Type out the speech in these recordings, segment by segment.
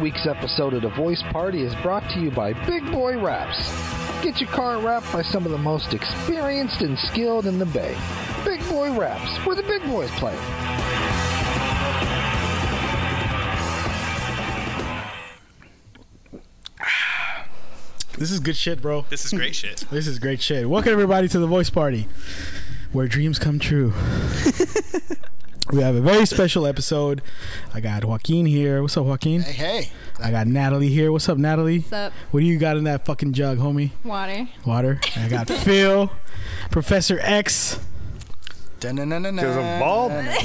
week's episode of The Voice Party is brought to you by Big Boy Wraps. Get your car wrapped by some of the most experienced and skilled in the Bay. Big Boy Wraps, where the big boys play. This is good shit, bro. This is great shit. This is great shit. Welcome everybody to the Voice Party, where dreams come true. we have a very special episode. I got Joaquin here. What's up, Joaquin? Hey, hey. I got Natalie here. What's up, Natalie? What's up? What do you got in that fucking jug, homie? Water. Water. And I got Phil, Professor X. There's a bulb. I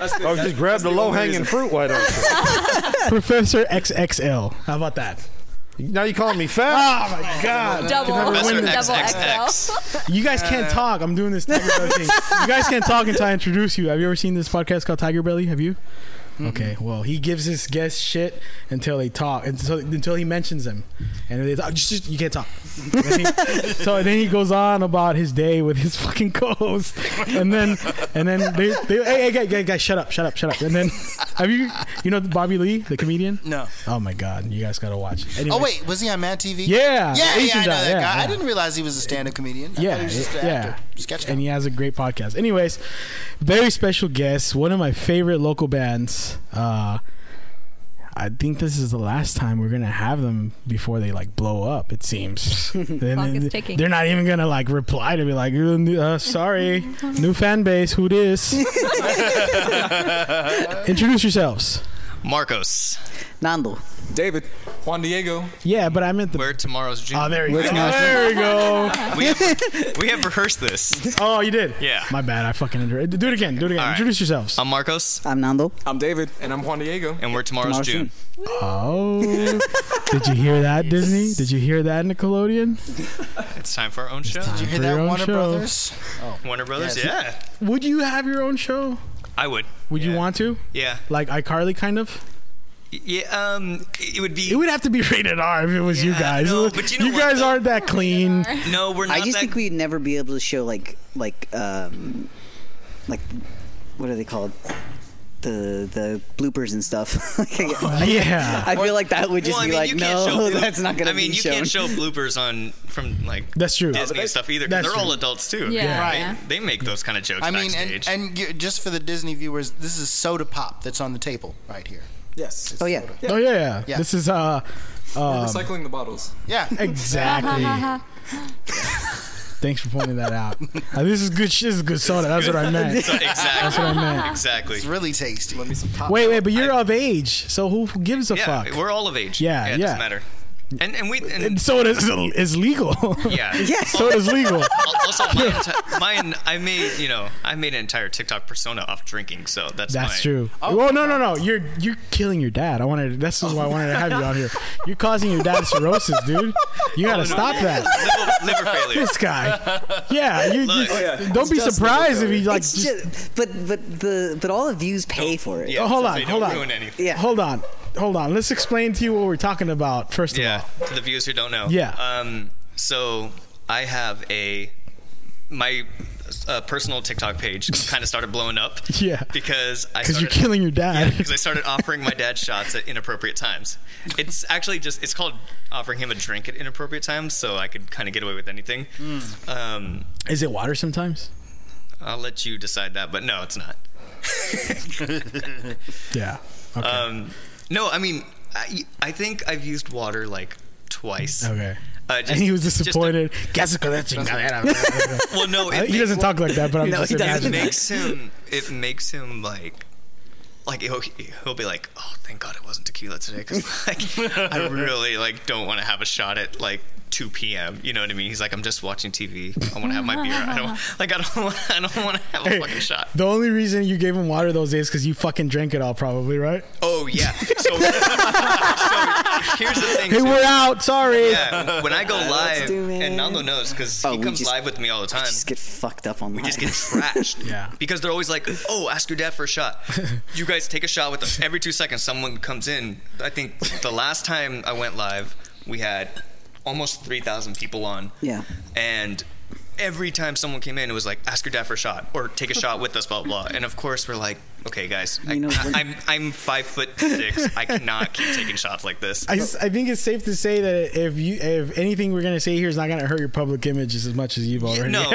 was Oh, just grab the low hanging fruit. Why don't you? Professor XXL. How about that? Now you calling me fat? Oh my god. Double, Professor double XXX. XL. You guys can't talk. I'm doing this Tiger Belly thing. You guys can't talk until I introduce you. Have you ever seen this podcast called Tiger Belly? Have you? Okay. Well, he gives his guests shit until they talk, until, until he mentions them, and they talk. "Shh, shh, you can't talk. And he- so then he goes on about his day with his fucking co-host, and then and then they, they hey, hey guys, guys, guys, shut up, shut up, shut up. And then have you you know Bobby Lee, the comedian? No. Oh my god, you guys gotta watch. Oh Anyways. wait, was he on Mad TV? Yeah, yeah, the yeah. Asian I know guy, that yeah, guy. yeah. I didn't realize he was a stand-up comedian. I thought Yeah, he was just an yeah. actor. sketch guy. and he has a great podcast. Anyways, very special guest, one of my favorite local bands. Uh, I think this is the last time we're gonna have them before they like blow up. It seems. Clock is Then- ticking. they're not even gonna like reply to be like, "Uh, uh, "Sorry, new fan base. Who this?" Introduce yourselves. Marcos, Nando. David. Juan Diego. Yeah, but I meant the. we're tomorrow's dream. Oh, there you go. tomorrow's- There we go. we, have, we have rehearsed this. Oh, you did. Yeah. My bad. I fucking inter- do it again. Do it again. All right. Introduce yourselves. I'm Marcos, I'm Nando. I'm David. And I'm Juan Diego. and we're tomorrow's, June. Tomorrow's June. Oh, did you hear that, Disney? Did you hear that, Nickelodeon? It's time for our own show. Did you hear for your that own Warner show. Brothers? Warner Brothers. Yeah, Would you have your own show? I would. Would you want to? Yeah, Like iCarly, kind of. yeah. Um, it would be. It would have to be rated R if it was you Yeah, guys. no, but you know what, guys though? aren't that clean. no, we're not. I just that, think we'd never be able to show like like um like what are they called? The the bloopers and stuff. Like, I- Yeah, I feel like that would just well, I be mean, like, you can't show. no, bloop- that's not gonna I mean, be you shown. can't show bloopers on from like that's true. Disney and stuff either. 'cause that's They're all true. adults too. Yeah, right? yeah. They make those kind of jokes I mean, and, backstage. and you, just for the Disney viewers, this is soda pop that's on the table right here. Yes. Oh Um, yeah, Oh yeah, yeah. Yeah. This is uh Recycling the bottles. Yeah. exactly. Thanks for pointing that out. Uh, this is good. sh- This is good soda. That's what I meant. So- exactly. I meant. Exactly. It's really tasty. Let me some pop. Wait, wait, but you're of age, so who gives a Yeah, fuck? we're all of age. Yeah, it yeah. doesn't matter. And and we And and, soda is, is legal. yeah. soda is legal. also, mine, mine, I made you know, I made an entire TikTok persona off drinking, so that's That's my- true. Oh, no, no, no! You're you're killing your dad. I wanted. This is why I wanted to have you out here. You're causing your dad cirrhosis, dude. You gotta stop that. Liver, liver failure. This guy. Yeah. You, Look. you- Oh, yeah. Don't be surprised if he like. it's just- just but but the but all the views pay for it. Yeah, Oh, hold so on, they hold don't on. Ruin anything. Yeah. Hold on, hold on. Let's explain to you what we're talking about first of Yeah, all. to the viewers who don't know. Yeah. Um, so I have a my uh, personal TikTok page kind of started blowing up. Yeah. Because I Because you're started- killing your dad. because I started offering my dad shots at inappropriate times. It's actually just it's called offering him a drink at inappropriate times, so I could kind of get away with anything. Um, Is it water sometimes? I'll let you decide that, but no, it's not. Yeah. Okay. Um, no, I mean, I, I think I've used water like twice. okay. Uh, just- and he was just a- disappointed. Guess a collection. well, no, it He doesn't talk like that, but I'm No, just he doesn't. it imagining. makes him. It makes him like. Like he'll, he'll be like, oh, thank God it wasn't tequila today, because like I really like don't want to have a shot at like 2 p.m. You know what I mean? He's like, I'm just watching TV. I want to have my beer. I don't like I don't want, I don't want to have a Hey, fucking shot. The only reason you gave him water those days because you fucking drank it all, probably, right? Oh yeah. So, so here's the thing. Hey, too. we're out. Sorry. yeah, when I go live, do it. and Nando knows because Oh, he we comes just- live with me all the time. Just get fucked up We online. just get trashed. Yeah. Because they're always like, oh, ask your dad for a shot. You guys take a shot with them. Every two seconds, someone comes in. I think the last time I went live, we had almost 3,000 people on. Yeah. And every time someone came in, it was like, ask your dad for a shot or take a shot with us, blah, blah, blah. And of course, we're like, okay, guys, I, You know, when- I, am I'm five foot six. I cannot keep taking shots like this. I, s- I think it's safe to say that if you if anything we're gonna say here is not gonna hurt your public image as much as you've already. no. So,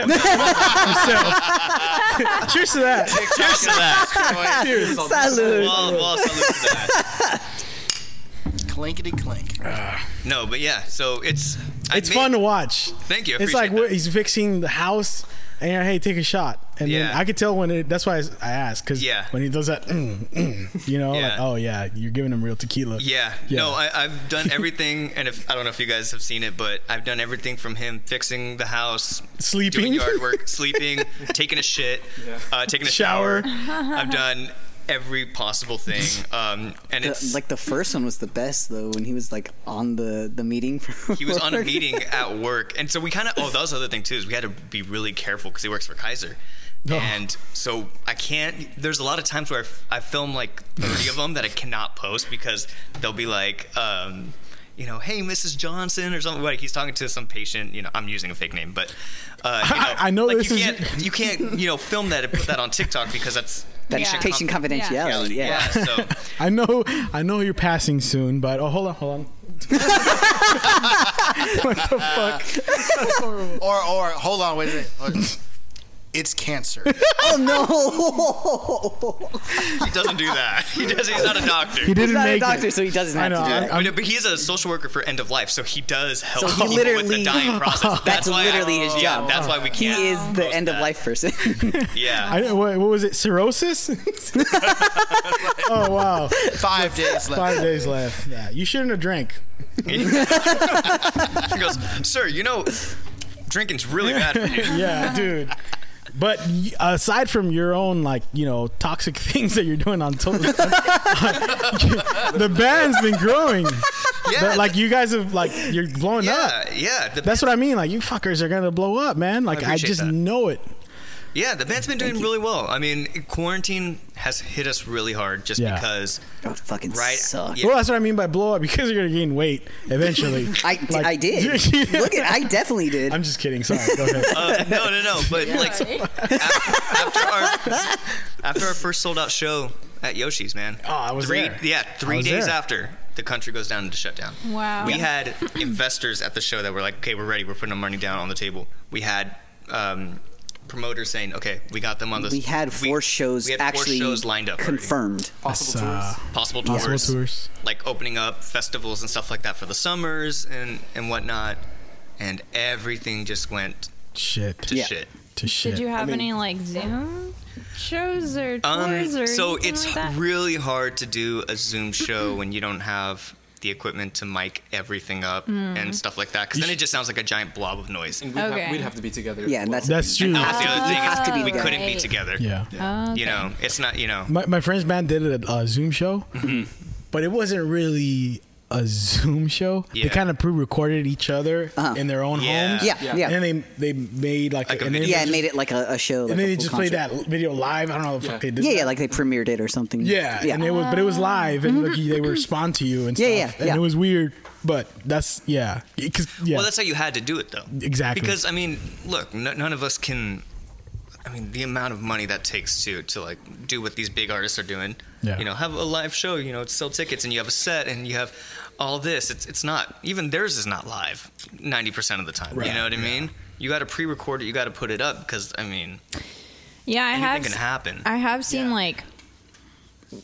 cheers to that. Cheers to that. Cheers. Salud. Well, well, salute to that. Clinkety clink. No, but yeah, so it's I It's made- fun to watch. Thank you. I it's like appreciate we're- that. he's fixing the house, and you're, hey, take a shot. And then Yeah. I could tell when it. That's why I I asked because Yeah. when he does that, mm, mm, you know, like Yeah. oh yeah, you're giving him real tequila. Yeah. Yeah. No, I, I've done everything, and if I don't know if you guys have seen it, but I've done everything from him fixing the house, Sleeping. doing yard work, sleeping, taking a shit, Yeah. uh, taking a Shower. shower. I've done every possible thing, um, and The- it's like the first one was the best though when he was like on the the meeting. for he was on a work. meeting at work, and so we kind of. Oh, that was the other thing too. Is we had to be really careful because he works for Kaiser, and so I can't. There's a lot of times where I, f- I film like 30 of them that I cannot post because they'll be like. Um, you know, hey, Mrs. Johnson, or something like he's talking to some patient. You know, I'm using a fake name, but uh, you I know like this you is- can't, you can't, you know, film that and put that on TikTok because that's That's Yeah. patient confidentiality. confidentiality. Yeah. yeah, so I know, I know you're passing soon, but oh, hold on, hold on. Or or hold on, wait a minute. Hold- It's cancer. Oh no! he doesn't do that. He does. He's not a doctor. He didn't He's not make a doctor, it. so he doesn't I have know. to do I'm- that. I'm- But, but he's a social worker for end of life, so he does help So he people with literally- the dying process. That's, That's why I- literally his yeah, job. That's why we He can't. is the post end of that. life person. Yeah. I, what, what was it? Cirrhosis? oh wow! Five days left. Five days left. Yeah, you shouldn't have drank. she goes, sir. You know, drinking's really bad for you. Yeah, dude. But y- aside from your own like you know toxic things that you're doing on Total, the band's been growing. But, like you guys have like you're blowing up. Yeah, yeah. The, That's what I mean. Like you fuckers are gonna blow up, man. Like I, appreciate just that. know it. yeah, the band's been doing really well. I mean, quarantine has hit us really hard just Yeah. because. that fucking Right. suck. Yeah. Well, that's what I mean by blow up. Because you're gonna gain weight eventually. I, d- Like- I did. Look at I definitely did. I'm just kidding. Sorry. Go ahead. Uh, no, no, no. But like after our after our first sold out show at Yoshi's, man. Oh, I was three, there. Yeah, I three was days there. after the country goes down into shutdown. Wow. We had investors at the show that were like, "Okay, we're ready. We're putting our money down on the table." We had um, promoters saying, "Okay, we got them on this." we had four shows we had four actually shows lined up already. confirmed. Possible That's, uh, tours. possible tours, Possible tours. like opening up festivals and stuff like that for the summers and and whatnot, and everything just went Shit. to Yeah. shit. To shit. Did you have any like Zoom shows or Um, tours or so anything it's like that? really hard to do a Zoom show when you don't have the equipment to mic everything up Mm. and stuff like that. Because then it just sounds like a giant blob of noise. And we'd, Okay. have, we'd have to be together. Yeah, and that's That's true. And that was the other thing. have is to be we together. couldn't be together. yeah. Oh, You know, it's not. You know, My, my friend's band did a, a Zoom show, Mm-hmm. but it wasn't really a Zoom show. They Yeah. kind of pre-recorded each other Uh-huh. in their own Yeah. homes. yeah, Yeah. yeah, And then they they made like, Like a and then video. they yeah. just- It made it like a, a show. Like and then a they full just played concert. that video live. I don't know if Yeah. they did. Yeah, that. yeah, like they premiered it or something. Yeah, yeah. and it was, but it was live, and like, they were respond to you and Yeah, stuff, yeah, and yeah. it was weird. But that's yeah, 'Cause- yeah, Well, that's how you had to do it, though. Exactly. Because I mean, look, n- none of us can. I mean, the amount of money that takes to to like do what these big artists are doing. Yeah. You know, have a live show. You know, sell tickets, and you have a set, and you have all this. It's it's not even theirs is not live ninety percent of the time. Right, You know what I mean? You got to pre-record it. You got to put it up because I mean, yeah, I have. anything can happen. I have seen like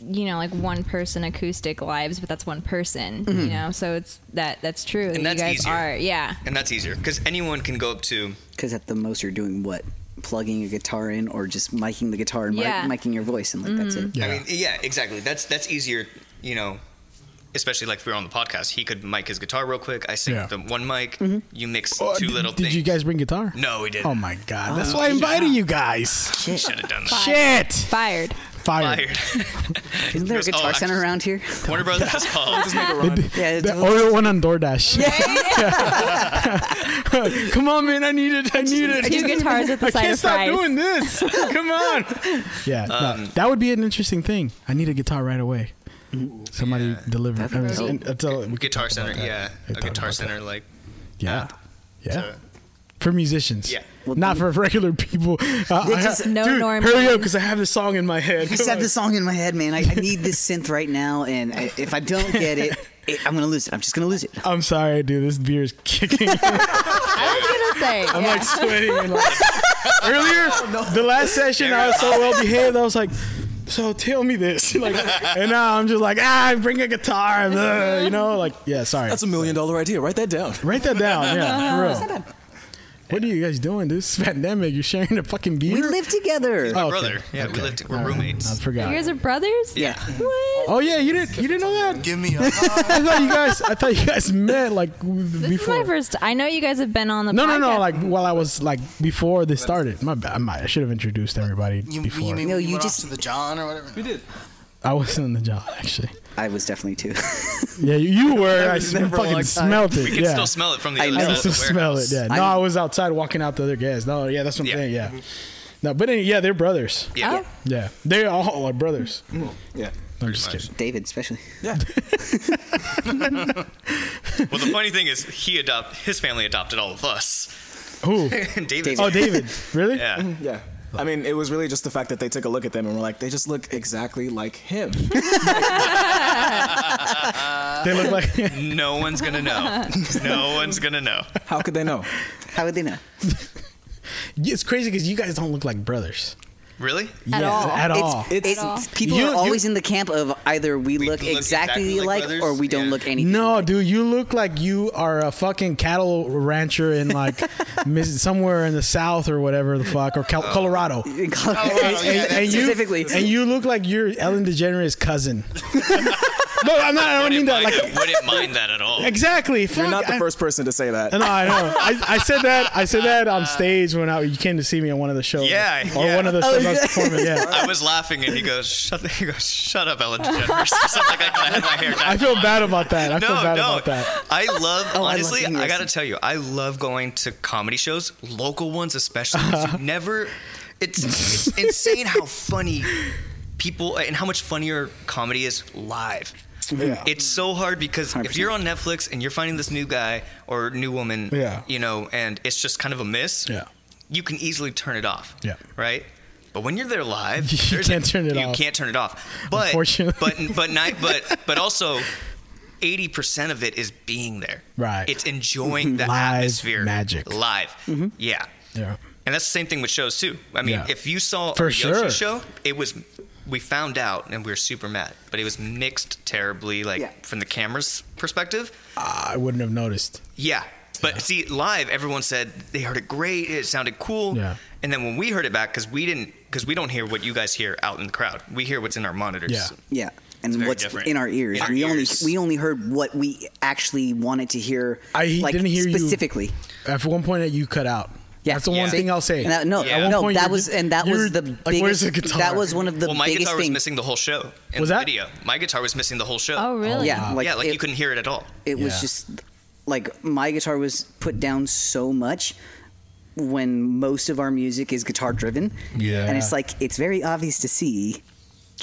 you know like one person acoustic lives but that's one person you know so it's that that's true that that's you guys easier. are yeah and that's easier because anyone can go up to Because at the most, you're doing what? Plugging your guitar in, or just miking the guitar and mi- Yeah. miking your voice, and like that's it. yeah. I mean, yeah, exactly. That's that's easier, you know. Especially like if we were on the podcast, he could mic his guitar real quick. I sing Yeah. the one mic. You mix Oh, two did- little Did things. you guys bring guitar? no, we didn't. Oh my god, that's why I invited you guys. Should have done that. Shit, fired fired. Fired. Isn't there a There's- oh, guitar center actually- around here? Warner Brothers has called. Yeah, That order one on DoorDash. Come on, man! I need it. I need it. two guitars at the I side can't of stop fries. doing this. Come on. Yeah, no, that would be an interesting thing. I need a guitar right away. Somebody deliver. That would I mean, help. and- until we could Guitar talk about Center, that. yeah, We a could talk Guitar about Center like that. Yeah, app yeah. to for musicians. Yeah. Not for regular people. Uh, I just- ha- No dude, normies. hurry up because I have this song in my head. I just have this song in my head, man. I, I need this synth right now, and I, if I don't get it, it, I'm gonna lose it. I'm just gonna lose it. I'm sorry, dude. This beer is kicking. I was gonna say. I'm yeah. like sweating. And like, earlier, the last session, I was so well behaved. I was like, "So tell me this," like, and now I'm just like, "Ah, bring a guitar," blah," you know, like, yeah, sorry. That's a million dollar idea. Write that down. Write that down, yeah, for real. What are you guys doing? This is pandemic, you're sharing a fucking beer. We live together. Oh, okay. brother. Yeah, we lived. We're roommates. I forgot. You guys are brothers? Yeah. What? Oh yeah, you didn't you didn't know that? Give me a hug. I thought you guys I thought you guys met like w- This before. is my first. I know you guys have been on the no, no, no! podcast. Like while I was like before this started, my bad. I might- I should have introduced everybody You, before. you mean No, when you, you went just- off to the John or whatever? We did. I wasn't in the job actually. I was definitely too. Yeah, you, you were. I was sm- there for a long fucking time. smelled it. we can yeah. still smell it from the I other know. I side can of the still smell it. warehouse. Yeah. No, I, was outside walking out the other guys. No, yeah, that's what I'm Yeah. saying. Yeah. No, but any, yeah, they're brothers. Yeah. Oh. Yeah, they all are brothers. Yeah. I'm just kidding. David, especially. Yeah. Well, the funny thing is, he adopt his family adopted all of us. Who? And David. Oh, David. Really? Yeah. Yeah. I mean, it was really just the fact that they took a look at them and were like, they just look exactly like him. They look like. No one's gonna know. No one's gonna know. How could they know? How would they know? it's crazy because you guys don't look like brothers Really? At yeah, all. At all. It's, It's, all. people You- are you- always in the camp of either we, look, exactly, alike like or we brothers? don't Yeah. look anything. no, dude, you look like you are a fucking cattle rancher in like Miss- somewhere in the South or whatever the fuck or Oh. Cal- Colorado. In Colorado. Oh, yeah, and, and you, Specifically. and you look like you're Ellen DeGeneres' cousin. no, I'm not. I don't mean Wouldn't that. mind, Like it, wouldn't mind that at all. exactly. you're fuck, not the I- first person to say that. No, I know. I, I said that. I said that on stage when I, you came to see me on one of the shows. Uh, Yeah, or yeah. Oh, one of the shows I was performing. Yeah. I was laughing, and he goes, "Shut!" He goes, "Shut up, Ellen DeGeneres." or Something like that. I had my hair. I down. feel bad about that. I feel no, bad no. about that. Oh, I love I love honestly. hearing I, this. gotta tell you, I love going to comedy shows, local ones especially. 'cause you never, it's, it's insane how funny people and how much funnier comedy is live. Yeah. It's so hard because if 100%. you're on Netflix and you're finding this new guy or new woman, Yeah. you know, and it's just kind of a miss, Yeah. you can easily turn it off. Yeah. Right? But when you're there live, You there's can't turn it you off. can't turn it off. But Unfortunately. but but not, but but also 80% of it is being there. Right. It's enjoying the Live atmosphere. magic. Live. Yeah. Yeah. And that's the same thing with shows too. I mean, Yeah. if you saw For a Yoshi sure. show, it was we found out and we were super mad, but it was mixed terribly like Yeah. from the camera's perspective. I wouldn't have noticed. Yeah. But see, live, everyone said they heard it great. It sounded cool. Yeah. And then when we heard it back, because we didn't, because we don't hear what you guys hear out in the crowd. We hear what's in our monitors. Yeah. Yeah. And very what's different. in our ears? In our we ears. only we only heard what we actually wanted to hear. I like, didn't hear you- specifically. At one point, that you cut out. Yeah. That's the Yeah. one thing I'll say. And that, no, Yeah. At one no, point that you're- was and that you're- was the like, biggest. where's the guitar? That was one of the well, my biggest guitar was things. missing the whole show. In Was the that- video. My guitar was missing the whole show. Oh, really? Yeah, like yeah, like it, you couldn't hear it at all. it was Yeah. just like my guitar was put down so much when most of our music is guitar driven. Yeah. and it's like it's very obvious to see.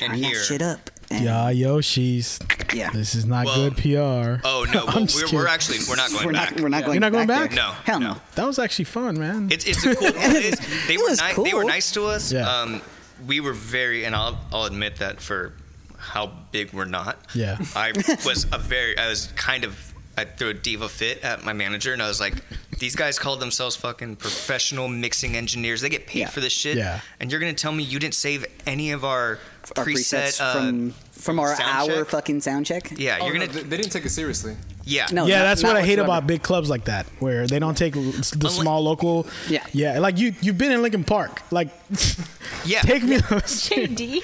And Turn that hear. shit up. And Yeah, Yoshi's. Yeah. This is not Well- good PR. Oh no, I'm well, just we're, kidding. we're actually we're not going we're back. not we're not going. You're not going back? back? there. No, hell no. no. That was actually fun, man. It's it's a cool. it is, they It were was ni- They were cool. nice to us. Yeah. Um, we were very, and I'll I'll admit that for how big we're not. Yeah. I was a very. I was kind of. I threw a diva fit at my manager, and I was like, "These guys call themselves fucking professional mixing engineers. They get paid Yeah. for this shit. Yeah. And you're gonna tell me you didn't save any of our, Our preset presets uh, from from our sound hour check? fucking sound check. Yeah, Oh, you're no, gonna. they, they didn't take it seriously. yeah. No. yeah, Oh, not- that's what not I hate whatsoever. about big clubs like that, where they don't take l- the Unli- small local. Yeah. yeah. Like you, you've been in Lincoln Park. Like, Yeah. take me. those- JD.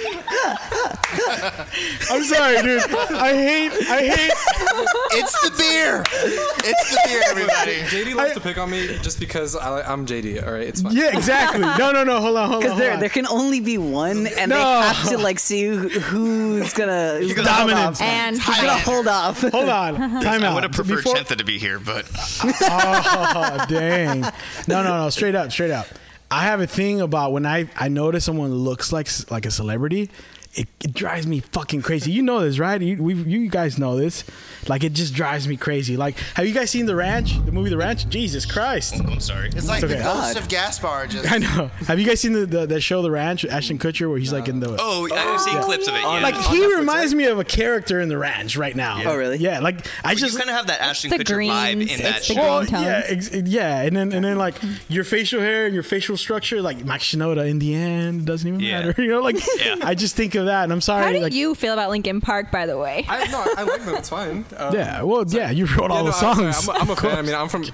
I'm sorry, dude. I hate. I hate. It's the beer. It's the beer, everybody. JD likes to pick on me just because I, I'm JD. All right, it's fine. Yeah, exactly. No, no, no. Hold on, hold on. Because Hold there, on. there can only be one, and they No. have to like see who- who's gonna who's gonna hold Dominant. off. And Who's gonna hold off. Hold on. Time out. I would have preferred Before- Chantha to be here, but Oh, dang. No, no, no. Straight up, straight up. I have a thing about when I, I notice someone looks like s- like a celebrity, it, it drives me fucking crazy. You know this, right? You, we you guys know this. Like it just drives me crazy. Like, have you guys seen The Ranch? The movie The Ranch? Jesus Christ! I'm sorry. It's like It's the okay. ghost God. of Gaspar just. I know. Have you guys seen the, the that show The Ranch? with Ashton Kutcher, where he's like in the Oh, I've seen clips of it. Yeah. like he reminds me of a character in The Ranch right now. Oh, really? Yeah. Like I you just kind of have that Ashton the Kutcher vibe greens, in that it's the show. green tones. yeah, ex- yeah, and then and then like your facial hair and your facial structure, like Mike Shinoda in the end doesn't even Yeah. matter. You know, like Yeah. I just think of that, and I'm sorry. How do like, you feel about Linkin Park, by the way? I no, I like them. It's fine. Um, Yeah, well, yeah, you wrote all no, the I'm sorry, songs. I'm, I'm a fan. I mean, I'm from.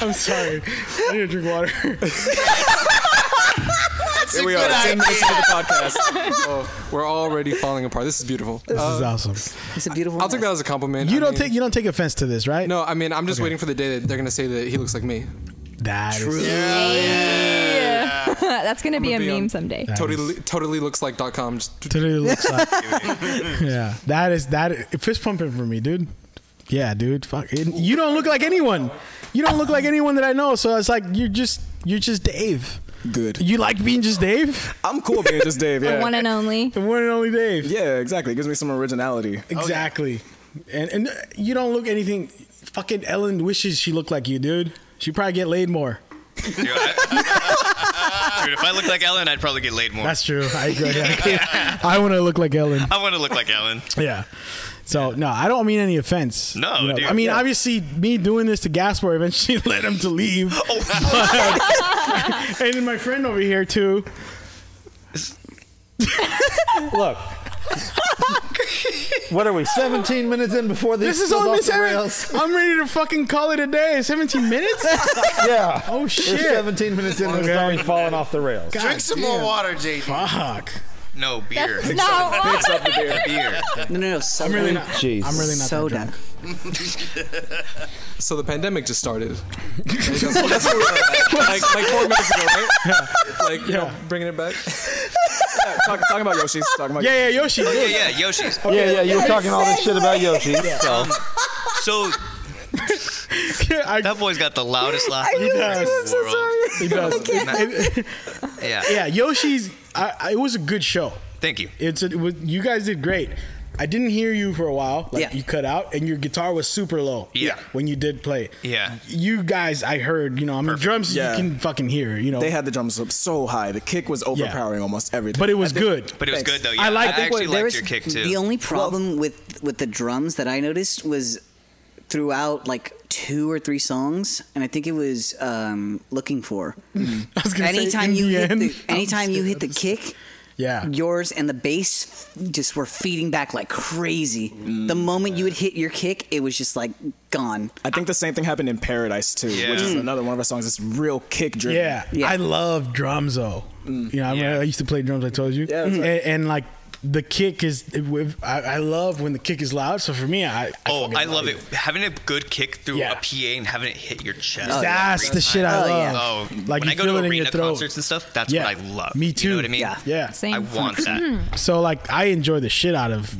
I'm sorry. I need to drink water. Here we are. Ten minutes into the podcast. Oh, we're already falling apart. This is beautiful. Uh, this is awesome. It's a beautiful. I'll take mess. that as a compliment. You I don't mean- take you don't take offense to this, right? No, I mean, I'm just waiting for the day that they're gonna say that he looks like me. that is That's gonna be a gonna be meme on- someday. Totally, totally looks like .com. Just totally looks like. yeah, that is that fist pumping for me, dude. Yeah, dude. Fuck, it, you don't look like anyone. You don't look like anyone that I know. So it's like you're just you're just Dave. Good. You like being just Dave, I'm cool being just Dave. The Yeah. one and only. the one and only Dave. yeah, exactly. It gives me some originality. exactly. And and you don't look anything. Fucking Ellen wishes she looked like you, dude. She probably get laid more. Dude, I- Dude, if I looked like Ellen, I'd probably get laid more. That's true. I agree. I, want to look like Ellen. I want to look like Ellen. Yeah. So no, I don't mean any offense. No, You know, dude. I mean obviously me doing this to Gaspar eventually led him to leave, Oh, wow. and then my friend over here too. Look. what are we? 17 minutes in before This is goes all off Miss the Erin. rails? I'm ready to fucking call it a day. 17 minutes. Yeah. Oh We're shit. 17 minutes in and it's Okay. already falling off the rails. God Drink some more damn. water, Jaden. Fuck. no beer. No, beer. No, no, no. So I'm really not. Jeez. I'm really not. so that drunk. done. so the pandemic just started. Like, that's, that's what we were at. like, like four minutes ago, right? Like, you know, bringing it back. Yeah, talk, talking about Yoshi's. Talking about Yeah, yeah, Yoshi. Yeah, yeah, Yoshi's. Oh, um, Yeah, yeah, you were talking all this shit about Yoshi. So. So I, that boy's got the loudest laugh. in the does. world. he does. Yeah. Yeah, Yoshi's. I, I, it was a good show. Thank you. It's a, it was, you guys did great. I didn't hear you for a while. Like Yeah. you cut out, and your guitar was super low. Yeah. When you did play. Yeah. You guys, I heard. You know, I mean, drums Yeah. you can fucking hear. You know. They had the drums up so high. The kick was overpowering almost everything. but it was good. But it was Thanks. good though. Yeah. I like- I think what- actually liked There was- your kick too. The only problem with with the drums that I noticed was throughout like two or three songs, and I think it was um, "Looking For." I was gonna say, Anytime Mm-hmm. in you the hit end- the, anytime you hit the kick, Yeah. yours and the bass just were feeding back like crazy. The Mm. moment you would hit your kick, it was just like gone. I think the same thing happened in Paradise too, Yeah. which is another one of our songs. It's real kick driven. Yeah. Yeah. Mm. I love drums though. You know, I, remember Yeah. I used to play drums. I told you. Yeah, that's And, right. and like the kick is, it- with- I, I love when the kick is loud. So for me, I, I Oh, fucking I love it. Having a good kick through Yeah. a PA and having it hit your chest. That's the shit I Oh, yeah. love. Oh, Like when you I go feel to it in your arena throat. concerts and stuff, that's Yeah. what I love. Me You too. know what I mean? Yeah. Yeah. Same. I want that. So like I enjoy the shit out of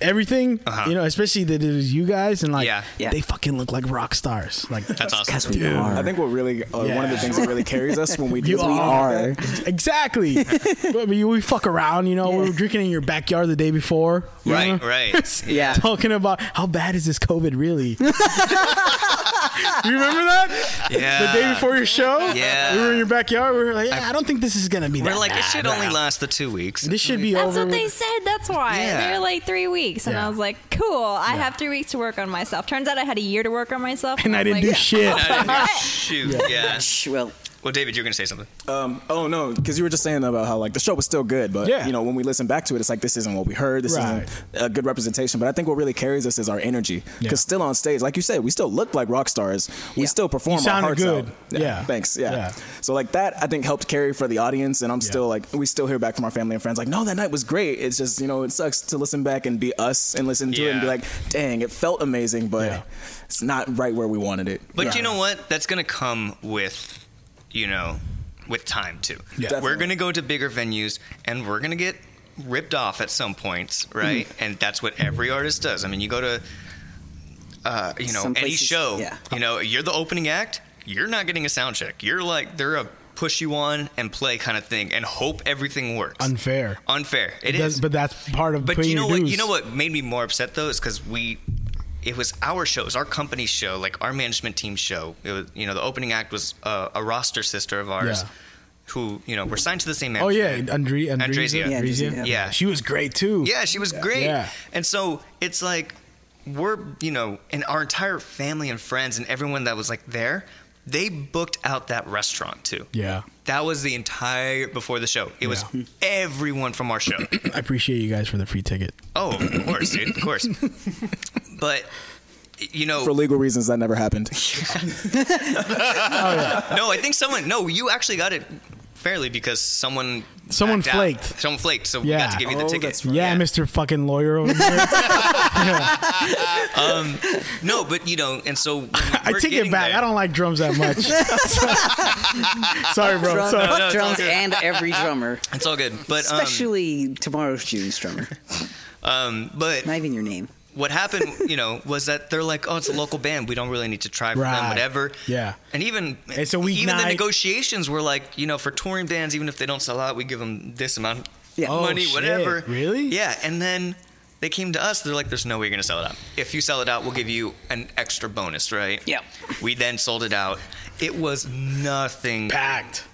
everything, Uh-huh. you know, especially that it was you guys and like Yeah. Yeah. they fucking look like rock stars. Like That's Because awesome. we are. I think what really uh, one of the Yeah. things that really carries us when we do you something like are that- exactly. but we, we fuck around, you know. We were drinking in your backyard the day before, you Right, know? right. Yeah. Talking about how bad is this COVID really? you remember that? Yeah. The day before your show, Yeah. we were in your backyard. We were like, yeah, I, don't think this is gonna be. We're that like, it bad, should bro. only last the two weeks. This should be That's over. what with- they said. That's why Yeah. they were like three weeks, and Yeah. I was like, "Cool, I have three weeks to work on myself." Turns out I had a year to work on myself, and I was didn't do like, shit. Uh, Shoot, yeah. Shh, Well, Well, David, you're gonna say something. Um, oh no, because you were just saying about how like the show was still good, but Yeah. you know when we listen back to it, it's like this isn't what we heard. This Right. isn't a good representation. But I think what really carries us is our energy. Yeah. Because still on stage, like you said, we still look like rock stars. We Yeah. still perform. You sounded our hearts good. Out. Yeah. Thanks. Yeah. Yeah. So like that, I think helped carry for the audience, and I'm still Yeah. like we still hear back from our family and friends like, no, that night was great. It's just you know it sucks to listen back and be us and listen to it and be Yeah. like, dang, it felt amazing, but Yeah. it's not right where we wanted it. But Yeah. you know what? That's gonna come with, you know, with time too. We're Definitely. gonna go to bigger venues and we're gonna get ripped off at some points, Mm-hmm. right? And that's what every artist does. I mean, you go to, uh, you know, Some any places- show. yeah. You know, you're the opening act. You're not getting a sound check. You're like they're a push you on and play kind of thing and hope everything works. Unfair. Unfair. It That's- is. But that's part of. But paying you know your what? dues. You know what made me more upset though is because we, it was our shows, our company's show, like our management team's show. It was, you know, the opening act was uh, a roster sister of ours, Yeah. who you know were signed to the same. Oh yeah, management. Andre, Andresia. Andresia. Yeah, Andresia, yeah. Yeah. she was great too. Yeah, she was great. Yeah. And so it's like we're, you know, and our entire family and friends and everyone that was like there, they booked out that restaurant too. Yeah, That was the entire before the show. It was everyone from our show. I appreciate you guys for the free ticket. oh, of course, dude, of course. But you know, For legal reasons, that never happened. no, I think someone. No, you actually got it fairly because someone. Someone backed out. flaked. Someone flaked. So we Yeah. got to give you the Oh, ticket. that's Yeah, Mr. Fucking Lawyer over there. No, but you know, and so when I we're take it getting back. there- I don't like drums that much. sorry, bro. Drum, sorry. fuck no, it's all drums good. and every drummer, It's all good, but um, especially tomorrow's June's drummer. um, but Not even your name. what happened, you know, was that they're like, oh, it's a local band. We don't really need to try for Right. them, whatever. Yeah. And even It's a weak even the night. negotiations were like, you know, for touring bands, even if they don't sell out, we give them this amount Yeah. of Oh, money, shit. whatever. Really? Yeah. And then they came to us. They're like, there's no way you're going to sell it out. If you sell it out, we'll give you an extra bonus, right? Yeah. We then sold it out. It was nothing. Packed.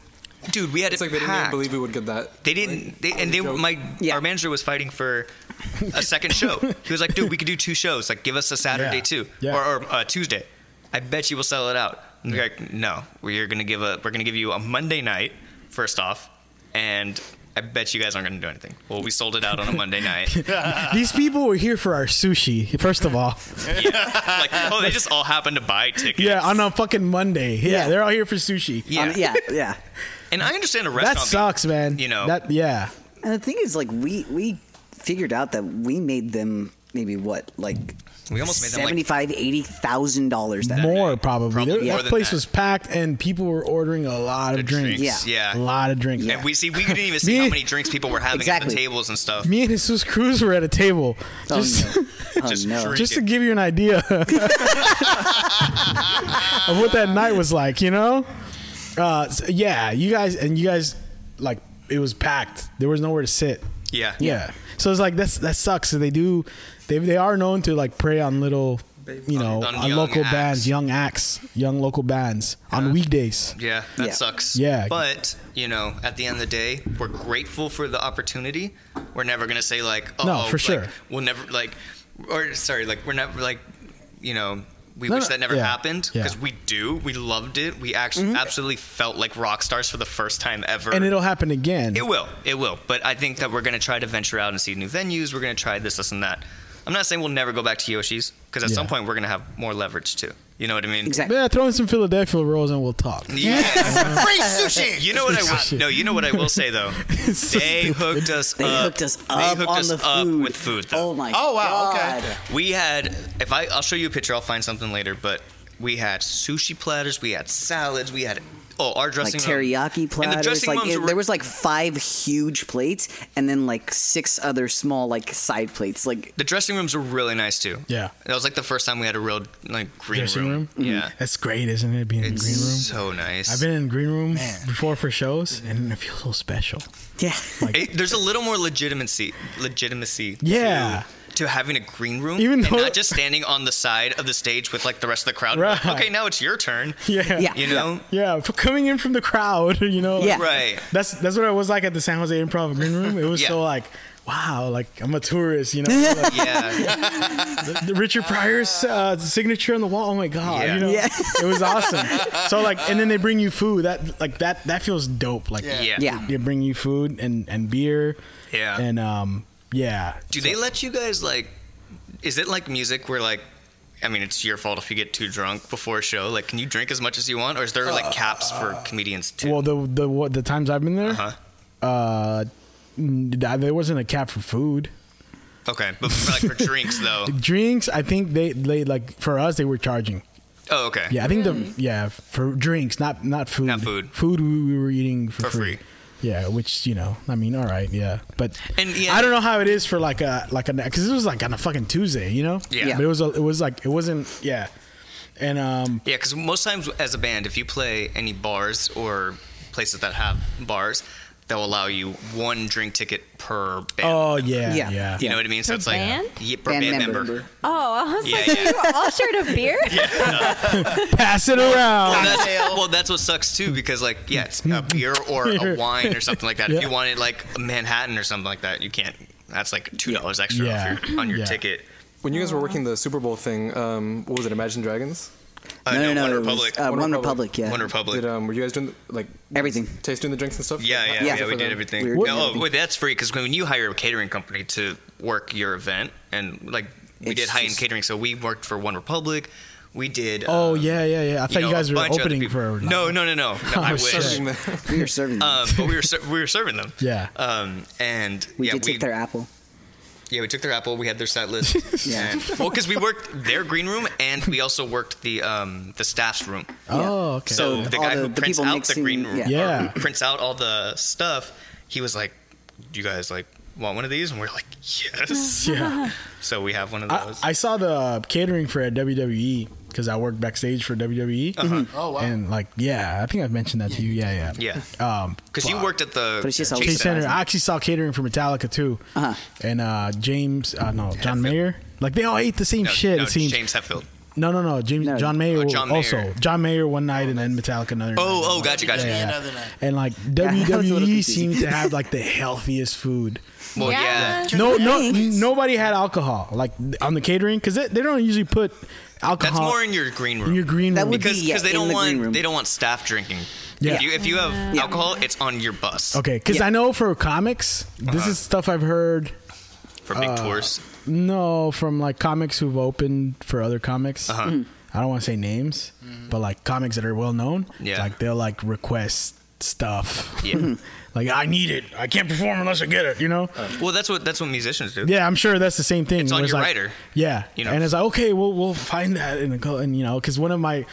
Dude, we had It's it like they didn't even packed. believe we would get that. They didn't. They, and they Joke. my Yeah. our manager was fighting for a second show. he was like, "Dude, we could do two shows. Like, give us a Saturday Yeah. too, Yeah. or, or uh, Tuesday. I bet you will sell it out." And they're like, "No, we're gonna give a we're gonna give you a Monday night first off, and I bet you guys aren't gonna do anything." Well, we sold it out on a Monday night. These people were here for our sushi. First of all, like, oh, they just all happened to buy tickets. yeah, on a fucking Monday. Yeah, Yeah. they're all here for sushi. yeah. Um, yeah, yeah. And I understand a restaurant. That being- sucks, man. you know. that yeah. And the thing is, like, we we figured out that we made them maybe what like We almost made them, like- seventy-five, eighty thousand dollars that night. More probably. Probably There- more that than place that. was packed, and people were ordering a lot of The drinks. drinks, Yeah. a yeah. lot of drinks. Yeah. And we see we didn't even see Me- how many drinks people were having at Exactly. the tables and stuff. Me and Jesus Cruz were at a table. Oh Just, no! Oh Just no! drink. just to give you an idea of what that night was like, you know? Uh, so, yeah, you guys and you guys like it was packed. There was nowhere to sit. Yeah. Yeah. So it's like that's that sucks. So they do they they are known to like prey on little you know, On on, young local acts. bands, young acts, young local bands on weekdays. Yeah, that Yeah. sucks. Yeah. But, you know, at the end of the day, we're grateful for the opportunity. We're never going to say, like, oh, No, for like, sure. We'll never, like, or sorry, like, we're never, like, you know, we No, wish no, that never yeah, happened yeah. because we do. We loved it. We actually Mm-hmm. absolutely felt like rock stars for the first time ever. And it'll happen again. It will. It will. But I think that we're going to try to venture out and see new venues. We're going to try this, this, and that. I'm not saying we'll never go back to Yoshi's because at Yeah. some point we're going to have more leverage too. You know what I mean? Exactly. yeah, throw in some Philadelphia rolls and we'll talk. Yeah. Great sushi. You know what I Sushi. will, no, you know what I will say though. they hooked us They up. hooked us Uh, They up hooked on us the up food. with food though. Oh my! Oh, wow, okay. God. We had if I I'll show you a picture, I'll find something later, but we had sushi platters, we had salads, we had oh, our Like dressing room. teriyaki And the platters. dressing Like rooms it, were- there was like five huge plates, and then like six other small like side plates. Like The dressing rooms were really nice too. Yeah. That was like the first time we had a real like green Dressing room? Yeah. That's great, isn't it? Being in the It's green room. so nice. I've been in green room before for shows, and it feels so special. yeah, It- there's a little more legitimacy legitimacy Yeah. to, to having a green room Even and though- not just standing on the side of the stage with like the rest of the crowd Right. like, okay now it's your turn Yeah, Yeah. you know yeah. For coming in from the crowd, you know. like, Yeah. right that's that's what it was like at the San Jose Improv green room. It was Yeah. so like, wow, like I'm a tourist, you know. like, yeah the Richard Pryor's uh, signature on the wall. Oh my god, Yeah. you know, Yeah. it was awesome. So like, and then they bring you food. That like that that feels dope. Like yeah yeah. they bring you food and and beer. Yeah. and um yeah. do they let you guys like is it like music where like i mean it's your fault if you get too drunk before a show like can you drink as much as you want or is there like caps for comedians too Well, the the what the times I've been there, Uh-huh. uh, n- there wasn't a cap for food. okay but for, like for drinks though Drinks, I think they they like for us they were charging. oh okay Yeah, I think the yeah for drinks, not not food. Not food. Food we, we were eating for, For free. free. Yeah, which you know, I mean, all right, yeah, but And, yeah. I don't know how it is for like a like a because this was like on a fucking Tuesday, you know. Yeah. Yeah. But it was a, it was like it wasn't yeah, and um Yeah, because most times as a band, if you play any bars or places that have bars that will allow you one drink ticket per band. Oh yeah, yeah. Yeah. You know what I mean? So Per it's like band? Yeah, per Band band, member. member. Oh, I was Yeah, like, yeah. you were all shared a beer? Pass it around. Well, that's, well, that's what sucks too, because like, yeah, it's a beer or a wine or something like that. If Yeah. you wanted like a Manhattan or something like that, you can't. That's like two dollars extra Yeah. off your, on your Yeah. ticket. When you guys were Uh-huh. working the Super Bowl thing, um, what was it? Imagine Dragons. Uh, no, no, no. One it Republic. Was, uh, One One Republic. Republic. Yeah. One Republic. Did um, were you guys doing the, like Everything. tasting the drinks and stuff? Yeah, yeah, Yeah. yeah. for we did them. everything. We were doing no, everything. well, that's free because when you hire a catering company to work your event, and like we It's did high end just- catering, so we worked for One Republic. We did. Oh um, yeah, yeah, yeah. I thought you, know, a guys were bunch of other opening people. for Oh, No, no, no, no. no I wish. shit. We were serving. them. Um, but we were ser- we were serving them. Yeah. Um, and we yeah, did we, take their apple. Yeah, we took their apple. We had their set list. Yeah. And, well, because we worked their green room and we also worked the um the staff's room. Oh, okay. So So the all guy the- who the prints people out the mixing- green room, yeah. Yeah. or who prints out all the stuff. He was like, "Do you guys like want one of these?" And we're like, "Yes." yeah. So we have one of I, those. I saw the catering for at WWE because I worked backstage for WWE. Oh, wow. And like, yeah, I think I've mentioned that to you. Yeah, yeah, Uh-huh. Yeah. Um, Because you worked at the But it's just the how Chase Chase Center. Rising. I actually saw catering for Metallica too, Uh-huh. and uh, James, uh, no, John Hetfield. Mayer. Like they all ate the same No, shit. no, it seems. James Hetfield. No, no, no. James, No. John Mayer Oh, John also. Mayer. John Mayer one night and then Metallica another. Oh, night. oh, gotcha, gotcha. Yeah. Another night. And like that was a little WWE confusing. seemed to have like the healthiest food. Well, yeah. No, no, nobody had alcohol like on the catering because they, they don't usually put That's alcohol more in your green room. in your green That room. would be- because Yeah, because they in don't the green want room. they don't want staff drinking. Yeah. If you if you have alcohol, it's on your bus. okay, because Yeah. I know for comics, this Uh-huh. is stuff I've heard. For Uh, big tours. No, from like comics who've opened for other comics. Uh-huh. Mm-hmm. Mm-hmm. I don't want to say names, but like comics that are well known. Yeah. like they'll like request stuff. Yeah. Like I need it. I can't perform unless I get it. You know. Well, that's what that's what musicians do. Yeah, I'm sure that's the same thing. It's on where your like- rider. Yeah, You know. and it's like okay, we'll we'll find that in a co- and you know because one of my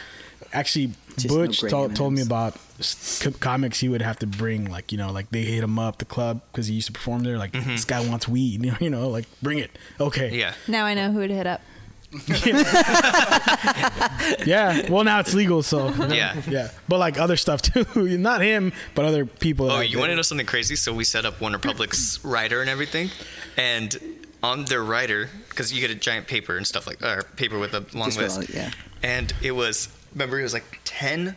actually Just no Butch great told, told me M&Ms. about s- co- comics he would have to bring like you know like they hit him up the club because he used to perform there like this guy wants weed you know, you know like bring it okay Mm-hmm. Yeah. Now I know who to hit up. yeah well now it's legal so Yeah. yeah but like other stuff too not him but other people Oh, that- you want to know something crazy? So we set up One Republic's rider and everything, and on their rider, because you get a giant paper and stuff like, or paper with a long Just list. about, yeah. And it was, remember, it was like ten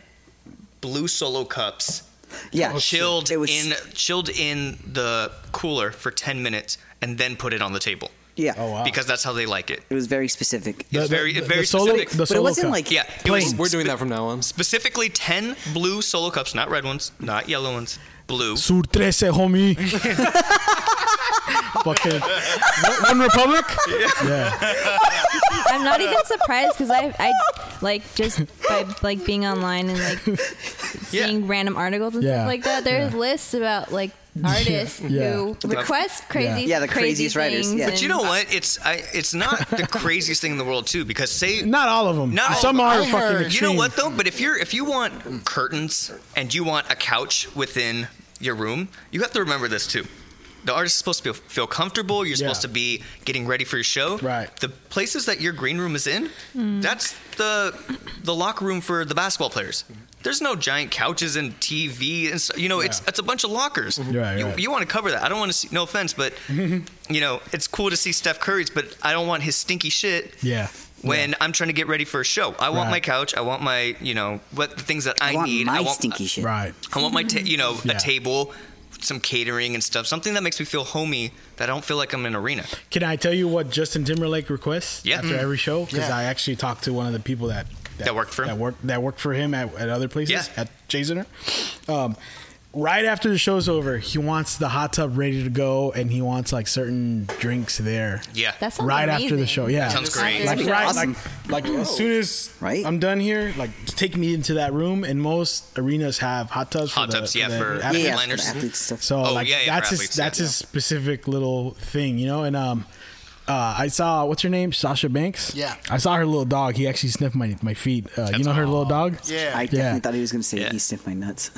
blue solo cups Oh, Oh, Yeah. chilled It was. in chilled in the cooler for ten minutes, and then put it on the table yeah. oh wow because that's how they like it. It was very specific. It's very, it's very solo, specific. the but it solo wasn't cup. like yeah, it plain. was We're doing that from now on. specifically ten blue solo cups, not red ones, not yellow ones, blue. Sur 13, homie. Fucking One- One Republic. Yeah, I'm not even surprised because I, I like just by like being online and like seeing random articles and Yeah. stuff like that. There's Yeah. lists about like artists Yeah. who Yeah. request crazy, Yeah, the crazy craziest writers, things yeah. and- But you know what? It's I, it's not the craziest thing in the world too, because say not all of them. Not all Some of 'em. are I fucking heard- extreme. you know what though. But if you're if you want curtains and you want a couch within your room, you have to remember this too. The artist is supposed to be, feel comfortable. You're Yeah. supposed to be getting ready for your show. Right. The places that your green room is in, that's the the locker room for the basketball players. There's no giant couches and TV and stuff. You know, it's Yeah. Mm-hmm. it's a bunch of lockers. Right, you, right. you want to cover that. I don't want to see. No offense, but you know, it's cool to see Steph Curry's, but I don't want his stinky shit Yeah. when I'm trying to get ready for a show. I want Right. my couch. I want my, you know, what the things that I, I want need. my I want stinky shit. Right. I want my, ta- you know, Yeah. a table, some catering and stuff. Something that makes me feel homey. That I don't feel like I'm in an arena. Can I tell you what Justin Timberlake requests Yeah. after Mm. every show? Because Yeah. I actually talked to one of the people that That worked for him? that worked that worked for him at, at other places Yeah. at Jay Center. Um, right after the show's over, he wants the hot tub ready to go, and he wants like certain drinks there. Yeah. That sounds right after the amazing. show. Yeah, Sounds great. Like That'd be right, awesome. like, like as soon as Right? I'm done here, like just take me into that room. And most arenas have hot tubs. Hot for the, tubs, for yeah, the for- Yeah, athletes. yeah, for Headliners. the athletes stuff. So Oh, like yeah, yeah, that's for his athletes, that's yeah. his specific little thing, you know. And um, uh, I saw what's her name, Sasha Banks. Yeah. I saw her little dog. He actually sniffed my my feet. Uh, you That's know her little dog. Yeah. I I, definitely Yeah. thought he was going to say Yeah. he sniffed my nuts.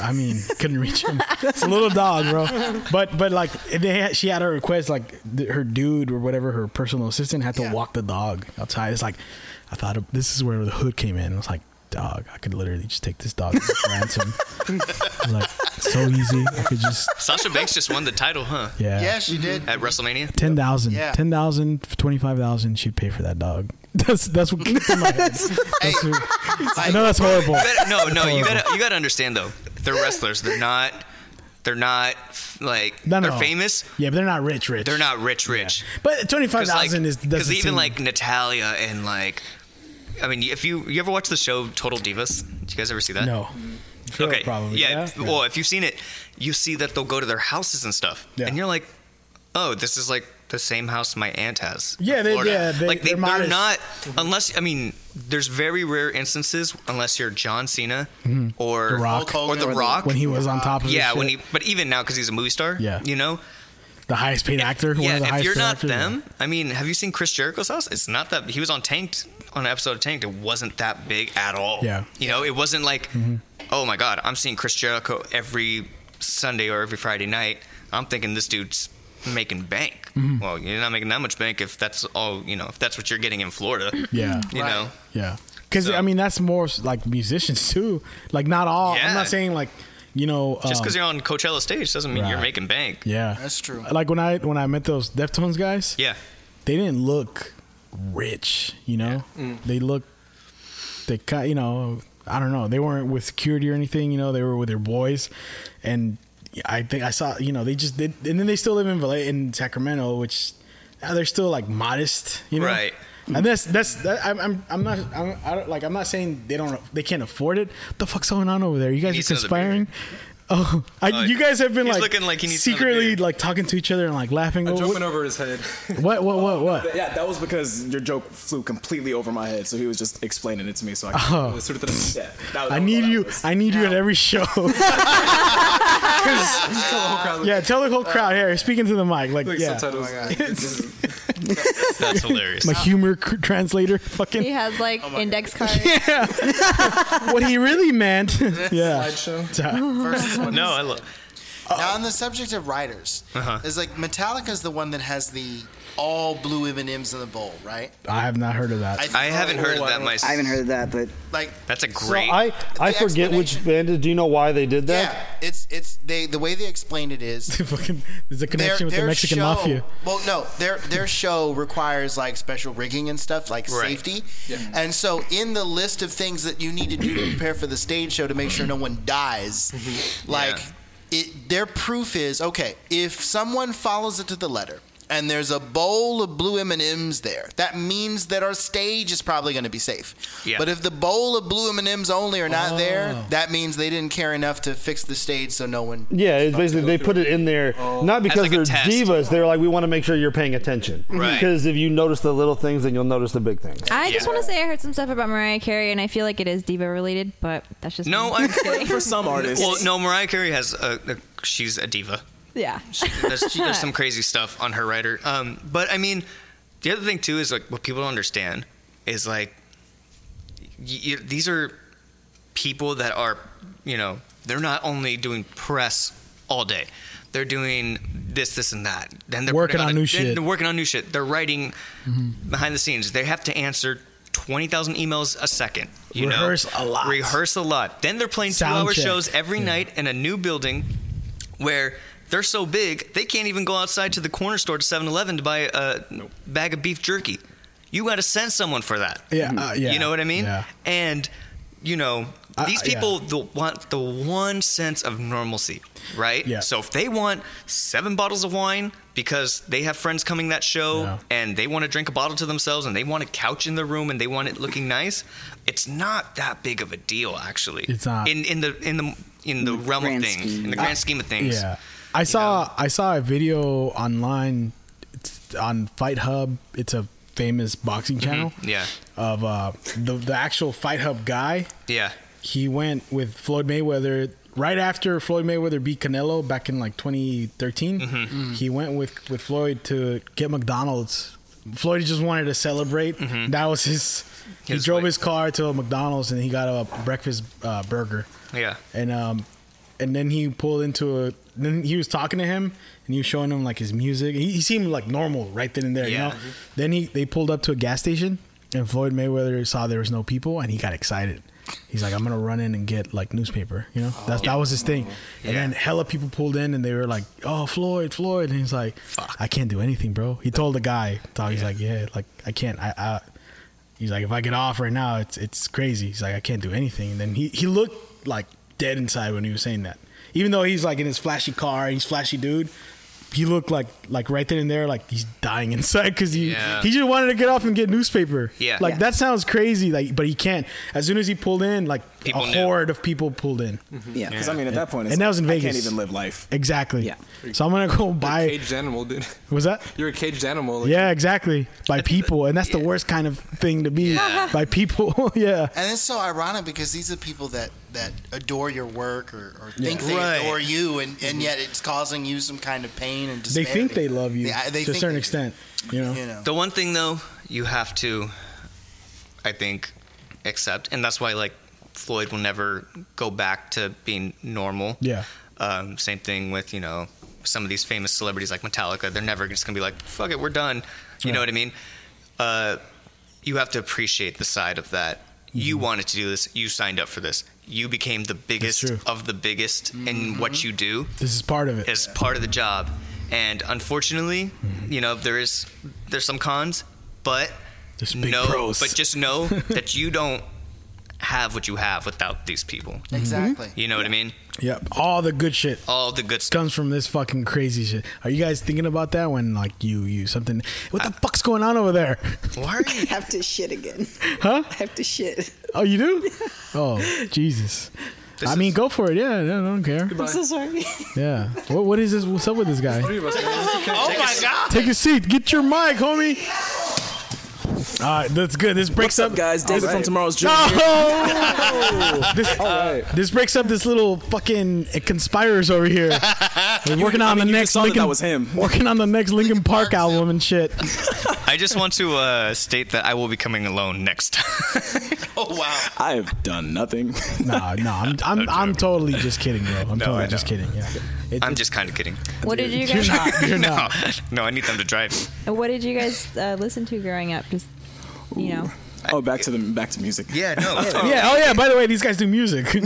I mean, couldn't reach him. It's a little dog, bro. But but like they had, she had her request, like th- her dude or whatever, her personal assistant had to walk the dog outside. It's like I thought of, this is where the hood came in. I was like, dog, I could literally just take this dog and ransom. like so easy. I could just Sasha Banks just won the title, huh? Yeah. Yeah, she did. At WrestleMania? ten thousand. Yeah. Ten thousand, twenty five thousand, she'd pay for that dog. That's that's what came to my head. That's what- I know that's horrible. You gotta- no, no, Oh. you gotta you gotta understand though. They're wrestlers. They're not. They're not like No, no. they're famous. Yeah, but they're not rich, rich. They're not rich, rich. But twenty five Because thousand is doesn't even seem- like Natalia and like, I mean, if you you ever watch the show Total Divas? Did you guys ever see that? no. Phil okay. probably. yeah. Well, if you've seen it, you see that they'll go to their houses and stuff, Yeah. and you're like, oh, this is like the same house my aunt has. in Yeah, they- Florida. yeah, they- like they're are modest. Mm-hmm. not unless I mean, there's very rare instances unless you're John Cena or Mm-hmm. The Rock. Hulk or Hogan. The Or the- Rock. when he was on top of uh, yeah, his when shit. he, but even now because he's a movie star. Yeah. you know. the highest paid actor. one yeah, of the if highest you're paid not actors, them, I mean, have you seen Chris Jericho's house? It's not that he was on Tanked on an episode of Tanked. It wasn't that big at all. Yeah. Mm-hmm. you know, it wasn't like, oh my god, I'm seeing Chris Jericho every Sunday or every Friday night. I'm thinking this dude's making bank. Mm-hmm. Well, you're not making that much bank if that's all you know. If that's what you're getting in Florida, Yeah. you know. Yeah, because mm, So- I mean that's more like musicians too. Like not all. I'm Yeah. not saying like you know Just because um, you're on Coachella stage doesn't mean you're Right. making bank. yeah, That's true. Like when I when I met those Deftones guys, Yeah. they didn't look rich. You know, Mm. they look they cut. You know, I don't know. They weren't with security or anything. You know, they were with their boys, and I think I saw. You know, they just did, and then they still live in Valle in Sacramento, which uh, they're still like modest. You know, Right. And that's that's that, I'm I'm I'm not I'm I don't, like I'm not saying they don't they can't afford it. What the fuck's going on over there? You guys are needs another beer. conspiring. Oh, I, Oh, you guys have been he's like, looking like he needs another secretly beer. like talking to each other and like laughing. I'm What- jumping over his head. what what what what? But yeah, that was because your joke flew completely over my head, so he was just explaining it to me. So I, Oh. yeah, that, that I was all need that you. was. I need you at every show. Just tell the whole crowd, yeah, tell the whole crowd here. Speaking to the mic, like like, yeah, subtitles. That's hilarious. my humor c- translator. Fucking He has like Oh index cards. what he really meant. yeah. uh, Slideshow. Versus one no, uh, Uh-huh. I love. Now, on the subject of writers, it's like Metallica's the one that has the all blue M and M's in the bowl, right? I have not heard of that. I haven't heard of that myself. I haven't heard of that, but Like, That's a So great. I I The forget which band. it- Do you know why they did that? yeah, it's it's they the way they explained it is fucking there's a their, connection with the their Mexican show, mafia. Well, no, their their show requires like special rigging and stuff like Right. safety. And so in the list of things that you need to do to prepare for the stage show to make sure no one dies, Mm-hmm. like it their proof is okay, if someone follows it to the letter and there's a bowl of blue M&Ms there. That means that our stage is probably going to be safe. Yeah. But if the bowl of blue M&Ms only are not Oh. there, that means they didn't care enough to fix the stage so no one Yeah, it's basically they put it in there not because Oh, like a they're test. divas. They're like, we want to make sure you're paying attention. Right. Because if you notice the little things, then you'll notice the big things. I just Yeah. want to say I heard some stuff about Mariah Carey, and I feel like it is diva related, but that's just No, me. I'm- Just kidding. for some artists, well, no, Mariah Carey has a, a she's a diva. yeah. there's, there's some crazy stuff on her writer. Um, but I mean, the other thing too is like what people don't understand is like y- y- these are people that are you know they're not only doing press all day. They're doing this, this, and that. Then they're Working putting on a- new then shit. Mm-hmm. They're working on new shit. They're writing behind the scenes. They have to answer twenty thousand emails a second. You Rehearse a know? lot. Rehearse a lot. Then they're playing Sound two-hour check. shows every night in a new building where they're so big they can't even go outside to the corner store to 7-Eleven to buy a bag of beef jerky. You got to send someone for that. Yeah, uh, yeah. You know what I mean? Yeah. And you know I- these I- yeah. people the, want the one sense of normalcy, right? Yeah. So if they want seven bottles of wine because they have friends coming that show Yeah. and they want to drink a bottle to themselves and they want a couch in the room and they want it looking nice, it's not that big of a deal actually. It's not. in in the in the in the, realm of grand things, scheme. in the grand scheme of things. Yeah, I saw I saw a video online it's on Fight Hub. It's a famous boxing channel. yeah. of uh, the the actual Fight Hub guy. Yeah. He went with Floyd Mayweather right after Floyd Mayweather beat Canelo back in like 2013. He went with with Floyd to get McDonald's. Floyd just wanted to celebrate. That was his. He His drove way. his car to a McDonald's and he got a breakfast uh, burger Yeah. and um and then he pulled into a then he was talking to him and he was showing him like his music he, he seemed like normal right then and there Yeah. you know then he they pulled up to a gas station and floyd mayweather saw there was no people and he got excited He's like, I'm gonna run in and get like newspaper, you know. That's that was his thing. And then hella people pulled in and they were like, "Oh, Floyd, Floyd," and he's like, "I can't do anything, bro." He told the guy, dog, he's like, "Yeah, like I can't. I, I." He's like, "If I get off right now, it's it's crazy." He's like, "I can't do anything." And then he he looked like dead inside when he was saying that, even though he's like in his flashy car, he's flashy dude. He looked like like right then and there, like he's dying inside because he Yeah. he just wanted to get off and get newspaper. Yeah. like Yeah. that sounds crazy. Like, but he can't. As soon as he pulled in, like People a knew. horde of people pulled in. Yeah. Because I mean, at that point, it's And that like, was in I Vegas. can't even live life. Exactly. Yeah. So I'm gonna go You're a buy. caged animal, dude. Was that? You're a caged animal. Like, Yeah, exactly. By people, and that's the worst kind of thing to be. By people. yeah. And it's so ironic because these are people that, that adore your work or, or think they Right. adore you, and, and yet it's causing you some kind of pain and Mm-hmm. They despair. think they love you Yeah, they to a think certain they do. extent. You know. You know. The one thing though, you have to, I think, accept, and that's why like Floyd will never go back to being normal. Yeah. Um, same thing with you know some of these famous celebrities like Metallica. They're never just gonna be like, "Fuck it, we're done." You know what I mean? Uh, you have to appreciate the side of that. You wanted to do this. You signed up for this. You became the biggest true. of the biggest in what you do This is part of it. is part of the job. And unfortunately, Mm-hmm. you know, there is there's some cons, but There's big no, pros. but just know that you don't have what you have without these people. Mm-hmm. Exactly. You know what I mean? Yep. All the good shit. All the good stuff. comes from this fucking crazy shit. Are you guys thinking about that when like you you something? What the fuck's going on over there? Why are you? have to shit again. Huh? I have to shit. Oh, you do? Oh, Jesus. I mean, go for it. Yeah, yeah, I don't care. I'm so sorry. Yeah. What what is this? What's up with this guy? three of us, man. Oh my God! Take a seat. Get your mic, homie. All right, that's good. This breaks up. Guys, David from tomorrow's gym. Oh! this, this breaks up this little fucking it conspirers over here. We're working on I mean, the you next saw that Lincoln. that was him. Working on the next Lincoln Park album and shit. I just want to uh, state that I will be coming alone next time. Oh wow! I have done nothing. No, no, I'm I'm, I'm totally just kidding, bro. I'm totally I just know. kidding. Yeah. It- I'm it- just kind of kidding. What did you You're guys? not. You're No, not. no, I need them to drive. What did you guys uh, listen to growing up? Just you know, Oh, back to the back to music. Yeah, no. Yeah. Oh yeah. By the way, these guys do music. yeah.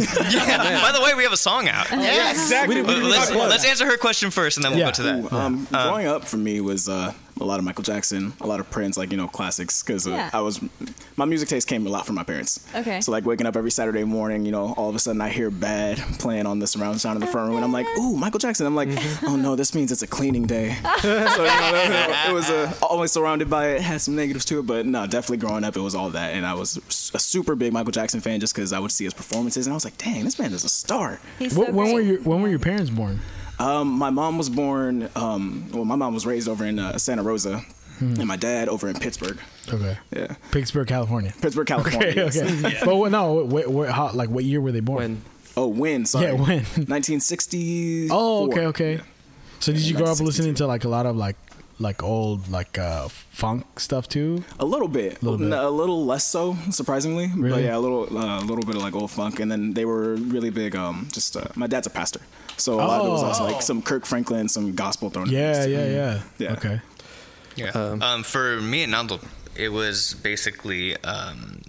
By the way, we have a song out. Yes. exactly. Well, Let's, let's answer her question first, and then we'll Yeah. go to that. Uh, Ooh, Um, growing up for me was uh, a lot of Michael Jackson, a lot of Prince, like you know classics, because uh, Yeah. I was my music taste came a lot from my parents. Okay. So like waking up every Saturday morning, you know, all of a sudden I hear Bad playing on the surround sound in the front room, and I'm like, ooh, Michael Jackson. I'm like, oh no, this means it's a cleaning day. so you know, that- it was uh, always surrounded by it. Had some negatives to it, but no, definitely growing up it was all that, and I was a super big Michael Jackson fan just because I would see his performances, and I was like, dang, this man is a star. he's Wh- so when great. were your When were your parents born? Um, my mom was born. Um, well, my mom was raised over in uh, Santa Rosa, Hmm. and my dad over in Pittsburgh. Okay. Yeah, Pittsburgh, California. Pittsburgh, California. Okay. yes. Okay. But what, no, what, what, how, like what year were they born? When? Oh, when? Sorry. Yeah, when? 1960. Oh, okay, okay. So did you grow up 1962. listening to like a lot of like like old like uh funk stuff too? A little bit, Little bit. N- a little less so, surprisingly. But Really? yeah, a little, uh, a little bit of like old funk, and then they were really big. Um, just uh, my dad's a pastor, so a lot of it was Oh. also like some Kirk Franklin, some gospel thrown. in Yeah, there, yeah, yeah. Yeah. Okay. Yeah. Um, for me and Nando, it was basically um,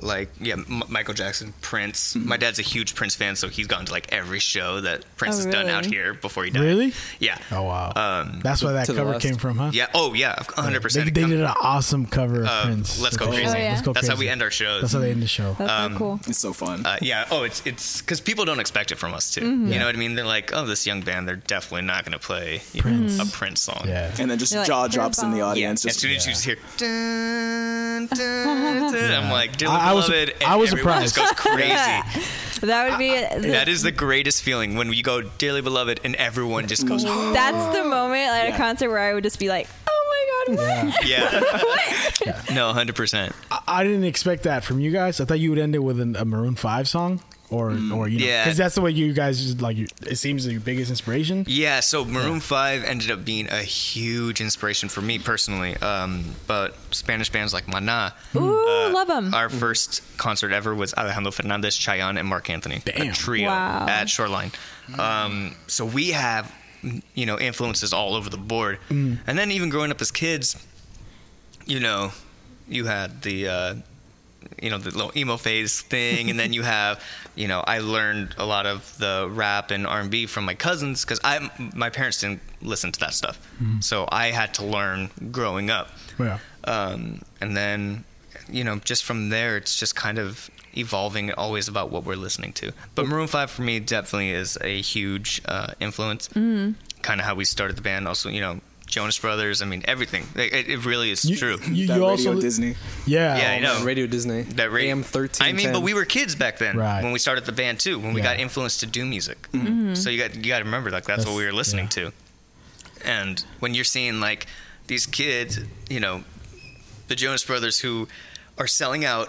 like yeah, M- Michael Jackson, Prince. Mm-hmm. My dad's a huge Prince fan, so he's gone to like every show that Prince Oh, has done out really? here before he died. Really? Yeah. Oh wow. Um, That's where that to the cover last- came from, huh? yeah. Oh yeah. Hundred They, percent. they did an awesome cover of Uh, Prince. Let's Go Let's Crazy. Oh, yeah. Let's go That's how Crazy. we end our Oh, shows. That's how they end the show. That's so Um, cool. It's so fun. Uh, yeah. Oh, it's it's because people don't expect it from us too. Mm-hmm. You know what I mean? They're like, oh, this young band, they're definitely not going to play you know, Prince. a Prince song. yeah. and then just They're like, jaw drops in the curveball. audience. as Just, soon as you just hear, dun, dun, dun, I'm like, Dylan I- I was- Beloved, I was and everyone just surprised. goes crazy. That would be That is the greatest feeling when you go dearly beloved and everyone just goes that's the moment at a concert where I would just be like, oh my god, what? yeah. No, 100%. I, I didn't expect that from you guys. I thought you would end it with an, a Maroon Five song. Or, or you know, Mm, Yeah. because that's the way you guys just, like. you- It seems like your biggest inspiration. Yeah, so Maroon 5 ended up being a huge inspiration for me personally. Um, but Spanish bands like Maná, Ooh, love him. our first concert ever was Alejandro Fernandez, Chayanne, and Mark Anthony, Damn. a trio Wow. at Shoreline. Um, so we have, you know, influences all over the board. And then even growing up as kids, you know, you had the uh, you know the little emo phase thing, and then you have you know I learned a lot of the rap and R and B from my cousins because I my parents didn't listen to that stuff, so I had to learn growing up. Yeah. Um, and then you know just from there it's just kind of evolving always about what we're listening to but maroon 5 for me definitely is a huge uh, influence mm. kind of how we started the band also you know jonas brothers i mean everything Like, it, it really is You, true That you Radio also Disney. Yeah. yeah i know Radio Disney. that radio AM thirteen. i mean but we were kids back then Right. when we started the band too when we Yeah. Mm-hmm. got influenced to do music Mm-hmm. so you got you got to remember like that's, what we That's- were listening yeah. to and when you're seeing like these kids you know the jonas brothers who are selling out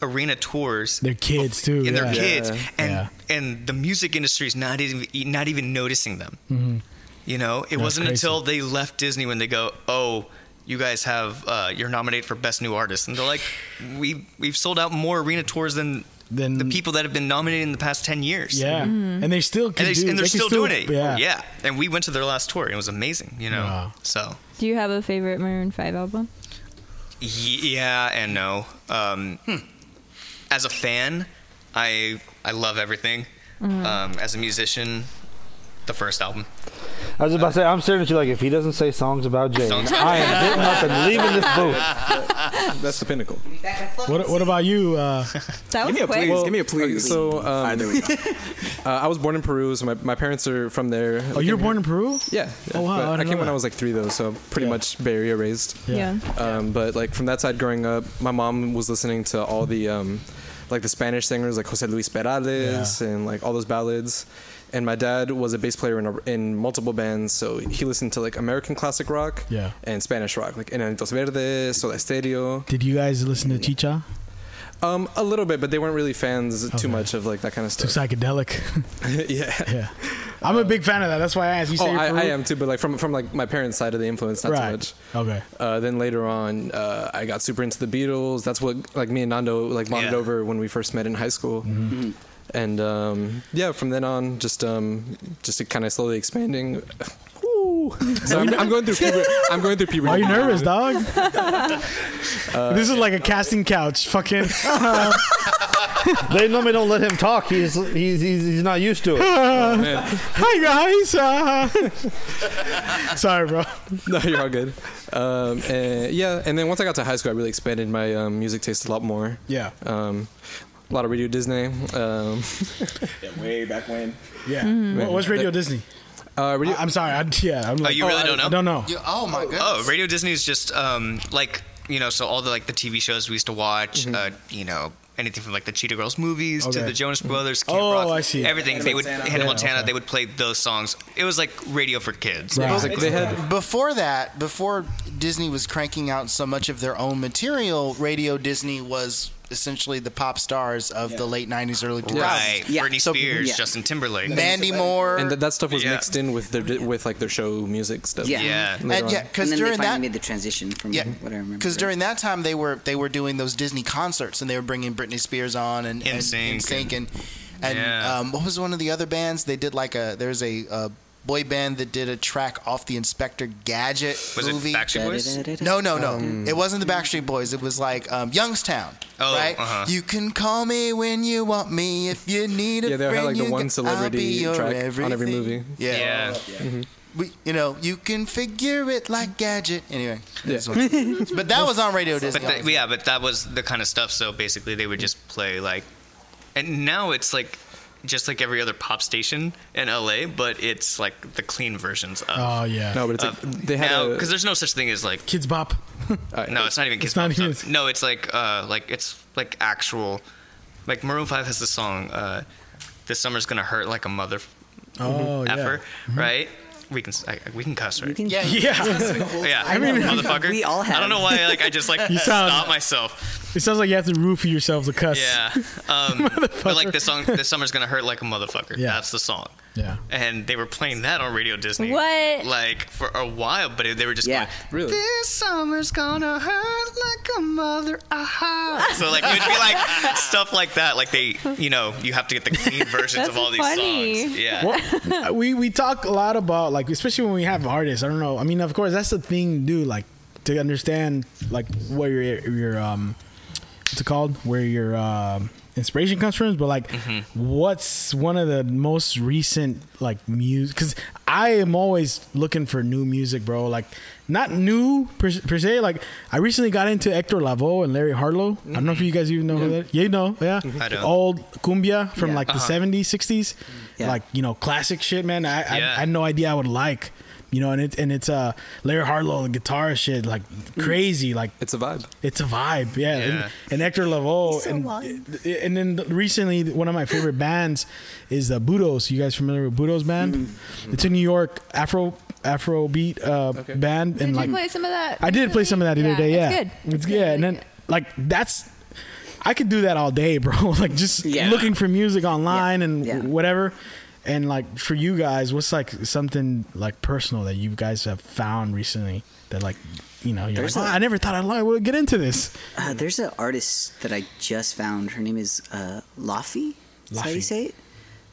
arena tours They're kids too. and yeah. they're kids, Yeah. and Yeah. and the music industry is not even e, not even noticing them. You know, it wasn't Mm-hmm. crazy. until they left Disney when they go, "Oh, you guys have uh, you're nominated for best new artist," and they're like, "We we've sold out more arena tours than." Than- the people that have been nominated in the past 10 years Yeah. And they still can and, they, do, and they're they can still, doing it Yeah. and we went to their last tour and it was amazing you know Wow. so Do you have a favorite Maroon Five album? Y- Yeah and no. Um, As a fan, I I love everything. Mm. Um, as a musician, the first album. I was about to say, I'm staring at you like, if he doesn't say songs about James, Songs- I am getting up and leaving this booth. That's the pinnacle. What, what about you? Uh, That Give was me a quick. please. give me a please. So um, All right, there we go. uh, I was born in Peru, so my, my parents are from there. oh, you were born in Peru? Yeah. yeah. Oh, wow, But I I, didn't know came when that. I was like three though, so pretty Yeah. much Bay Area raised. yeah. Um, but like from that side growing up, my mom was listening to all the um, like the Spanish singers like Jose Luis Perales Yeah. and like all those ballads. And my dad was a bass player in, a, in multiple bands, so he listened to like American classic rock Yeah. and Spanish rock, like Enanitos Verdes, Soda Stereo. Did you guys listen to Chicha? Um, a little bit, but they weren't really fans Okay. too much of like that kind of Too stuff. psychedelic. yeah. yeah. I'm a big fan of that. That's why I asked. You say Oh, you're I, Peru? I am too, but like from from like my parents' side of the influence, not right. too much. Okay. Uh, then later on, uh, I got super into the Beatles. That's what like me and Nando like bonded Yeah. over when we first met in high school. Mm-hmm. Mm-hmm. And um, yeah, from then on, just um, just kind of slowly expanding. Woo. so I'm, I'm going through puberty. I'm going through puberty. Why are you nervous, dog? Uh, this is like a casting couch. Fucking. They normally don't let him talk. He's he's he's, he's not used Oh, to it. Hi guys. Uh, sorry, bro. No, you're all good. Um, and, yeah, and then once I got to high school, I really expanded my um, music taste a lot more. Yeah. Um, a lot of Radio Disney. Um, Way back when. Yeah. What, what's Radio Disney? Hmm. uh, Radio, I'm sorry. I, yeah. I'm like, Oh, you really don't know? I don't know. You- oh my goodness. Oh, Radio Disney is just um, like you know, so all the like the TV shows we used to watch. Uh, you know. Anything from like the Cheetah Girls movies to Mm-hmm. Okay. the Jonas Brothers, Camp Oh, Rock, I see. everything. They would Montana. Hannah Yeah, Montana. okay. They would play those songs. It was like radio for kids. Right. like they had before that, before Disney was cranking out so much of their own material, Radio Disney was essentially the pop stars of the late 90s, early 2000s. Right, Yeah. Britney So- Spears, yeah. Justin Timberlake. Mandy Moore. and th- that stuff was Yeah. mixed in with their with like their show music stuff. Yeah. yeah, and yeah, And because then they during finally that, made the transition from yeah, what I remember. because during that time they were they were doing those Disney concerts and they were bringing Britney Spears on and and NSYNC NSYNC and and Yeah. um, what was one of the other bands? They did like a there's a, uh boy band that did a track off the Inspector Gadget Was it movie. Backstreet Boys? No, no, no. Um, it wasn't the Backstreet Boys. It was like um, Youngstown. Oh, right? uh-huh. You can call me when you want me if you need a Yeah, they had, friend. like, the you one can- I'll celebrity be your track on every everything. movie. Yeah. Yeah. We, you know, you can figure it like Gadget. Anyway, Yeah. that's what- but that was on Radio Disney. But that, yeah, but that was the kind of stuff. So basically, they would Mm. just play like, and now it's like, just like every other pop station in LA, but it's like the clean versions of. Oh yeah. No, but it's like Uh, of they had now a- because there's no such thing as like Kids Bop. uh, no, it's not even kids. It's not pop, even- it's not- no, it's like uh, like it's like actual, like Maroon Five has the song, uh, "This Summer's Gonna Hurt Like a Mother Mm-hmm. Oh yeah. Effer," right? We can s- I, we can cuss right. Oh, yeah, Yeah. Yeah, I mean, motherfucker. we all I have. don't know why. Like I just like sound- stop myself. it sounds like you have to root for yourself to cuss. Yeah, um, but like this song, this summer's gonna hurt like a motherfucker. Yeah. That's the song. Yeah. And they were playing that on Radio Disney. What? Like for a while, but they were just Yeah. going, Really? This summer's gonna hurt like a mother. Aha. So like it would be like stuff like that. Like they, you know, you have to get the clean versions of That's all these funny. songs. Yeah. Well, we we talk a lot about like especially when we have artists. I don't know. I mean, of course, that's the thing to do. Like to understand like what your your um what's it called where your um inspiration comes from, but like Mm-hmm. what's one of the most recent like music? Because I am always looking for new music, bro. Like not new per, per se. Like I recently got into Hector Lavoe and Larry Harlow. I don't know if you guys even know who that. Yeah, you know, yeah. Mm-hmm. I don't. Old cumbia from like the Uh-huh. 70s, 60s, Yeah. like you know, classic shit, man. I, I, Yeah. I had no idea I would like. You know, and it's and it's uh Larry Harlow and guitar shit like crazy, like It's a vibe. it's a vibe, yeah. Yeah. And, and Hector Lavoe, It's a and, eh, and then recently one of my favorite bands is the Budos. You guys familiar with Budos band? Mm. It's a New York Afro Afro beat uh, band, Did and you like play some of that? I did play recently? some of that the other day. Yeah, it's good. It's good. Yeah, and really then like that's I could do that all day, bro. like just Yeah. looking for music online and Yeah. whatever. And like for you guys, what's like something like personal that you guys have found recently that like you know you're like, There's "Oh, a- I never thought I'd like, would get into this. Uh, there's an artist that I just found. Her name is uh, Laffy. Is that how you Laufey. say it?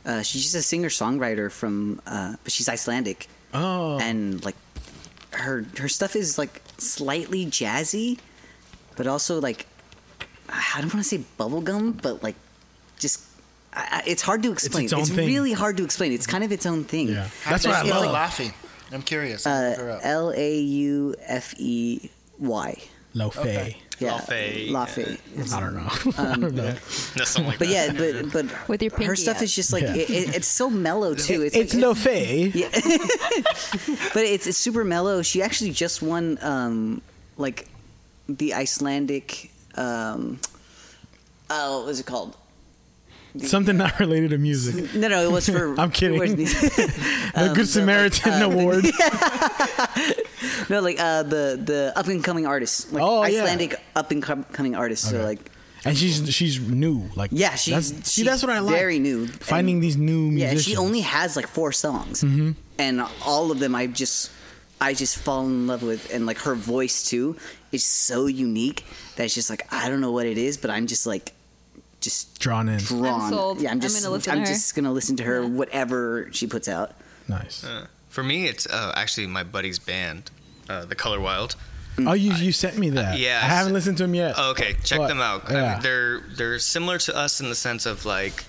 Uh, she's just a singer songwriter from, uh, but she's Icelandic, Oh, and like her her stuff is like slightly jazzy, but also like I don't want to say bubblegum, but like just I, I, it's hard to explain. its own thing. really hard to explain. It's kind of its own thing. yeah, that's what I It's love. like Laffy. I'm curious. Look her Uh, up. L a u f e y. Lofe. Yeah, Laufey. Laufey. I don't know. Uh, I don't know. That's something like But that. yeah, but but With your her pinky stuff up. is just like Yeah. it, it, it's so mellow too. It's, It's like, Lofe. but it's, it's super mellow. She actually just won um like the Icelandic um oh what was it called? Something not related to music. No, no, it was for I'm kidding. it was- The Good Samaritan um, Award. no, like uh the the up and coming artists, like Oh, yeah. Icelandic up and com- coming artists. So Okay. like And she's she's new. Like yeah, she, that's, she's see, that's what I like. Very new. Finding And- these new Yeah, musicians. Mm-hmm. she only has like four songs, and all of them I just I just fall in love with, and like her voice too is so unique that it's just like I don't know what it is, but I'm just like just drawn in. drawn. sold. Yeah, I'm I'm just gonna listen to I'm her. just gonna listen to her whatever she puts out. Nice. For me, it's uh, actually my buddy's band, uh, The Color Wild. Oh, you you sent me that. yeah, I I haven't s- listened to him yet. Oh, okay, check But, them out. I mean, Yeah. they're they're similar to us in the sense of like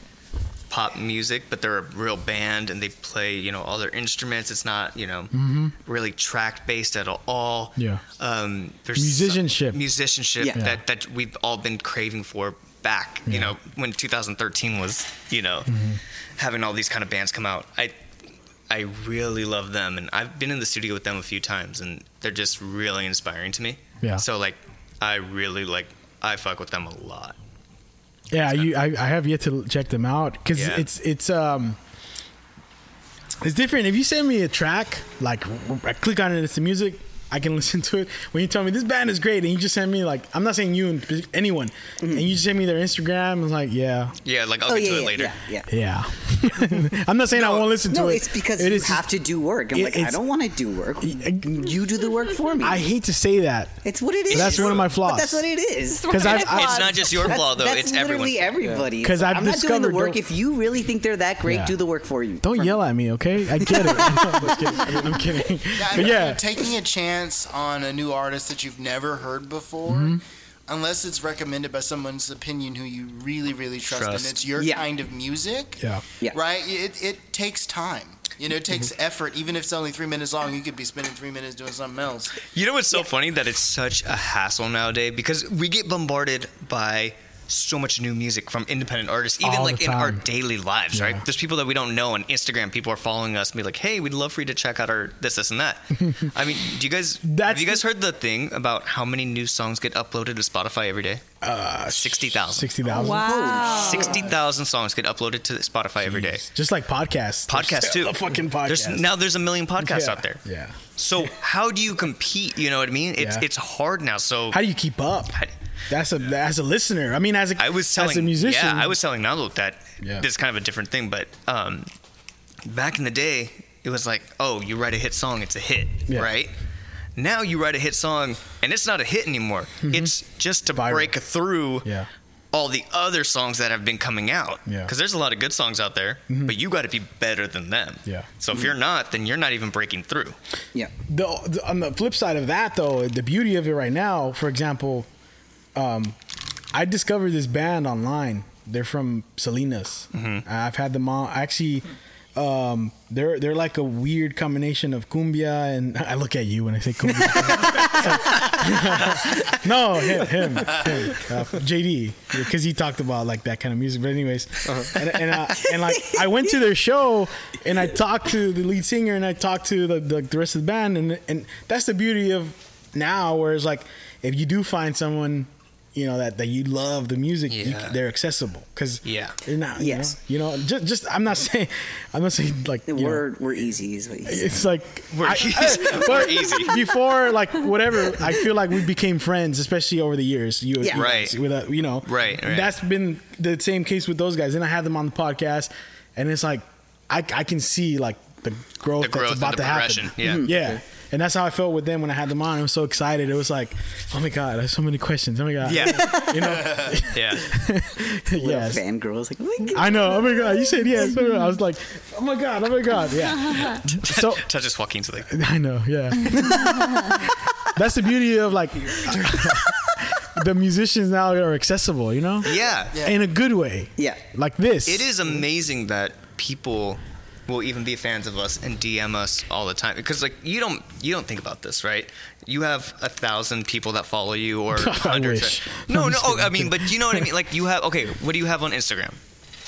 pop music, but they're a real band and they play you know all their instruments. It's not you know really track based at all. Mm-hmm. Yeah. um, there's so- Musicianship. musicianship Yeah. that that we've all been craving for back. You know, when 2013 was you know Mm-hmm. having all these kind of bands come out. I I really love them, and I've been in the studio with them a few times, and they're just really inspiring to me. Yeah. So like, I really like I fuck with them a lot. yeah, you, I, I have yet to check them out because Yeah. it's it's um it's different. If you send me a track, like I click on it, it's the music. I can listen to it. When you tell me this band is great, and you just send me like I'm not saying you and anyone, Mm-hmm. and you just send me their Instagram, I'm like, yeah, Yeah, like I'll Oh get yeah, to yeah, it later. yeah, yeah. yeah. I'm not saying I won't listen to No, it. it's because It you is- have to do work. I'm it- like, I it's- don't want to do work. I- You do the work for me. I hate to say that it's what it is. that's one of my But flaws. that's what it is. because I've, I- It's not just your flaw though; That's it's everyone. literally everybody. 'Cause I've I'm not doing discovered the work. don't- If you really think they're that great, Yeah. do the work for you. don't yell at me, okay? I get it. I'm just kidding. I'm kidding. Yeah, I But mean, yeah, taking a chance on a new artist that you've never heard before, unless it's recommended by someone's opinion who you really, really trust, Trust. and it's your Yeah. kind of music, yeah. Yeah. right? It, it takes time. You know, it takes effort. Even if it's only three minutes long, you could be spending three minutes doing something else. You know what's so funny that it's such a hassle nowadays because we get bombarded by so much new music from independent artists, even All like the in our time. daily lives, Yeah. right? There's people that we don't know on Instagram. People are following us and be like, "Hey, we'd love for you to check out our this, this, and that." I mean, do you guys That's have you guys heard the thing about how many new songs get uploaded to Spotify every day? Uh, sixty thousand. Sixty thousand. Uh. Wow. Sixty thousand songs get uploaded to Spotify every day. Just like podcasts. Podcasts too. A fucking podcast. There's, now there's a million podcasts Yeah. out there. Yeah. So how do you compete? You know what I mean? It's Yeah. it's hard now. So How do you keep up? That's a as a listener. I mean, as a I was telling as a musician. Yeah, I was telling Nando that Yeah. this is kind of a different thing, but um, back in the day, it was like, oh, you write a hit song, it's a hit, Yeah. right? Now you write a hit song, and it's not a hit anymore. It's just to Mm-hmm. Viral. break through Yeah. all the other songs that have been coming Yeah. out. Mm-hmm. Because there's a lot of good songs out there, but you got to be better than them. Yeah. So if you're not, then you're not even breaking through. Yeah. The, the- on the flip side of that, though, the beauty of it right now, for example, um, I discovered this band online. They're from Salinas. Mm-hmm. I've had them on. Actually, um, they're they're like a weird combination of cumbia and I look at you when I say cumbia. no, him, him, him. Uh, JD, because he talked about like that kind of music. But anyways, Uh-huh. and and, uh, and like I went to their show and I talked to the lead singer and I talked to the the, the rest of the band and and that's the beauty of now, whereas like if you do find someone. You know that, that you love the music, you, Yeah. they're accessible because Yeah. they're not. Yes. You know, you know just just I'm not saying I'm not saying like you know, we're we're easy is what you said. it's like We're I- easy. I- We're easy. Before like whatever, I feel like we became friends, especially over the years. You, Yeah. you Right. guys, with uh, you know, Right, right. That's been the same case with those guys, and I had them on the podcast, and it's like I, I can see like the growth, The growth that's and about to the happen. progression. Yeah. Mhm. yeah. And that's how I felt with them when I had them on. I was so excited. It was like, oh my god, I have so many questions. Oh my god, Mm-hmm. Yeah. you know, Yeah. yes. Fangirls like, oh my God. I know. Oh my god, you said yes. I was like, oh my god, oh my god, yeah. So Touches Joaquin's like, I know, yeah. That's the beauty of like the musicians now are accessible, you know? yeah. In a good way. Yeah. Like this. It is amazing that people will even be fans of us and DM us all the time because like you don't you don't think about this right you have a thousand people that follow you or I hundreds wish. no no oh, I mean but you know what I mean like you have okay what do you have on Instagram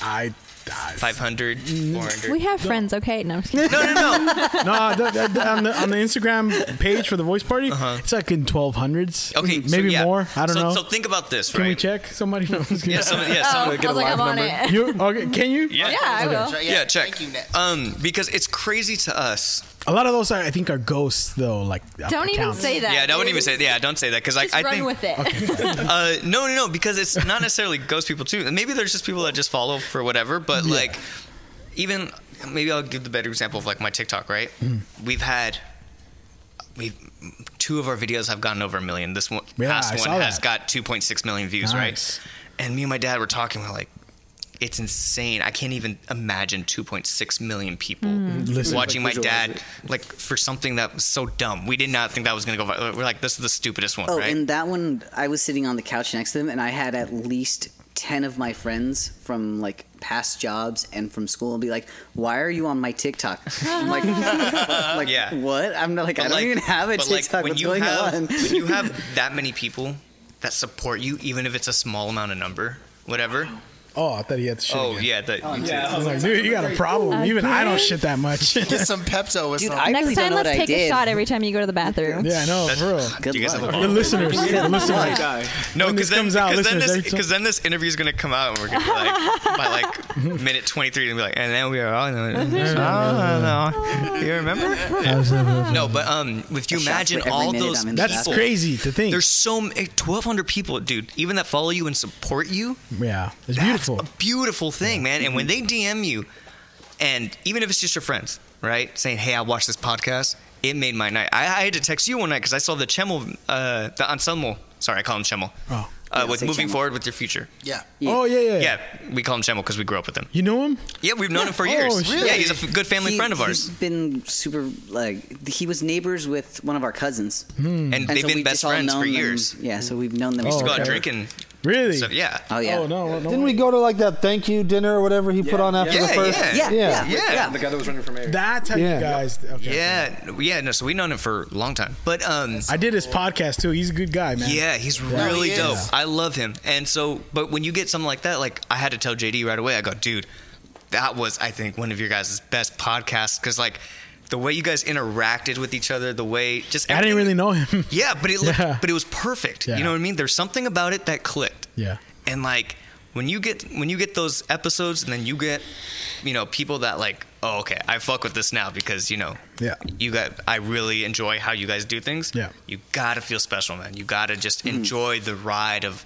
I, I 500 Mm-hmm. 400 We have friends, okay? No, I'm just kidding. no no no no the, the, the- on, the, on the Instagram page for the voice party, it's like in twelve hundreds. Uh-huh. okay so maybe yeah. more. I don't So- know. so think about this Can right we check somebody? No, I'm just kidding. yeah some, yeah, Oh, some, I get a was like, live I'm on number? it. You okay? Can you? Yeah, I Oh. will. Right, yeah, check. Thank you, Nat. Um, because it's crazy to us. A lot of those are, I think are ghosts though. Like Don't even accounts. say that. yeah, don't dude. even say. Yeah, don't say that because like Just I run think. with it. Uh, no, no, no, because it's not necessarily ghost people too. Maybe there's just people that just follow for whatever. But like, even maybe I'll give the better example of like my TikTok. Right, Hmm. we've had we have two of our videos have gotten over a million. This one Yeah, past I one saw has that. got 2.6 million views. Nice. Right, and me and my dad were talking. We're like. It's insane. I can't even imagine 2.6 million people Listen. watching Like, my visualize dad it. like for something that was so dumb. We did not think that was gonna go. vi- We're like, this is the stupidest one, Oh, right? and that one, I was sitting on the couch next to them, and I had at least ten of my friends from like past jobs and from school be like, "Why are you on my TikTok?" I'm like, like Yeah. what? I'm not like, I But, don't even have a but, like, TikTok. when What's you going have, on? when you have that many people that support you, even if it's a small amount of number, whatever. Oh, I thought he had to shit. Oh again. yeah, that I was like, dude, you got a problem. Even I don't shit that much. Get some Pepto or Dude, something. I Next really don't time, know what let's I take a did. shot every time you go to the bathroom. Oh, yeah, I know, for real. Good Do you guys have luck. a The ball? listeners, the listeners. No, When this because then, comes out, because then listeners, this every time- because then this interview is gonna come out and we're gonna be like by like minute twenty three and be like, and then we are all. Oh, no. You remember? No, but um, if you A shot imagine for every all minute those I'm in the people, That's crazy to think. There's so m- 1,200 people, dude, even that follow you and support you. yeah, it's beautiful. That's a beautiful thing, man. And Mm-hmm. when they DM you, and even if it's just your friends, right, saying, "Hey, I watched this podcast. It made my night." I, I had to text you one night because I saw the Chemel, uh, the ensemble. Sorry, I call him Chemel. Oh. Uh, Yeah, with say moving Chemmel. forward with your future. Yeah. Oh yeah, yeah, Yeah, we call him Chemel because we grew up with him. You know him? Yeah, we've known him for Oh, years. really? Yeah, he's a f- good family He- friend of He's ours, been super like he was neighbors with one of our cousins. Hmm. and, And they've so been we've best just all friends known for them- years. Yeah, so we've known them. Oh, Go out okay. drinking. Really? So yeah. Oh yeah. Oh no, no. Didn't we go to like that thank you dinner or whatever he put on after yeah, the first? yeah, Yeah, yeah, Yeah. yeah. Yeah. The guy that was running for mayor. That's how Yeah. you guys. Okay. Yeah, yeah, no. So we've known him for a long time, but um, I did his podcast too. He's a good guy, man. Yeah, he's really he is. dope. I love him. And so, but when you get something like that, like I had to tell JD right away, I go, dude, that was, I think, one of your guys' best podcasts because, like, the way you guys interacted with each other, the way just I didn't everything- really know him. Yeah, but it looked, Yeah. but it was perfect. Yeah. You know what I mean? There's something about it that clicked. yeah. And like when you get when you get those episodes, and then you get you know people that like, oh okay, I fuck with this now because you know Yeah. you got I really enjoy how you guys do things. Yeah. you gotta feel special, man. You gotta just enjoy the ride of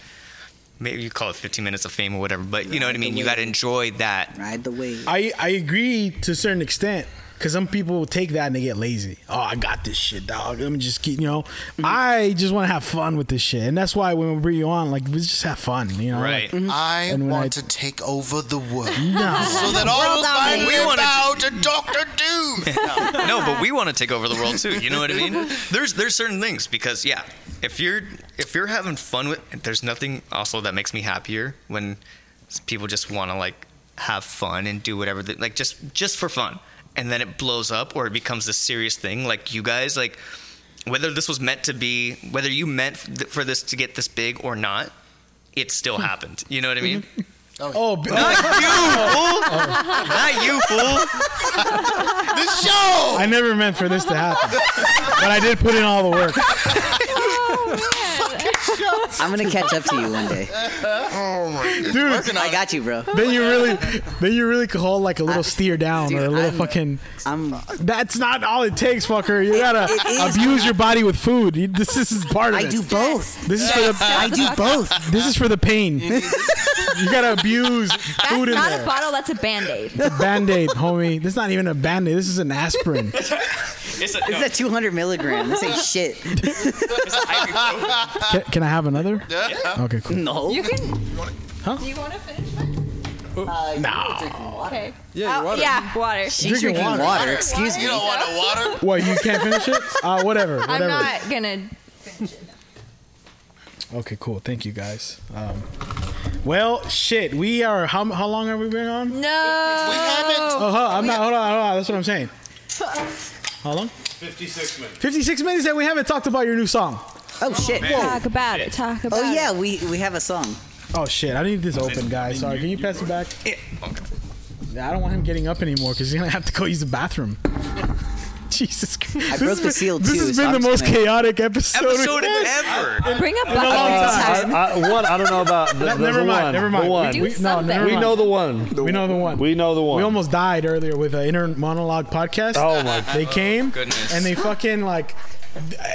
maybe you call it 15 minutes of fame or whatever, but you know what I mean. You gotta enjoy that. Ride the wave. I I agree to a certain extent because some people take that and they get lazy. Oh, I got this shit, dog. Let me just keep, you know. Mm-hmm. I just want to have fun with this shit, and that's why when we bring you on, like, we just have fun, you know. Right. Like, I And when want I- to take over the world. no. So that all will find We wanna- bow to Doctor Doom. Uh-huh. no, but we want to take over the world too. You know what I mean? There's there's certain things because yeah, if you're if you're having fun with, there's nothing also that makes me happier when s- people just want to like have fun and do whatever, they, like just just for fun, and then it blows up or it becomes this serious thing. Like you guys, like whether this was meant to be, whether you meant f- th- for this to get this big or not, it Hmm. still happened. You know what I mean? Mm-hmm. Oh, b- Not you, fool. The show. I never meant for this to happen, but I did put in all the work. I'm gonna catch up to you one day. Dude, I got you, bro. then you really, then you really could hold like a little steer down or a Dude, little I'm- fucking. I'm. That's not all it takes, fucker. You gotta it is. abuse your body with food. You, this, this is part of I it. do both. This is for the. I do both. This is for the pain. you gotta abuse That's food in not a there. bottle. That's a band aid. Band aid, homie. This is not even a band aid. This is an aspirin. It's a, This is a 200 milligram. This ain't shit. Can, can I have another? Okay, cool. No. You can. Huh? Do you want to finish? Uh, One? no. Okay. Yeah, Oh, water. yeah, water. She's drinking water. Excuse me. You don't want no water. What? You can't finish it? Uh, whatever. Whatever. I'm not gonna. Okay, cool. Thank you guys. Um, well, shit. We are how how long have we been on? No. We haven't. Oh, huh, I'm not. Hold on, hold on. That's what I'm saying. How long? 56 minutes. Fifty-six minutes, and we haven't talked about your new song. Oh shit. Talk about it. Talk about Oh it. yeah, we we have a song. Oh shit! I need this open, guys. Sorry. Can you pass it back? yeah. Okay. I don't want him getting up anymore because he's gonna have to go use the bathroom. Jesus Christ! broke has the been- seal, This too, has so been I'm the just most gonna- chaotic episode. we've Episode had. ever. Bring a bucket. long time. Uh, I, I, what? I don't know about the, the, never the mind. one. Never mind. The one. Do We, no, something. never We mind. know the one. We know the one. We know the one. We almost died earlier with an inner monologue podcast. Oh my They came goodness. and they fucking like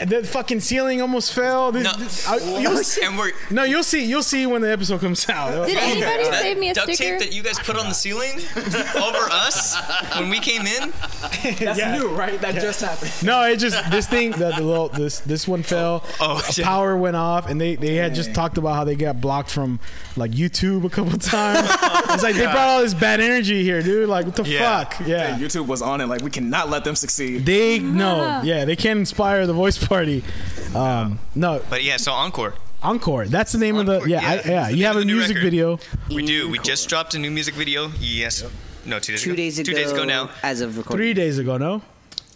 th- the fucking ceiling almost fell. This, No. this- I- you'll see- And we're no, you'll see. You'll see when the episode comes out. Did anybody That save me a duct sticker? tape that you guys put on the ceiling over us when we came in. That's New, right? That just happened. No, it just this thing the, the little this this one fell. Oh, a yeah. power went off, and they they had just talked about how they got blocked from like YouTube a couple times. it's like they brought all this bad energy here, dude. Like what the Yeah. fuck? Yeah. YouTube was on it. Like we cannot let them succeed. They no, yeah, they can't inspire the voice party. Um, no, But yeah, so encore. encore. That's the name of the Encore, yeah, I, yeah, yeah. it's the You name have of a the new music record. video. We do. We just dropped a new music video. Yes. No, two days Two ago. days ago. Two days ago now. As of recording. three days ago. No,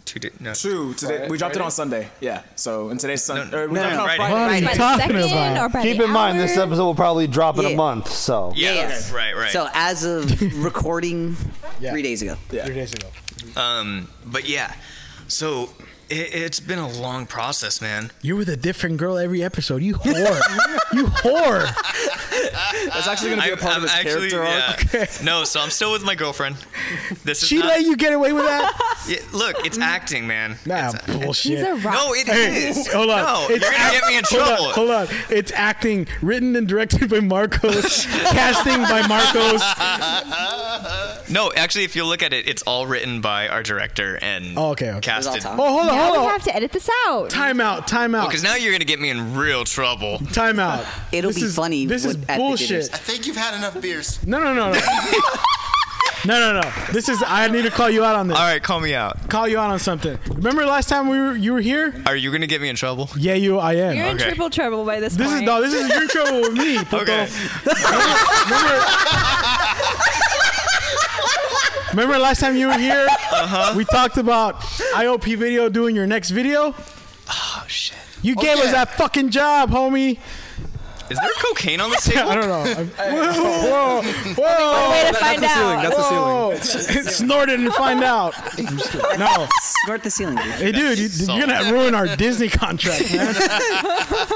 Two days. No. True. Today we dropped it on Sunday. Yeah. So and today's Sunday. No, uh, we no, dropped it on no. Friday. what are you By the talking second or about? by Keep the in mind, this hour? episode will probably drop in Yeah. a month. So Yeah. Yes. Right. Right. So as of recording, Yeah. three days ago. Three days ago. um. But yeah. So it, it's been a long process, man. You're with a different girl every episode. You whore. you whore. That's actually gonna be a part of his character yeah. arc. No. So I'm still with my girlfriend. This is She not, let you get away with that? Yeah, look. It's acting, man. Nah, It's- bullshit. He's a rock. no, it Hey, is. hold on. No, It's you're gonna act- get me in hold trouble. On, hold on. It's acting, written and directed by Marcos, casting by Marcos. No, actually, if you look at it, it's all written by our director and Oh, okay, okay. It was all casted. Tom. Oh, hold on, Now hold we on. have to edit this out. Time out, time out, Because now you're gonna get me in real trouble. time out. It'll This be is- funny This is with- at the bullshit. I think you've had enough beers. No, no, no, no. No, no, no. This is. I need to call you out on this. All right, call me out. Call you out on something. Remember last time we were you were here? Are you gonna get me in trouble? Yeah, you. I am. You're in Okay. triple trouble by this, This is point. no. This is your trouble with me. puto. Okay. Remember, remember last time you were here? We talked about IOP video doing your next video. Oh shit. You gave us that fucking job, homie. Is there cocaine on the table? I don't know. I'm- whoa, whoa, Way to That- find that's the ceiling. out. That's the ceiling. whoa. Snort it and find out. No, Snort the ceiling, dude. hey dude, you, you're gonna ruin our Disney contract, man.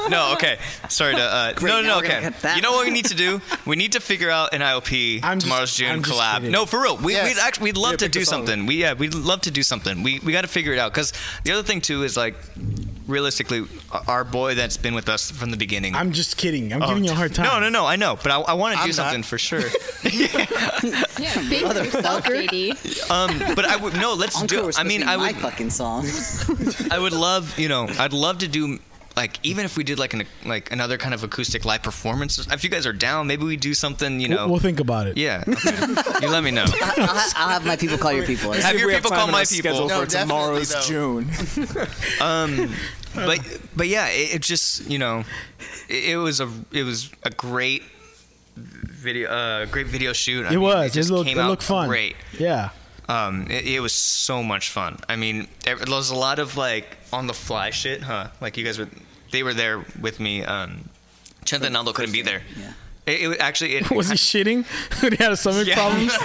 No. Okay. Sorry to. Uh, no. No. now we're gonna Okay. cut that. You know what we need to do? We need to figure out an IOP I'm just- tomorrow's I'm June just collab. kidding. No, for real. We, Yes. We'd actually we'd love Yeah, to pick do a song. something. We yeah we'd love to do something. We we got to figure it out because the other thing too is like realistically our boy that's been with us from the beginning. I'm just kidding. I'm Oh, giving you a hard time. No, no, no. I know, but I, I want to I'm do not. something for sure. Yeah, speak for yourself, JD. Um, but I would no. Let's Encore do. was I mean, I my would. fucking song. I would love, you know, I'd love to do like even if we did like an like another kind of acoustic live performance. If you guys are down, maybe we do something, you know. We'll, we'll think about it. yeah, okay. you let me know. I'll, ha- I'll have my people call your people. Have See if your we people time call in my our schedule people. No, for tomorrow's definitely, June. but but yeah, it, it just you know, it, it was a it was a great video, uh, great video shoot. I It mean, was. It just looked. came It out looked fun. Great. Yeah. Um, it, it was so much fun. I mean, there was a lot of like on the fly shit, huh? Like you guys were, they were there with me. Um, Chenta and Naldo couldn't be there. Yeah. It, it was- actually it Was he shitting? Did he have stomach Yeah. problems?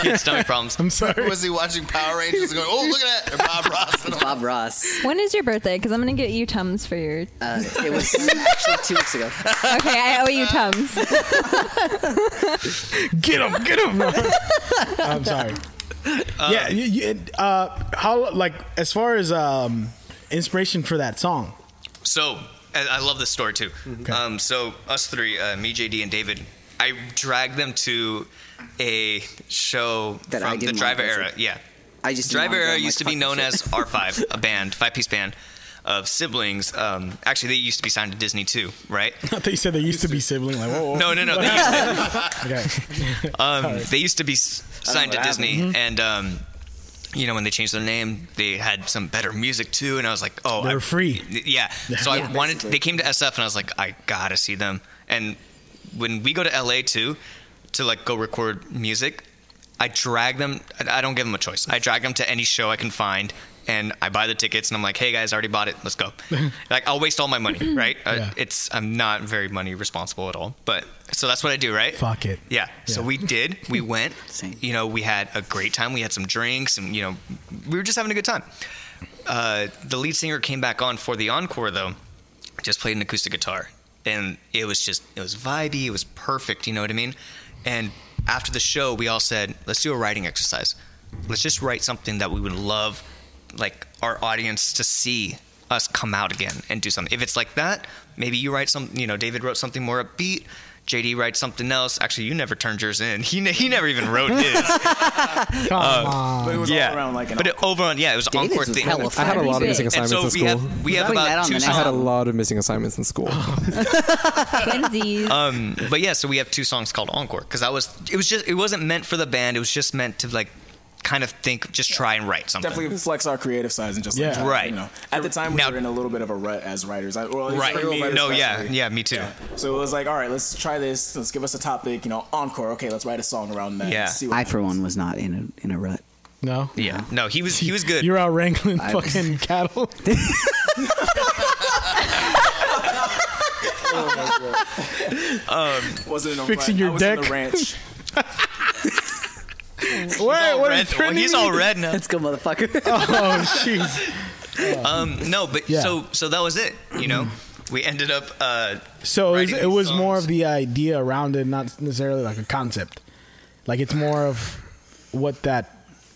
he had stomach problems. I'm sorry. Was he watching Power Rangers and going, oh, look at that? And Bob Ross. And all- Bob Ross. When is your birthday? Because I'm gonna get you tums for your. Uh, it was actually two weeks ago. Okay, I owe you tums. Get him! Get him! I'm sorry. yeah. You, you, uh, how like as far as um, inspiration for that song? So I, I love this story too. Mm-hmm. Um, so us three, uh, me, JD, and David, I dragged them to a show That I from the didn't Driver want to era. visit. Yeah, I just didn't Driver wanna go. era I'm used like, to be "Fuck known this as R Five, a band, five piece band of siblings. Um, actually, they used to be signed to Disney too, right? I thought you said they used to be sibling. Like whoa. whoa. No, no, no. They used Okay. to, um, they used to be s- signed to what happened. Mm-hmm. Disney, and um, you know when they changed their name, they had some better music too. And I was like, oh, They I- were free. Yeah. So I wanted. They came to SF, and I was like, I gotta see them. And when we go to LA too, to like go record music, I drag them. I I don't give them a choice. I drag them to any show I can find. And I buy the tickets, and I'm like, "Hey guys, I already bought it. Let's go." like I'll waste all my money, right? Yeah. Uh, it's I'm not very money responsible at all, but so that's what I do, right? Fuck it. Yeah. So Yeah. we did. We went. Same. You know, we had a great time. We had some drinks, and you know, we were just having a good time. Uh, the lead singer came back on for the encore, though. Just played an acoustic guitar, and it was just it was vibey. It was perfect. You know what I mean? And after the show, we all said, "Let's do a writing exercise. Let's just write something that we would love, like our audience to see." us come out again and do something. If it's like that, maybe you write some. You know, David wrote something more upbeat. JD writes something else. Actually, you never turned yours in. He ne- he never even wrote his. Come on. But it was Um, yeah, all around like an but it, over on yeah, it was David's encore was thing. hella I had a fun. lot of Big. missing and assignments so in we school. have we have putting that about on two the I songs. had a lot of missing assignments in school. Twinsies. Um, but yeah, so we have two songs called encore because I was it was just it wasn't meant for the band. It was just meant to like kind of think, just try and write something. definitely flex our creative sides and just like, Yeah. try, Right. You know, at the time we Now- were in a little bit of a rut as writers. I, well, at least Right. for me No, yeah, especially. yeah, me too. So it was like, all right, let's try this. Let's give us a topic. You know, encore. Okay, let's write a song around that. Yeah. See I for one was not in a in a rut. No. Yeah. No, he was he was good. You're out wrangling fucking cattle. wasn't on Fixing fire. your I was in deck. the ranch. Wait, what Red- well, he's all red now. Let's go, motherfucker. Oh jeez. Um, no, but Yeah. so so that was it. You know, we ended up. Uh, So it was, Writing it these was more songs. of the idea around it, not necessarily like a concept. Like it's more of what that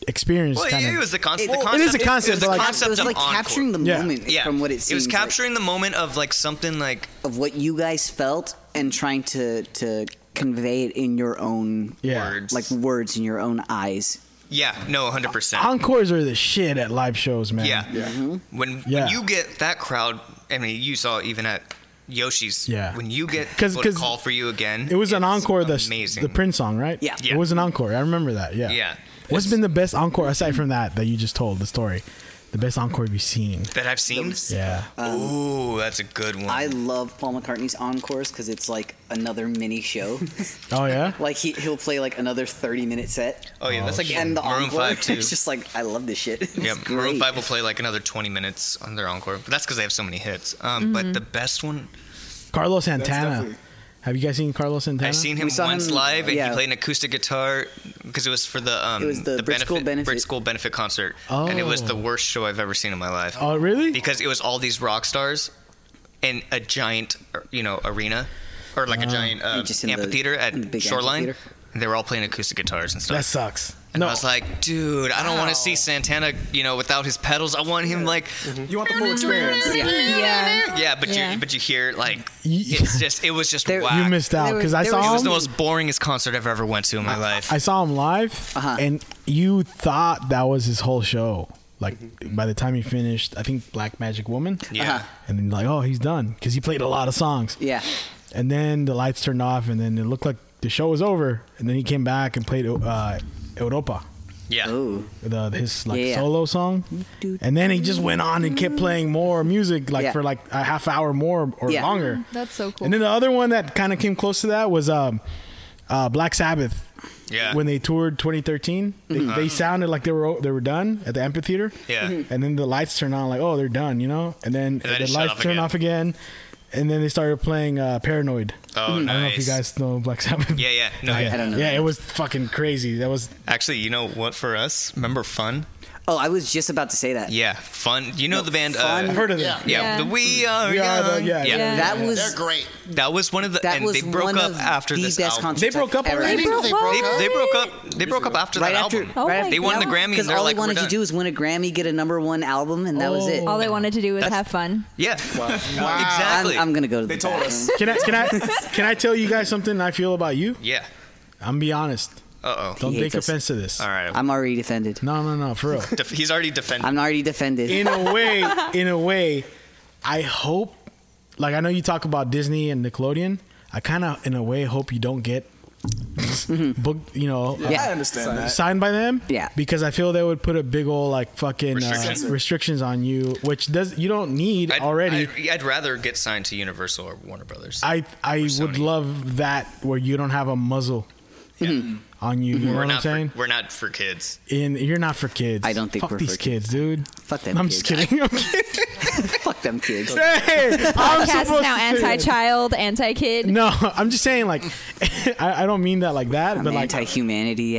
experience well, kind it of. was the, con- It- the well, concept. it is a It concept, was the but like- concept it was of like encore. capturing the Yeah. moment Yeah, from what it it was seems like, capturing the moment of like something like of what you guys felt and trying to to convey it in your own Yeah. words. like words in your own eyes. yeah, no, hundred percent. Encores are the shit at live shows, man. Yeah. Mm-hmm. When, Yeah. when you get that crowd, I mean, you saw even at Yoshi's. Yeah. When you get 'Cause- people 'cause to call for you again, It was an it's encore. The amazing. the Prince song, right? Yeah. Yeah. It was an encore. I remember that. Yeah. Yeah. What's been the best encore aside from that that you just told the story? The best encore you've seen. that I've seen. Yeah. Uh, Ooh, that's a good one. um, I love Paul McCartney's encores because it's like another mini show. Oh yeah. like he he'll play like another thirty minute set. oh yeah, that's like And the Maroon encore, Five too. it's just like I love this shit. It's yeah, Maroon great. Five will play like another twenty minutes on their encore, but that's because they have so many hits. Um, But the best one Carlos Santana. definitely- Have you guys seen Carlos Santana? I've seen We him saw once him, live, and yeah. he played an acoustic guitar because it was for the um, It was the Brit School benefit. Brit School benefit concert, and it was Oh. the worst show I've ever seen in my life. Oh really? because it was all these rock stars in a giant, you know, arena or like a giant uh, Just in the- amphitheater in the at big Shoreline. amphitheater. And they were all playing acoustic guitars and stuff. that sucks. and no. I was like, dude, I don't want to see Santana, you know, without his pedals. I want him like, Mm-hmm. You want the full experience. yeah. yeah, but Yeah. you, but you hear like, You- it's just, it was just There- whack. you missed out There were- because I there saw It him. was the most boringest concert I've ever went to in my life. I saw him live, Uh-huh. and you thought that was his whole show. Like by the time he finished, I think Black Magic Woman, yeah. Mm-hmm. Uh-huh. and then like, oh, he's done because he played a lot of songs. Yeah. And then the lights turned off, and then it looked like the show was over. And then he came back and played uh, Europa. Yeah. Oh. the, his like Yeah. solo song, and then he just went on and kept playing more music like Yeah. for like a half hour more or Yeah. longer. That's so cool. And then the other one that kind of came close to that was um, uh, Black Sabbath. Yeah. Mm-hmm. When they toured 2013, they, they sounded like they were o- they were done at the amphitheater. Yeah. Mm-hmm. Mhm. And then the lights turned on, like oh they're done, you know. And then, then it the shut lights off turned again. off again, and then they started playing uh, Paranoid. Oh, I don't know if you nice. guys know Black Sabbath. Yeah, yeah. No, yeah. I don't know Yeah, that. it was fucking crazy. That was Actually, you know what? For us, remember Fun? Oh, I was just about to say that. Yeah, Fun. You know the band. Fun- Uh, I've heard of Yeah. that. yeah, Yeah. the We Are We Are the- Young. yeah, yeah. That They're was great. That was one of the. that and they was broke one up of after the this best album. concerts They broke I've up ever- I already? didn't know they broke They, up. they broke up. They broke up after Right that after, album. Oh right my after They won the Grammy. Because and they're all like, they we're wanted to done. do was win a Grammy, get a number one album, and that was it. Oh. All they wanted to do was That's- have fun. Yeah. I'm, Exactly. I'm gonna go to the They told bathroom. us. Can I can I can I tell you guys something I feel about you? yeah. I'm gonna be honest. Uh oh. Don't He take hates us. offense to this. All right. I'm already defended. No, no, no, for real. Def- he's already defended. I'm already defended. in a way, in a way, I hope. Like I know you talk about Disney and Nickelodeon. I kind of, in a way, hope you don't get booked. You know, uh, Mm-hmm. Yeah. I understand that. signed by them. Yeah. because I feel they would put a big old like fucking restrictions, Restrictions. uh, restrictions on you, which does you don't need I'd- already. I'd, I'd rather get signed to Universal or Warner Brothers. I I would Sony. love that where you don't have a muzzle on you. You know Mm-hmm. we're what I'm not. saying? For, we're not for kids. In you're not for kids. I don't think Fuck we're these for kids, dude. Fuck them. I'm kids. just kidding. I'm kidding. Fuck them kids. Hey, I'm Podcast is supposed now to say that. anti-child, anti-kid. No, I'm just saying like I, I don't mean that like that, I'm but like anti-humanity.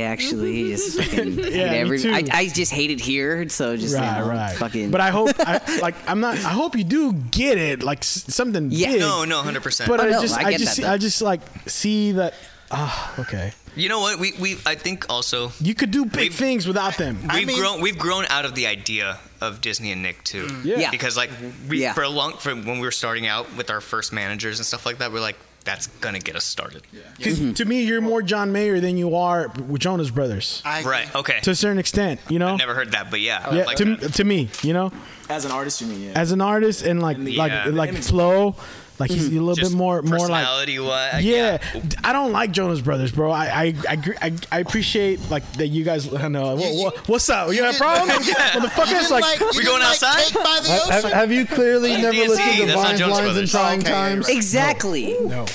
Actually, just fucking hate me every- too. I, I just hate it here, so just you right, know, right. fucking. But I hope I, like I'm not. I hope you do get it like s- something Yeah. big. No, no, hundred percent. but Oh, I no, just I I, get just that, see- though. I just like see that. Ah, okay. You know what? We we I think also You could do big We've- things without them. we've mean- grown we've grown out of the idea of Disney and Nick too. Mm. Yeah. Mm-hmm. Because like we Yeah. for a long for when we were starting out with our first managers and stuff like that, we're like, that's gonna get us started. 'Cause To me, you're more John Mayer than you are with Jonas Brothers I, Right. Okay. to a certain extent. You know. I've never heard that, but yeah. yeah, like to, that. to me, you know, As an artist, you mean yeah. as an artist and like the- like Yeah. like flow, like Mm-hmm. he's a little Just bit more more like personality wise. yeah, D- I don't like Jonas Brothers, bro. I I, I, gr- I, I appreciate like that you guys. I know wha- wha- what's up? You got a problem? You Motherfuckers, didn't like, like, you We didn't going like outside? Cake by the Have, ocean? have you clearly That's never D&D, listened to that's not Vine's Jones Lines and Brothers. Trying Okay, you're Times? exactly. no.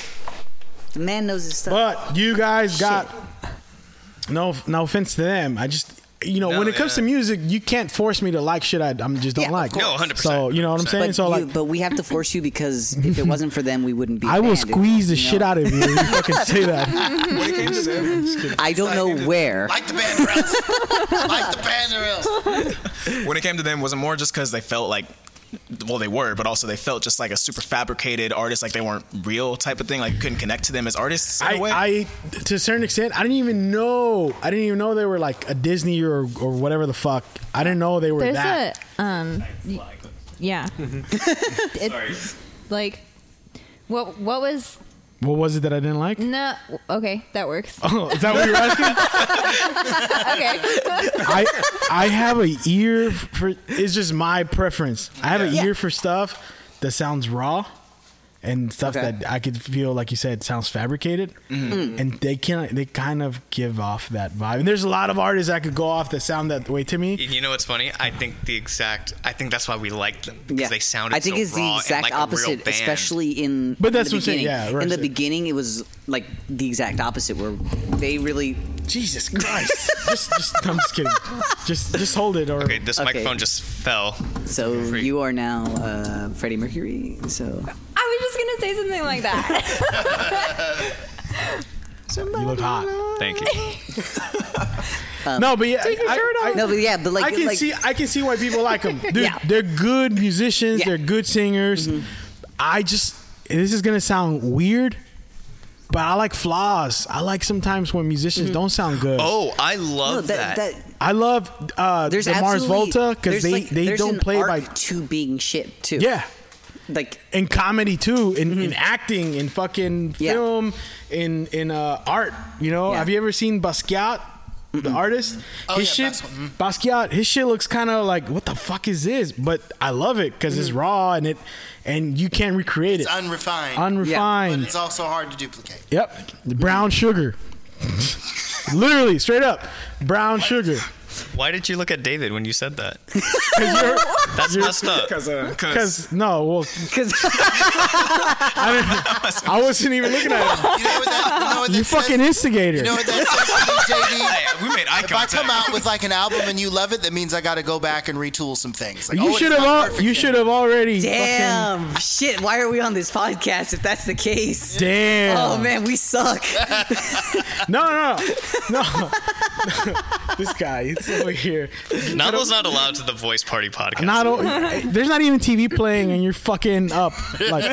The man knows his stuff. But you guys got no no offense to them. I just you know No, when it comes yeah. to music, you can't force me to like shit. I I'm just don't Yeah, of like. course. No, 100%, So you know what I'm 100%. saying. But so you- like. but we have to force you because if it wasn't for them, we wouldn't be. I will banned. It- squeeze the you shit know, out of you. if You fucking say that. When it came to them, I don't know where. Like the band or else. like the band or else. when it came to them, was it more just because they felt like, well, they were, but also they felt just like a super fabricated artist, like they weren't real type of thing, like you couldn't connect to them as artists. In a way. I, I, to a certain extent, I didn't even know. I didn't even know they were like a Disney or or whatever the fuck. I didn't know they were There's that. a um, y- yeah. It- Like, what? What was? What was it that I didn't like? No. Okay, that works. Oh, is that what you're asking? Oh. Okay. I I have a ear for. It's just my preference. I have an Yeah. ear for stuff that sounds raw, and stuff Okay. that I could feel like you said sounds fabricated. And they can they kind of give off that vibe. And there's a lot of artists that could go off that sound that way to me. You know what's funny? I think the exact. I think that's why we liked them because Yeah. they sounded. I think so it's raw the and exact like a real opposite, band. especially in. But that's what in I'm the saying, beginning. yeah, right, in the so- beginning, it was like the exact opposite, where they really Jesus Christ! just, just I'm just kidding. Just just hold it or Okay, this Okay. microphone just fell. So Freak. you are now uh, Freddie Mercury. So I was just gonna say something like that. you look hot. Thank you. no, but yeah, I, I- Um, no, but yeah, but like, I can like see I can see why people like them. Dude, Yeah. they're good musicians. Yeah. Mm-hmm. They're good singers. I just this is gonna sound weird, but I like flaws. I like sometimes when Mm-hmm. musicians don't sound good. Oh, I no, love that, that. that I love uh, there's the Mars absolutely- Volta because there's, they like, they there's don't an play art by to being shit too. yeah. like In comedy too, in, in acting, in fucking Yeah. film, in in uh, art. You know, Yeah. have you ever seen Basquiat, the artist? his yeah, shit, Basquiat. His shit looks kind of like what the fuck is this? But I love it because it's raw and it and you can't recreate It's it. unrefined. but Unrefined. it's also hard to duplicate. Yep, the brown sugar. Literally, straight up, brown sugar. Why did you look at David when you said that? Because you're That's messed up. Because uh, because no, well, because I, didn't- I wasn't even looking at him. You know what that, you know what that You says? fucking instigator. You know what that says to me, JD? Hey, we made eye If I contact. come out with like an album and you love it, that means I got to go back and retool some things. Like, You oh, it's should have. not Al- perfect you yet. should have already. fucking- Damn. Shit, why are we on this podcast if that's the case? damn. Oh man, we suck. No, no, no. no. this guy, it's over here. Nando's not allowed to the voice party podcast. Not o- there's not even TV playing, and you're fucking up. Like,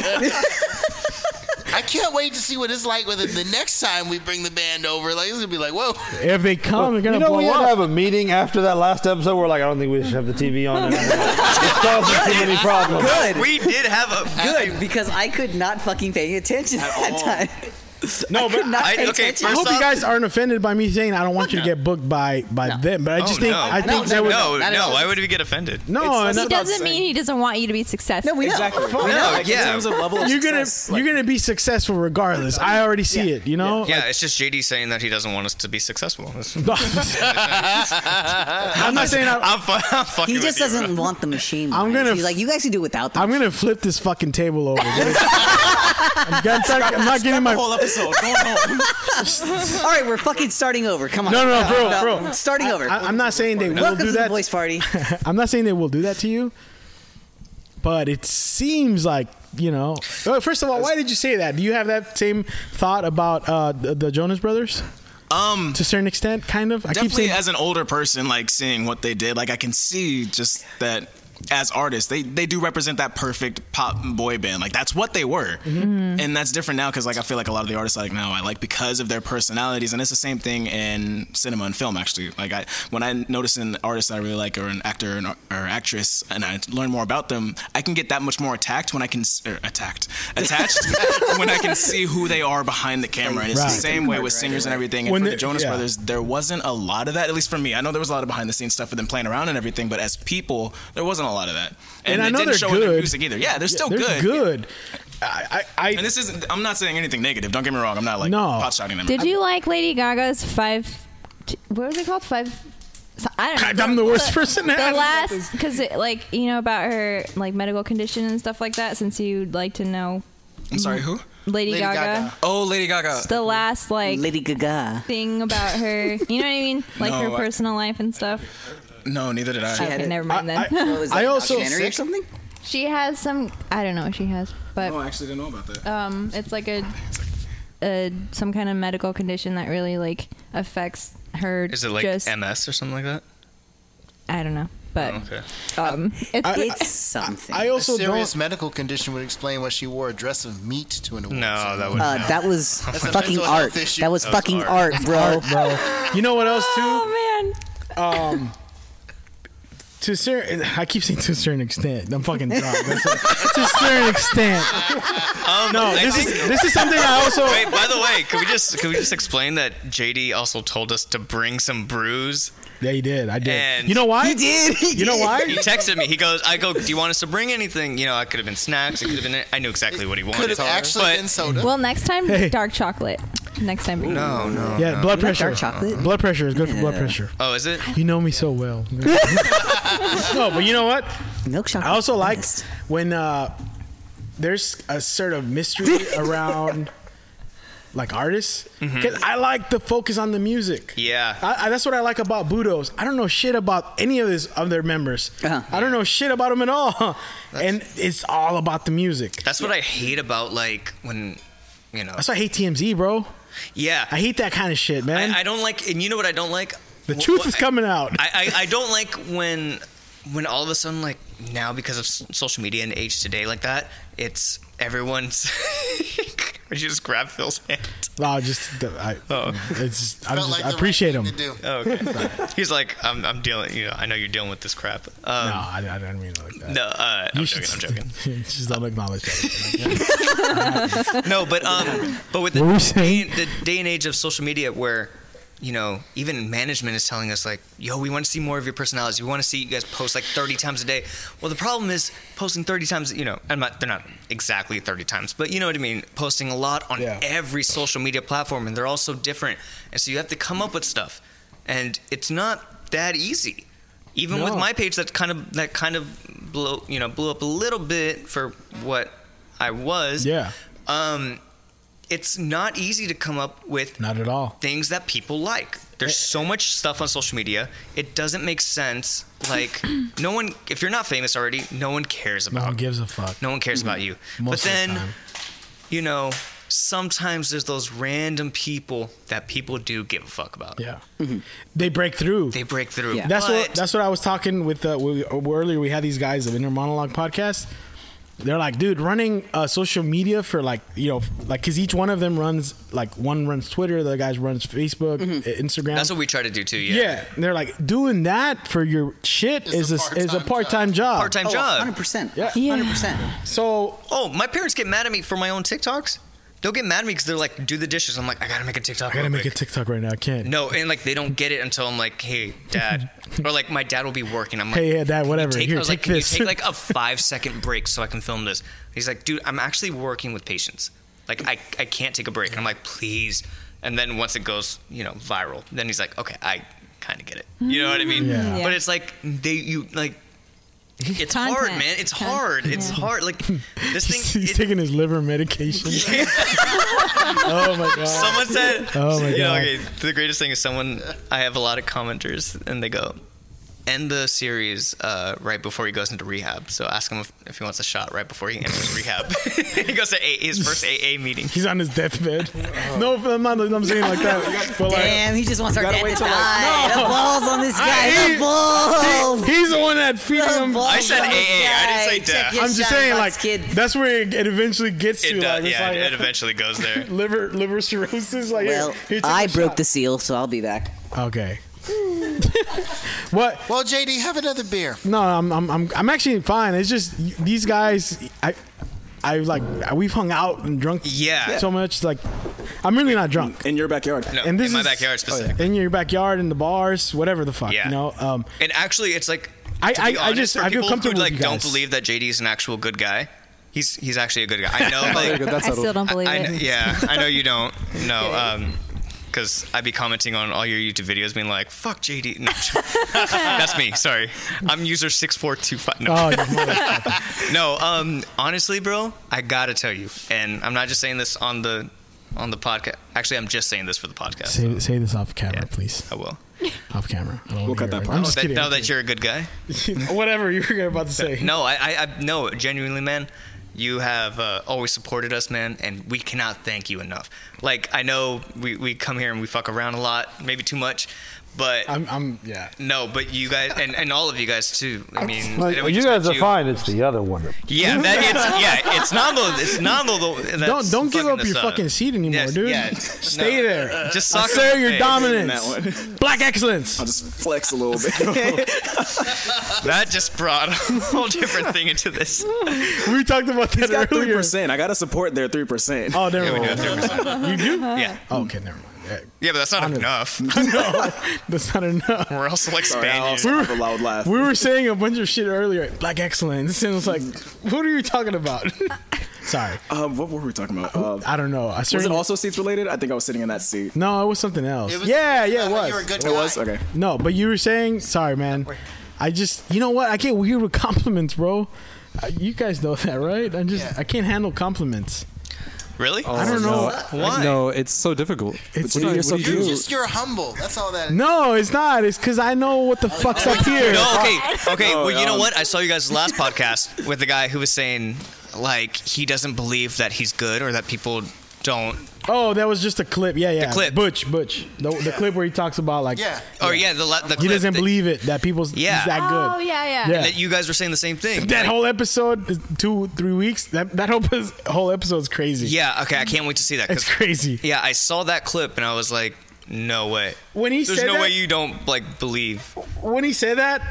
I can't wait to see what it's like with it the next time we bring the band over. Like it's gonna be like, whoa. if they come, they're gonna You know, we blow had to up. have a meeting after that last episode. We're like, I don't think we should have the TV on. anymore. it's causing too many problems. Good. We did have a. Good, because I could not fucking pay attention at that time. no, Could not I- pay okay, attention. I first hope you off- guys aren't offended by me saying I don't want you to get booked by by them, but I just Oh, think no. I think No, that no, would No, Not at no. all. Why would we get offended? no, It's- and He that's that- about doesn't the mean same. he doesn't want you to be successful. no, we don't. Exactly. No, like, yeah. In terms of level of you're gonna success, you're like- gonna be successful regardless. I already see it. You know. Yeah, it's just JD saying that he doesn't want us to be successful. That's- I'm not saying I, I'm, fu- I'm fucking He with just you, doesn't want the machine. I'm behind gonna us. He's like, you guys can do without them. I'm gonna flip this fucking table over. dude. I'm, gonna- I'm not getting my whole episode. Go home. All right, we're fucking starting over. Come on. No, no, no, bro, bro. Starting over. I, I'm not saying they will Welcome do to the that. voice party. I'm not saying they will do that to you, but it seems like you know. Well, First of all, why did you say that? Do you have that same thought about uh, the, the Jonas Brothers Um, to a certain extent? Kind of. I keep definitely uh, saying as an older person like seeing what they did like i can see just that as artists they they do represent that perfect pop boy band like that's what they were Mm-hmm. and that's different now because like i feel like a lot of the artists I like now i like because of their personalities and it's the same thing in cinema and film actually like i when i notice an artist that i really like or an actor and- or actress and i learn more about them i can get that much more attacked when i can s- er, attacked attached when i can see who they are behind the camera and it's Right. the same way with singers and everything and When for the- the jonas yeah. brothers there wasn't a lot of that, at least for me. I know there was a lot of behind the scenes stuff with them playing around and everything, but as people, there wasn't a lot of that. And And, I it know didn't they're show in their good. music either. Yeah, they're still they're good. good. I, I, I And this isn't. I'm not saying anything negative. Don't get me wrong. I'm not like No. pot shotting them. Did you like Lady Gaga's five? t- What was it called? Five. so- I don't know. I'm the worst person to The ask about last, because like you know about her like medical condition and stuff like that. Since you'd like to know I'm sorry. Who? Lady, Lady Gaga, Gaga. Oh, Lady Gaga. the last like Lady Gaga. thing about her. You know what I mean? Like No, her I- personal life and stuff. No, neither did I. had Okay, it. never mind I- then. What was that, I a also- documentary or something? she has some. I don't know what she has, but Oh, I actually didn't know about that. um, it's like a, a some kind of medical condition that really like affects her. Is it like just, MS or something like that? I don't know, but Okay. um, it's, It's something. I also serious don't. medical condition would explain why she wore a dress of meat to an award. No, that ceremony. would. uh, that was a fucking mental health art. issue. That was That was fucking art. art, bro. You know what else too? oh man. Um, to a certain, I keep saying to a certain extent. I'm fucking drunk. That's it. to a certain extent. no, Um, I this is think- this is something I also. Wait, by the way, can we just can we just explain that JD also told us to bring some brews? Yeah, he did. I did. And- you know why? He did. He You know did. He why? texted me. He goes, "I go. Do you want us to bring anything? You know, I could have been snacks. It could have been. I knew exactly what he wanted. Could have actually but been Mm. soda. Well, next time, Hey. dark chocolate. Next time, no, no. Yeah, blood You like pressure. dark chocolate? Blood pressure is good for blood Yeah. pressure. Oh, is it? You know me so well. no, but you know what? Milk chocolate. I also like Yes. when uh, there's a sort of mystery around like artists. 'Cause I like the focus on the music. Mm-hmm. Yeah. I, I, that's what I like about Budos. I don't know shit about any of his of their members. Uh-huh. I don't know shit about them at all, and it's all about the music. That's what I hate about like when, you know. That's why I hate TMZ, bro. Yeah, I hate that kind of shit, man. I, I don't like, and you know what I don't like? the Wh- truth wh- is coming out. I, I, I don't like when when all of a sudden like now because of s- social media and age today like that it's everyone's. Would you just grab Phil's hand? no, just the- I, Oh. it's I'm Felt just, like I the appreciate right him. thing to do. Oh, okay. He's like, I'm, I'm dealing. You know, I know you're dealing with this crap. no, Um, I, I don't mean it like that. no, uh, I'm joking. I'm joking. just don't acknowledge that. No, but um, but with the, What were you day, saying? the day and age of social media, where you know even management is telling us like, yo, we want to see more of your personalities. We want to see you guys post like 30 times a day. Well, the problem is posting 30 times. You know, I'm not. They're not exactly 30 times, but you know what I mean. Posting a lot on Yeah. every social media platform, and they're all so different, and so you have to come up with stuff, and it's not that easy. Even with No. my page, that kind of that kind of blow you know blew up a little bit for what I was. Yeah. Um, it's not easy to come up with Not at all. things that people like. There's so much stuff on social media. It doesn't make sense. Like no one, if you're not famous already, no one cares No about. one gives a fuck. No one cares about you. Most Oh. but then, of the time. you know, sometimes there's those random people that people do give a fuck about. Yeah. They break through. They break through. Yeah. That's what But- that's what I was talking with. Uh, we, earlier we had these guys of Inner Monologue podcast. They're like, dude, running uh, social media for like you know, like because each one of them runs like one runs Twitter, the other guy runs Facebook, uh, Instagram. That's what we try to do too. yeah. Yeah. And they're like doing that for your shit is It's a a, is a part-time part time job. Part time Oh, job. 100%. Yeah. Yeah. 100%. So Oh, my parents get mad at me for my own TikToks. They'll get mad at me because they're like, do the dishes. I'm like, I gotta make a TikTok. I gotta real make a quick." TikTok right now. I can't. No, and like they don't get it until I'm like, hey, dad, or like my dad will be working. I'm like, Hey, yeah, Dad, "Can you whatever. Take, Here, I was take like, can you this." take like a five second break so I can film this? He's like, dude, I'm actually working with patients. Like, I, I can't take a break. And I'm like, please. And then once it goes, you know, viral, then he's like, okay, I kind of get it. You know what I mean? Mm, Yeah. Yeah. But it's like they you like. It's hard, Content. man. It's Con- hard. It's yeah. hard. Like He's, this thing. he's it- taking his liver medication. oh my god. Someone said, Oh my Yeah, God. okay. The greatest thing is someone. I have a lot of commenters, and they go, "End the series uh, right before he goes into rehab." So ask him if, if he wants a shot right before he enters rehab. he goes to a, his first AA meeting. He's on his deathbed. No, I'm not. I'm saying like that. But like, Damn, he just wants our gotta dad wait to till, like- die. The balls on this guy. hate- The balls. he's the one that feeding The him. balls I said on this AA, I didn't guy. say Check death. your I'm just shot, saying, box like kid. that's where it, it eventually gets to. It like, does, it's yeah, like, it eventually goes there. liver liver cirrhosis. Like, here, Well, here, take I a broke shot. the seal, so I'll be back. Okay. what? Well, JD, have another beer. No, I'm, I'm I'm I'm actually fine. It's just y- these guys. I I like we've hung out and drunk. Yeah. So much like I'm really not drunk. in your backyard. No, And this in my is- oh, backyard specifically. In your backyard, in the bars, whatever the fuck, Yeah. you know. Um, And actually, it's like I- to I- be I honest, just- for I feel people comfortable who with like you don't guys. believe that JD is an actual good guy. He's he's actually a good guy. I know. Like, Good, that's I still settled. don't believe I, it. kn- yeah, I know you don't. No, because I'd be commenting on all your YouTube videos, being like, "Fuck JD." No, that's me. Sorry, I'm user six four two five. No, oh, yeah. no. Um, honestly, bro, I gotta tell you, and I'm not just saying this on the on the podcast. Actually, I'm just saying this for the podcast. say, say this off camera, Yeah. please. I will. Off camera. I don't We'll wanna cut hear that it. part I'm out. just That, kidding. now that you're a good guy. whatever you were about to say. No, I, I, I no, genuinely, man. You have uh, always supported us, man, and we cannot thank you enough. Like I know we, we come here and we fuck around a lot, maybe too much, but I'm, I'm yeah. No, but you guys and, and all of you guys too. I mean, Like, we you just guys met are fine. It's the other one. Yeah, that, it's yeah, it's Nando. It's Nando. the- Don't that's don't give fucking up us your fucking seat anymore, Yes, dude. yeah. Stay No. there. Just I suck Assert your it. In that dominance. one. Black excellence. I'll just flex a little bit. That just brought a whole different thing into this. We talked about that He's got three earlier. percent. I gotta support their three percent. Oh, Yeah, never we do have mind. 3%. You do? Yeah, Oh, okay, never mind. yeah, but that's not Hundred. enough. no, that's not enough. We're also like Sorry, I Spaniards. also have a loud laugh. We were saying a bunch of shit earlier. Black excellence, and it's like, what are you talking about? Sorry, Um, what were we talking about? Uh, I don't know. I was it certainly- also seats related? I think I was sitting in that seat. No, it was something else. It was- yeah, yeah, it about how was. You were a good It was guy. okay. No, but you were saying, sorry, man. I just, you know what? I get weird with compliments, bro. Uh, You guys know that, right? I'm just, Yeah. I can't handle compliments. Really? Oh, I don't know. No. Why? No, it's so difficult. What It's do you- not- you're so what do you- cute. Just you're humble. That's all that. Is. No, it's not. It's because I know what the fuck's up here. No, okay, okay. No, well, you know um, what? I saw you guys last podcast with the guy who was saying like he doesn't believe that he's good or that people don't. Oh, that was just a clip. Yeah, yeah. clip. Butch, Butch. The, the clip where he talks about like, Yeah. Or yeah, the, la- the he clip doesn't that- believe it that people's Yeah. he's that Oh good. yeah, Yeah. yeah. that you guys were saying the same thing. That Like, whole episode, is two, three weeks. That that whole whole episode's crazy. Yeah. Okay. I can't wait to see that. 'cause- it's crazy. Yeah, I saw that clip and I was like, no way. When he There's said no that- way you don't like believe. when he said that,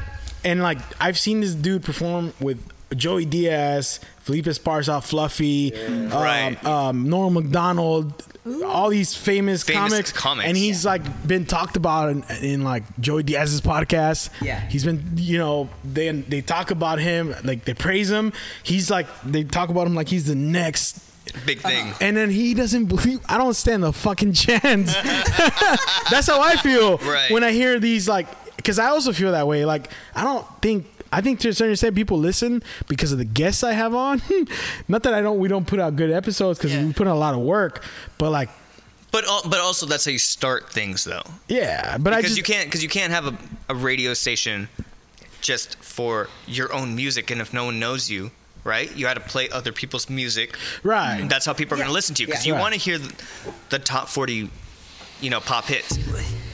and like I've seen this dude perform with Joey Diaz, Felipe Esparza, Fluffy, um, Right. um, Norm Macdonald, all these famous, Famous comics, comics. and he's like been talked about in, in like Joey Diaz's podcast. Yeah. he's been you know they they talk about him like they praise him. He's like they talk about him like he's the next Big Uh-huh. thing. and then he doesn't believe. I don't stand a fucking chance. That's how I feel Right. when I hear these like because I also feel that way. Like I don't think I think to a certain extent people listen because of the guests I have on. Not that I don't we don't put out good episodes because we put in a lot of work, but like But al- but also that's how you start things though. yeah, but I because just you can't because you can't have a, a radio station just for your own music and if no one knows you right you had to play other people's music Right. And that's how people are going to listen to you because Yeah. you Right. want to hear the, the top 40 you know pop hits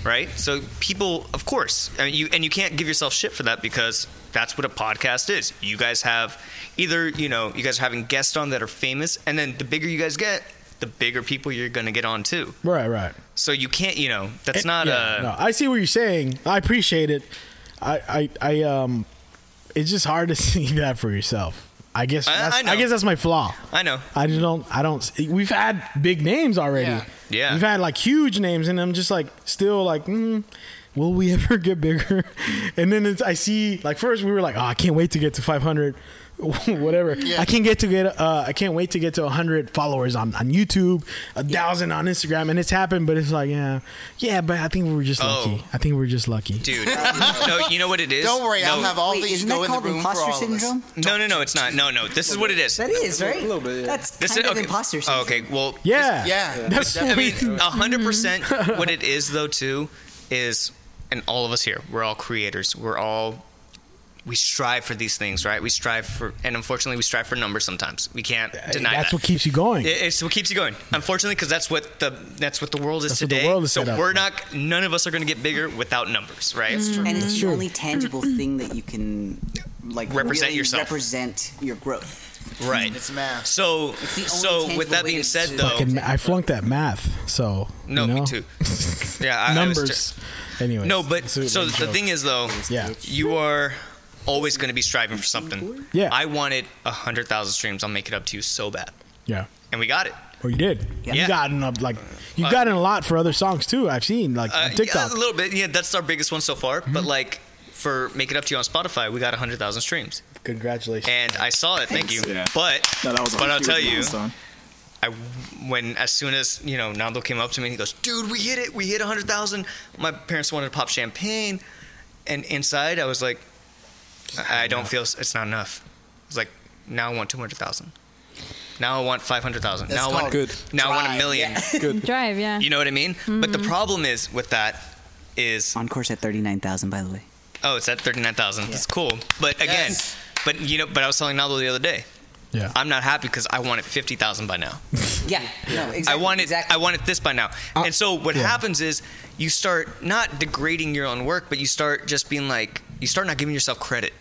right so people of course I mean, you and you can't give yourself shit for that because that's what a podcast is you guys have either you know you guys are having guests on that are famous and then the bigger you guys get the bigger people you're going to get on too right right. so you can't you know that's not uh, Yeah, a no, I see what you're saying. I appreciate it. I, I, I, um, it's just hard to see that for yourself. I guess I- that's, I know. guess that's my flaw. I know I just don't. I don't. see- We've had big names already. Yeah. Yeah. We've had like huge names, and I'm just like still like, mm, will we ever get bigger? And then it's, I see like first we were like, oh, I can't wait to get to 500, whatever. I can't get to get. Uh, I can't wait to get to 100 followers on on YouTube, a thousand on Instagram, and it's happened. But it's like, yeah, yeah. But I think we were just lucky. I think we were just lucky. Oh. dude. no, you know what it is. Don't worry, no, I'll have all Wait, these isn't go that in the called room for imposter all of us. syndrome? No, no, no, it's not. No, no, this is what it is. That is right. little bit, yeah. That's This kind is, of imposter syndrome. Okay, well, Yeah. Yeah. That's I mean, what we- hundred percent. What it is though too is, and all of us here, we're all creators. We're all we strive for these things, right? We strive for, and unfortunately, we strive for numbers sometimes. We can't deny Uh, that's that. what keeps you going. It- It's what keeps you going. Unfortunately, because that's what the that's what the world is That's what the today. world is so set up. we're not. None of us are going to get bigger without numbers, right? And it's the only tangible thing that you can like Represent really yourself. Represent your growth. Right. It's math. So, the only so with tangible that way being to- said, to- though, Fucking ma- I flunked that math, so No, you me know? too. Yeah, I, I was numbers. anyway, No, but so, the joke. thing is though, Yeah. you are always going to be striving for something. Yeah. I wanted a hundred thousand streams. I'll make it up to you so bad, yeah. and we got it. Well, you did. You Yeah. gotten up like you have gotten a lot for other songs too. I've seen like Uh, on TikTok. Mm-hmm. yeah, a little bit. Yeah, that's our biggest one so far. But like for make it up to you on Spotify, we got a hundred thousand streams, Congratulations. and I saw it. Thank you. Yeah. But No, that was a but I'll huge tell you. milestone. I when as soon as you know Nando came up to me and he goes, "Dude, we hit it! We hit hundred thousand. My parents wanted to pop champagne, and inside I was like, "I I don't feel s- it's not enough." It's like now I want two hundred thousand. Now I want five hundred thousand. That's Now I want called Good. Now I want a drive, million. Drive, yeah. You know what I mean? But the problem is with that is On course at thirty nine thousand, by the way. oh, it's at thirty nine thousand. That's cool. But again, Yes. but you know, but I was telling Nando the other day. Yeah. I'm not happy because I want it fifty thousand by now. Yeah. No. Exactly. I want it. Exactly. I want it this by now. Uh, and so what happens is you start not degrading your own work, but you start just being like you start not giving yourself credit.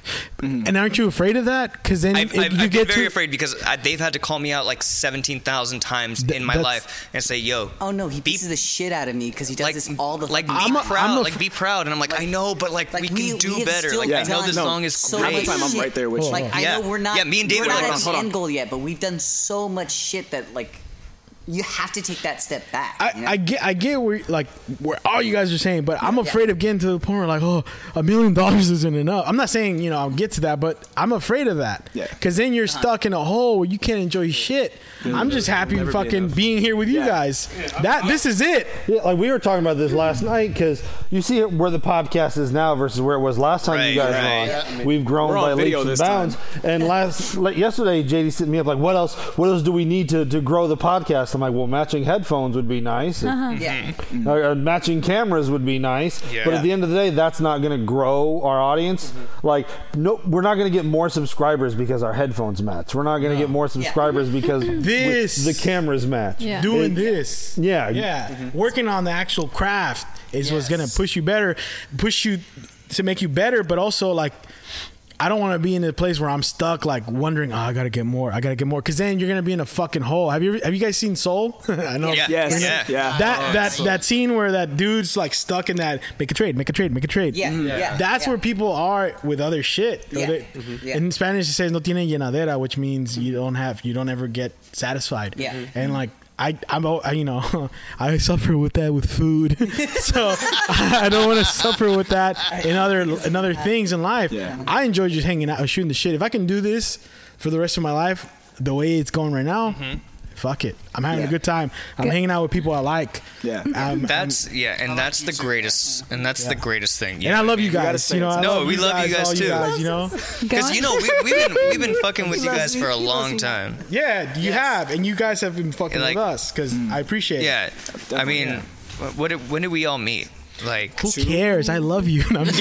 and aren't you afraid of that? Because then I've, if I've, you I've been get very to afraid because I, they've had to call me out like seventeen thousand times Th- in my that's- life and say, "Yo, Oh no, he pieces Beep. the shit out of me because he does like this all the like be I'm fucking a- proud, I'm a- like be proud." And I'm like, "I know, but like, Like, we we- can do we have better. still Like I know done this no, song is so great." much Half the time I'm shit. right there with you. Like I Yeah. know we're not. Yeah, me and David we're are not like, at hold the on. end goal yet, but we've done so much shit that like you have to take that step back. you I, know? I get I get where like where all you guys are saying, but I'm afraid of getting to the point where like oh a million dollars isn't enough. I'm not saying you know I'll get to that, but I'm afraid of that. Yeah. Because then you're stuck in a hole where you can't enjoy shit. I'm just happy never be fucking enough. being here with you Yeah. guys. that this is it. Yeah, like we were talking about this last night because you see it where the podcast is now versus where it was last time you Right, guys right. were on. We've grown We're on by video leaps and this time. bounds. And last like, yesterday, JD sent me up like, "What else? What else do we need to, to grow the podcast?" I'm like, "Well, matching headphones would be nice. Mm-hmm. yeah. Uh, uh, matching cameras would be nice. Yeah. But at the end of the day, that's not going to grow our audience. Mm-hmm. Like, no, we're not going to get more subscribers because our headphones match. We're not going to get more subscribers because we- This- the cameras match. Yeah. doing this. Yeah. Yeah. Mm-hmm. Working on the actual craft is what's going to push you better, push you to make you better, but also like I don't want to be in a place where I'm stuck, like wondering, oh, I gotta get more, I gotta get more, because then you're gonna be in a fucking hole. Have you ever, have you guys seen Soul? I know. Yeah. Yes. Yeah. Yeah. That Oh, that Soul. that scene where that dude's like stuck in that make a trade, make a trade, make a trade. Yeah, Mhm. yeah, That's yeah. where people are with other shit. Yeah. They- Mhm. Yeah. In Spanish it says no tiene llenadera, which means you don't have you don't ever get satisfied. Yeah. Mm-hmm. And like I, I'm, al- I, you know, I suffer with that with food, so I don't want to suffer with that in other in other things in life. Yeah. I enjoy Mm-hmm. just hanging out, shooting the shit. If I can do this for the rest of my life, the way it's going right now, Fuck it. I'm having Yeah. a good time. I'm hanging out with people I like. Um, Yeah. I'm, That's yeah, and that's the greatest, and that's the greatest thing. you and I know what love you mean? gotta guys. say You know, it's- I No, love we love you guys all too. You guys, you know, Because you know we, we've been we've been fucking with you guys for a long time. yeah, you have, and you guys have been fucking And, like- mm. with us because I appreciate. it. Yeah, I mean, yeah. wh- what did, when did we all meet? Like, Who cares? I love you. I'm just-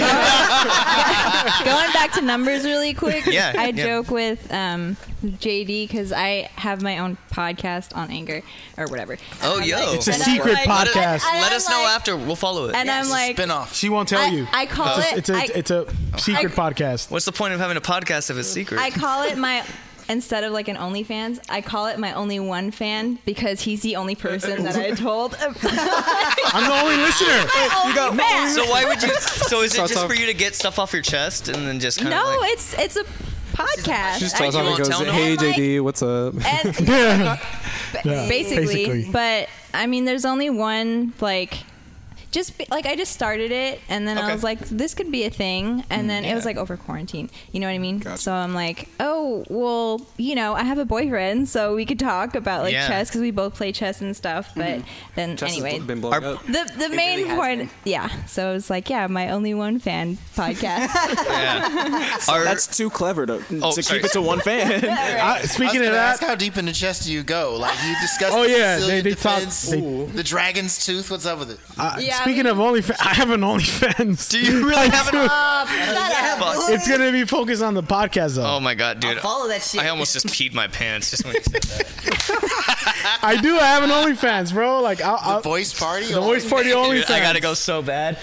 Going back to numbers really quick. Yeah, I yeah. joke with um, JD because I have my own podcast on anger or whatever. oh yo, It's a secret Let us- podcast. And Let I'm us know like- after. We'll follow it. And I'm like, spin off. she won't tell I- you. I It's call just- it- It's a, I- it's Oh. a secret I- podcast. What's the point of having a podcast if it's secret? I call it my instead of like an OnlyFans, I call it my only one fan because he's the only person that I told. I'm the only listener. you got fan. so why would you? So is it Starts just off- for you to get stuff off your chest and then just kind of no, like? it's it's a podcast. She just I- tells you him and won't goes, tell no "Hey one?" Like- JD, what's up?" and Yeah. Yeah, basically, basically. but I mean, there's only one like. Just be, like I just started it, and then I Okay. was like, "This could be a thing." Mm, And then it was like over quarantine, you know what I mean? So I'm like, "Oh, well, you know, I have a boyfriend, so we could talk about like Yeah. chess because we both play chess and stuff." Mm-hmm. But then Jess has anyway, been blowing Our- up. The the main really has point, been. yeah. So it was like, yeah, my only one fan podcast. Are- That's too clever to, Oh, to sorry. keep it to one fan. I- I was speaking of gonna that, ask how deep into chess do you go? Like you discussed. Oh, the yeah, Sicilian they- they talk- defense, they- the dragon's tooth. What's up with it? uh, Yeah, speaking I of OnlyFans, I have an OnlyFans. do you really have an? Uh, Fuck. It's gonna be focused on the podcast though. Oh my god, dude! Follow that shit. I almost just peed my pants just when you said that. I do. I have an OnlyFans, bro. Like I'll, I'll, The voice party. the voice party Dude, OnlyFans. I gotta go so bad.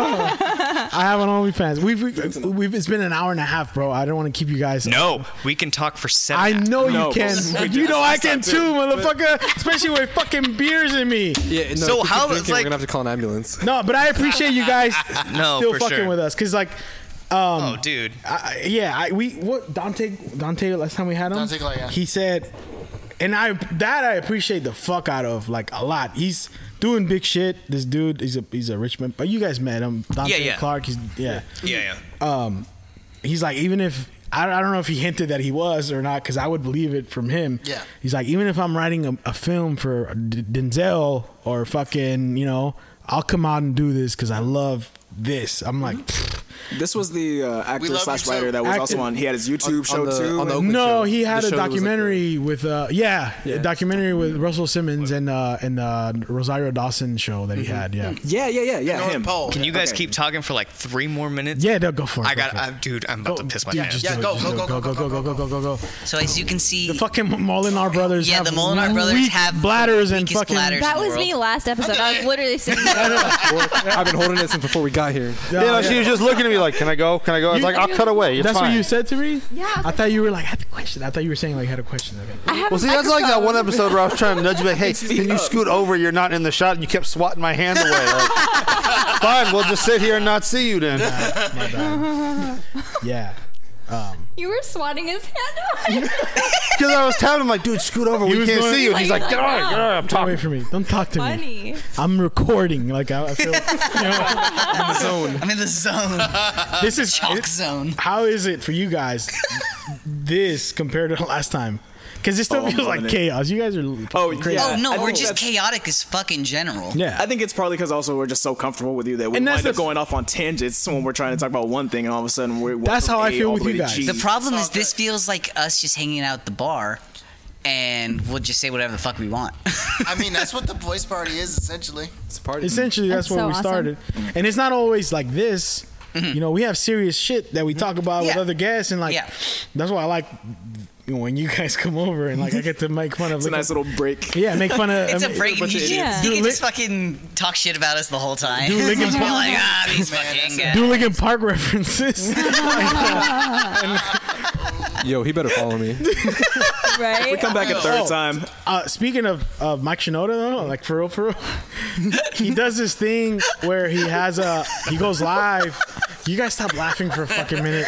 I have an OnlyFans. We've, we've we've it's been an hour and a half, bro. I don't want to keep you guys. No, we can talk for seven. I know No. you can. you know I can too, motherfucker. Especially with fucking beers in me. Yeah, no, So if you keep how- drinking, it's we're like- gonna have to call an ambulance. No, but I appreciate you guys No, still for fucking sure. with us, cause like, um, Oh, dude. I, yeah, I, we what Dante Dante last time we had him, Dante Glaya. he said, and I that I appreciate the fuck out of like a lot. He's doing big shit. This dude, he's a he's a rich man. But you guys met him, Dante Yeah, yeah. Clark. He's yeah. Yeah, yeah. He's like even if. I I don't know if he hinted that he was or not, because I would believe it from him. Yeah. He's like, even if I'm writing a, a film for D- Denzel or fucking, you know, I'll come out and do this because I love this. I'm like, pfft. This was the uh, We actor love slash you too. writer that was also Actor- on. He had his YouTube show the- too. on the and- Oakland no, show. he had The show that a was like documentary with uh, yeah, a documentary with Russell Simmons and uh, and uh, Rosario Dawson show that he had. Yeah, yeah, yeah, yeah, yeah. North Him. Pole. Can you guys okay. keep talking for like three more minutes? yeah, no, go for it. I go got, for it. I, dude. I'm about to piss my Oh, Dude, pants. just Yeah, do it, go, just go, do it. go, go, go, go, go, go, go, go. So as you can see, The fucking Molinar brothers. yeah, have the Molinar weak brothers have bladders and weakest fucking. bladders. that was me last episode. I was literally sitting there. Well, I've been holding it since before we got here. Yeah, You know, yeah. she was just looking at me like, "Can I go? Can I go?" It's You- like, "I'll cut away." It's That's fine. what you said to me. Yeah, I was I like- thought you were like I had a question. I thought you were saying like I had a question. Okay. I have Well, a see, that's like that one microphone. episode where I was trying to nudge you, like, hey, can you scoot over? You're not in the shot, and you kept swatting my hand away. Like, Fine, we'll just sit here and not see you then. My bad. yeah. You were swatting his hand away. Because I was telling him, like, dude, scoot over. He We was can't going- see you. And he's like, Like, get on, no. get on. I'm Talk away talking. from me. Don't talk to me. Funny. I'm recording. Like I, I feel. you know, I'm in the zone, this is Chalk zone. how is it for you guys this compared to last time? Because it still Oh, I'm feels like loving it. chaos. You guys are Oh, fucking crazy. yeah. Oh no, I we're think just that's- chaotic as fuck in general. Yeah. I think it's probably because also we're just so comfortable with you that we And that's wind up the- going off on tangents when we're trying to talk about one thing, and all of a sudden we're That's how I I feel with you guys. The problem is this feels like us just hanging out at the bar, and we'll just say whatever the fuck we want. I mean, that's what the voice party is essentially. It's a party. Essentially, that's, That's where so we awesome. started. And it's not always like this. You know, we have serious shit that we talk about with Mm-hmm. Yeah. other guests, and like Yeah. that's why I like when you guys come over and like I get to make fun of. it's a nice little break. yeah, make fun of. It's I a mean, break. You, bunch of can- idiots. you Do can Lin- just fucking talk shit about us the whole time. Do Linkin Be Park- like, ah, these fucking guys. Do Lincoln Park references. Yo, he better follow me. right? Come back a third Oh. time. Uh, speaking of, of Mike Shinoda, though, like for real, for real, he does this thing where he has a he goes live. You guys stop laughing for a fucking minute.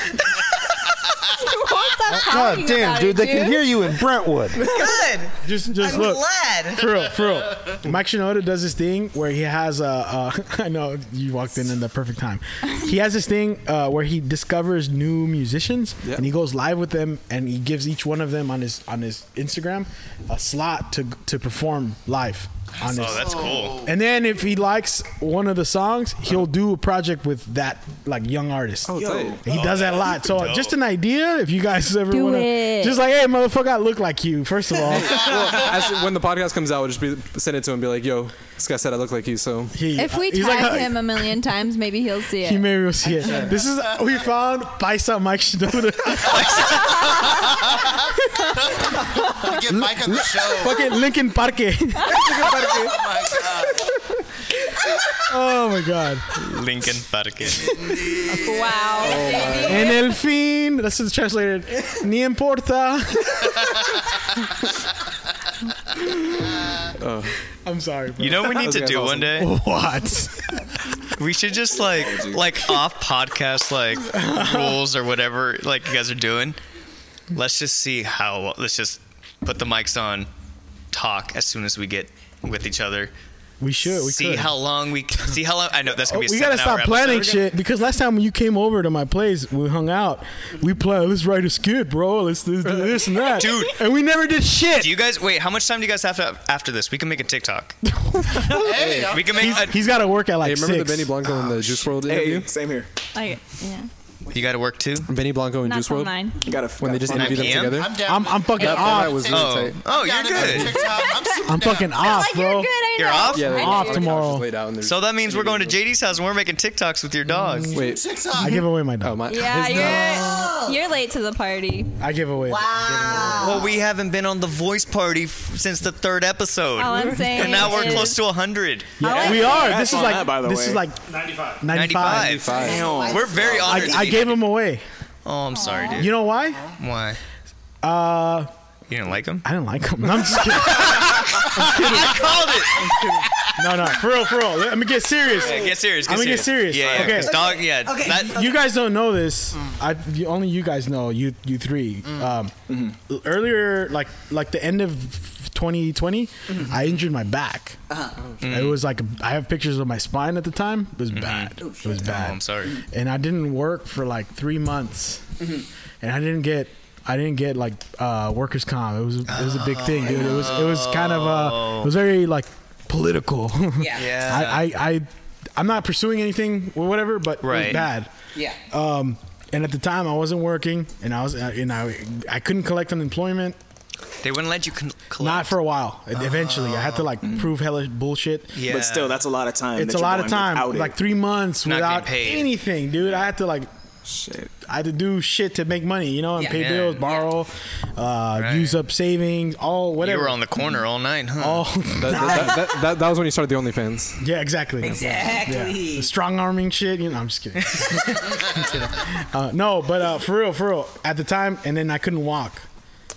You won't stop God talking damn, about dude, it, they can dude. hear you in Brentwood. Good. Just, just I'm look. glad. For real, for real. Mike Shinoda does this thing where he has a. Uh, I know you walked in in the perfect time. He has this thing uh, where he discovers new musicians Yeah. and he goes live with them and he gives each one of them on his on his Instagram a slot to to perform live on his. Oh, that's cool. and then if he likes one of the songs, he'll do a project with that like young artist. Oh, tight. And He does that a lot. So dope. just an idea, if you guys ever Do want to, it. just like, hey, motherfucker, I look like you. First of all, Well, as, when the podcast comes out, we'll just be, send it to him and be like, yo, this guy said I look like you, so. he, If we he's tag like, "Huh." him a million times, maybe he'll see it. He maybe will see it. This is we found Paisa Mike Shinoda. Get Mike on the show. Fucking Lincoln Parque. Oh my God. Oh my god. Lincoln Parque. wow. baby. En el fin. That's just translated. Ni importa. Oh. I'm sorry. Bro. You know what we need to That do was one Oh. day? what? We should just like like off podcast like rules or whatever like you guys are doing. Let's just see how let's just put the mics on, talk as soon as we get with each other. We should. We see could. Oh, how long we can see how long I know that's gonna be a we gotta seven-hour stop planning episode. shit because last time when you came over to my place, we hung out. We planned. Let's write a skit, bro. Let's do this and that, Dude. And we never did shit. Do you guys wait, how much time do you guys have to, after this? We can make a TikTok. Hey, We can make a, He's got to work at like Hey, remember six. the Benny Blanco and the Juice World interview? Hey, same here. Like, yeah. you gotta work too? Benny Blanco and Not Juice till World? nine. You gotta When they just gotta interviewed them 9 together? I'm down. I'm, I'm fucking off. That was really Oh, tight. oh down you're to go to good. TikTok. I'm, super I'm down. fucking off, Like, bro. Ah, you're good. I You're know. off? Yeah, I the know. off couch tomorrow. was laid out and there's- So that means we're going to JD's house and we're making TikToks with your dogs. Wait. I TikTok. give away my dog. Oh, Um, my. Yeah, his- you're, you're late to the party. I give away. Well, we haven't been on the voice party f- since the third episode. All I'm saying and now we're is- close to 100. I we are. This is on like that, by the this way. is like 95. 95. 95. Five. We're very honored. I, to I be- gave him away. Oh, I'm sorry, dude. You know why? Why? Uh, You didn't like him? I didn't like him. No, I'm just kidding. I called it. No, no, for real, for real. Let me get serious. Okay, get serious. Get I'm gonna get serious. serious. Yeah, yeah. Okay. 'cause Dog, yeah. that- You guys don't know this. I you, only you guys know. You you three. Um, Mm-hmm. l- earlier, like like the end of 2020, I injured my back. Mm. It was like I have pictures of my spine at the time. It was bad. It was bad. Mm-hmm. Oh, I'm sorry. And I didn't work for like three months, and I didn't get. I didn't get like uh, workers' comp. It was it was a big thing, dude. It was it was kind of uh, it was very like political. Yeah. Yeah. I, I I I'm not pursuing anything or whatever, but it was Right. bad. Yeah. Um, and at the time, I wasn't working, and I was, uh, and I, I couldn't collect unemployment. they wouldn't let you con- collect. Not for a while. Eventually, I had to like prove hella bullshit. Yeah. But still, that's a lot of time. It's that a you're lot of going time, without it. like three months Not getting without paid. anything, dude. I had to like, Shit. I had to do shit to make money, you know, and Yeah. pay Yeah. bills, borrow, uh, Right. use up savings, all you whatever. were on the corner all night, huh? oh, That, that, that, that, that was when you started the OnlyFans. yeah, exactly. Exactly. strong arming shit. You know, I'm just kidding. Oh, uh, no, but uh, for real, for real. At the time, and then I couldn't walk.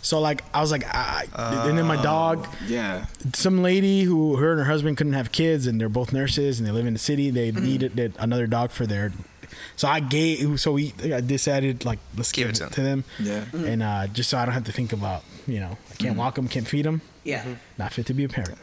So like I was like, I, and then my dog, Yeah. some lady who her and her husband couldn't have kids, and they're both nurses, and they live in the city. They needed that- another dog for their. So I gave. So we I decided like let's give, it to them. Yeah. Mm-hmm. And uh, just so I don't have to think about you know I can't walk 'em, walk them, can't feed them, Yeah. not fit to be a parent.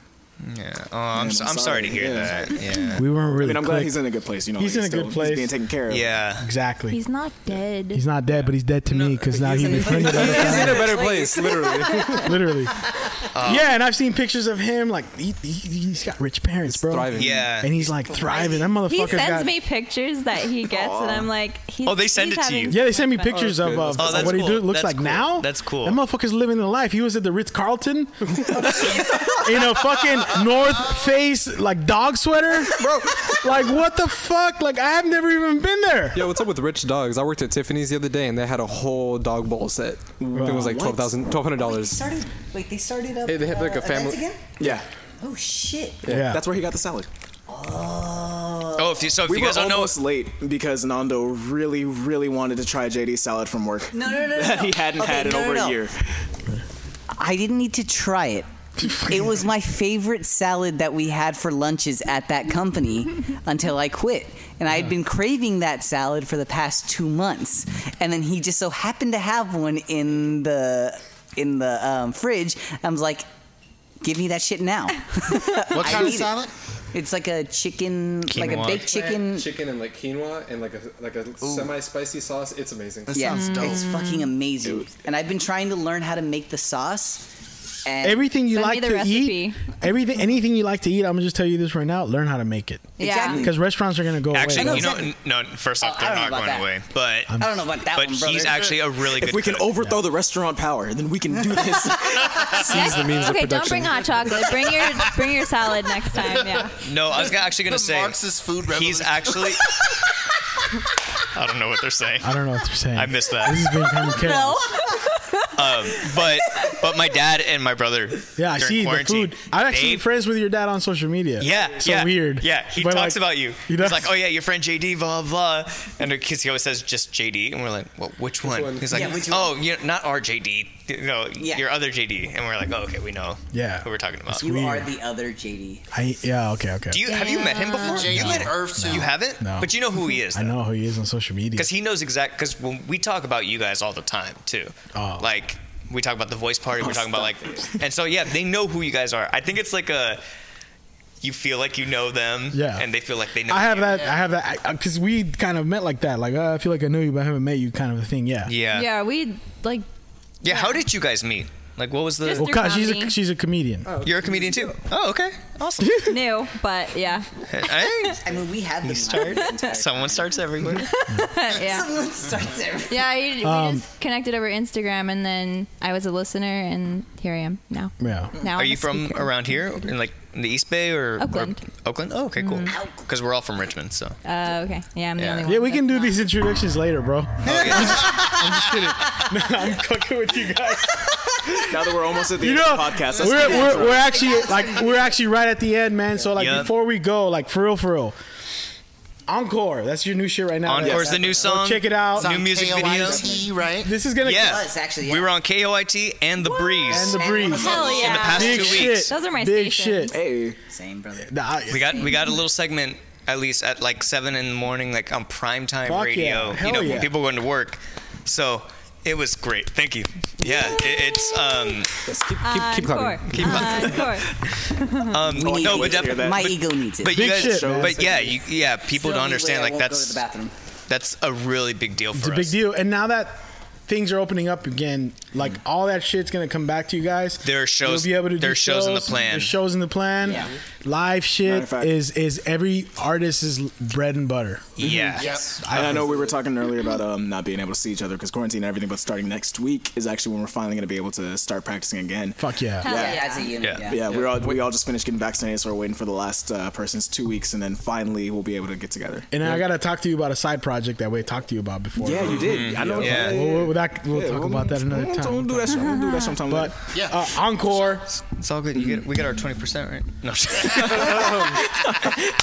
yeah. Oh, I'm, I'm so, I'm sorry sorry. to hear Yeah. that. Yeah. We weren't I really. mean, I'm glad clicked. he's in a good place. You know, He's like, in a good still- place. He's being taken care of. Yeah. exactly. He's not dead. He's not dead, but he's dead to me because now he befriended us. He's in a better place, literally. Literally. yeah, and I've seen pictures of him. Like he, he, has got rich parents, bro. thriving. Yeah. And he's like thriving. That motherfucker he sends got. me pictures that he gets, and I'm like, he's, Oh, they send he's it to having you. yeah, they send me so much fun. pictures of, of Oh, that's what he cool. do, looks That's like cool. now. That's cool. That motherfucker's living the life. He was at the Ritz Carlton in a fucking North Face like dog sweater, bro. Like what the fuck? Like I have never even been there. Yo, what's up with rich dogs? I worked at Tiffany's the other day and they had a whole dog bowl set. I think it was like What? $12,000 $1,200. Started, wait, they started up. Hey, they have, like, a uh, events family- Again? Yeah. Oh shit. Yeah. That's where he got the salad. Oh, if you, so if We you were guys don't know, almost late because Nando really, really wanted to try JD's salad from work. No, no, no, no. That he hadn't Okay, had in no, no, over no. a year. I didn't need to try it. It was my favorite salad that we had for lunches at that company until I quit. And I had been craving that salad for the past two months. And then he just so happened to have one in the in the um, fridge. I was like, give me that shit now. What I kind of need it. salad? It's like a chicken, like a Quinoa. baked chicken. chicken and like quinoa and like a like a semi-spicy sauce. It's amazing. That Yeah, sounds dope. it's fucking amazing. And I've been trying to learn how to make the sauce. And Everything you Send me like the to eat, recipe. everything, anything you like to eat, I'm gonna just tell you this right now. Learn how to make it Exactly. because restaurants are gonna go Actually, away. you know, n- no. First off, Oh, I they're don't know not about going that. away. But I don't know about that but one, brother. he's actually a really good. If we can cook. overthrow the restaurant power, then we can do this. Next- the means of okay, don't production. bring hot chocolate. Bring your bring your salad next time. Yeah. no, I was gonna- actually going The to say Marxist food He's revolution. actually. I don't know what they're saying. I don't know what they're saying. I missed that. Um, This has been kind of chaos. but but my dad and my brother. Yeah, I during see the quarantine, food. I'm actually they- friends with your dad on social media. Yeah, so yeah, weird. Yeah, he But, like, talks about you. he does. He's like, oh yeah, your friend JD, blah blah, blah. and because he always says just JD, and we're like, well, which one? He's like, Yeah, which oh, you know, not our JD, no, Yeah. your other JD, and we're like, oh, okay, we know. Yeah. who we're talking about. You Weird. are the other JD. I, yeah, okay, okay. Do you have you met him before? JD you, met him. Earth suit. you haven't, No. but you know who he is. I know who he is on social media. because he knows exact. Because when we talk about you guys all the time too, Oh. like we talk about the voice party, we're talking about like, and so yeah, they know who you guys are. I think it's like a. You feel like you know them, Yeah. and they feel like they know. I have you. that. I have that because we kind of met like that. Like uh, I feel like I know you, but I haven't met you, kind of a thing. Yeah. Yeah. Yeah. We like. Yeah, how did you guys meet? Like, what was the? Just- Well, Through God, she's a comedy. she's a comedian. you're a comedian too. Oh, okay, awesome. New, but yeah, Hey, I mean, we have the start- someone starts everywhere. uh, yeah, Someone starts every- yeah. I- We Um, just connected over Instagram, and then I was a listener, and here I am now. Yeah. Now Are I'm you a from speaker. around here, in like in the East Bay or or- Oakland. Oakland. Oh, okay, cool. Mm-hmm. Because we're all from Richmond, so Uh, okay. Yeah, I'm Yeah. the only one. Yeah, we can that's do not- these introductions later, bro. I'm just kidding. No, I'm cooking with you guys. now that we're almost at the You end know, of the podcast, that's we're, the we're, intro. we're actually like we're actually right at the end, man. So like Yeah. before we go, like for real, for real. Encore, that's your new shit right now. Encore's That's- the new Go song. check it out. It's on New music video. KYT, right? This is gonna Yeah, Us, actually, we yeah. were on KOIT and the and Breeze. the breeze. Hell yeah. past Big two shit. weeks. Those are my Big stations. shit. Hey, Same brother. Nah, We got we got a little segment at least at like seven in the morning, like on primetime Fuck yeah. radio. Hell You know, yeah. when people are going to work. So it was great. Thank you. Yeah, it, it's um Just keep, keep, keep Encore. clapping. Uh, Encore. um We need no, but to hear definitely. that. My ego needs it. But you Big guys, shit, man. but yeah, you, yeah, people The don't only understand. way I Like won't go to that's the bathroom. that's a really big deal for It's a us. big deal. And now that things are opening up again, like all that shit's gonna come back to you guys. There are shows- You'll be able to do there are shows in the plan. There's shows in the plan. Yeah. Live Matter shit of fact- is is every artist's bread and butter. Mm-hmm. Yeah. And I know we were talking earlier about um, not being able to see each other because quarantine and everything, but starting next week is actually when we're finally going to be able to start practicing again. Fuck yeah. Hell Yeah, yeah. as a unit. Yeah. Yeah. Yeah, we all we all just finished getting vaccinated, so we're waiting for the last uh, person's two weeks, and then finally we'll be able to get together. And I gotta talk to you about a side project that we talked to you about before. Yeah, you did. I know. Yeah. We'll, we'll- that- we'll Yeah, talk we'll- about that another we'll- time. We'll do that. some- We'll do that sometime. But later. Yeah. uh, encore. It's all good. You get, we get our twenty percent, right? No,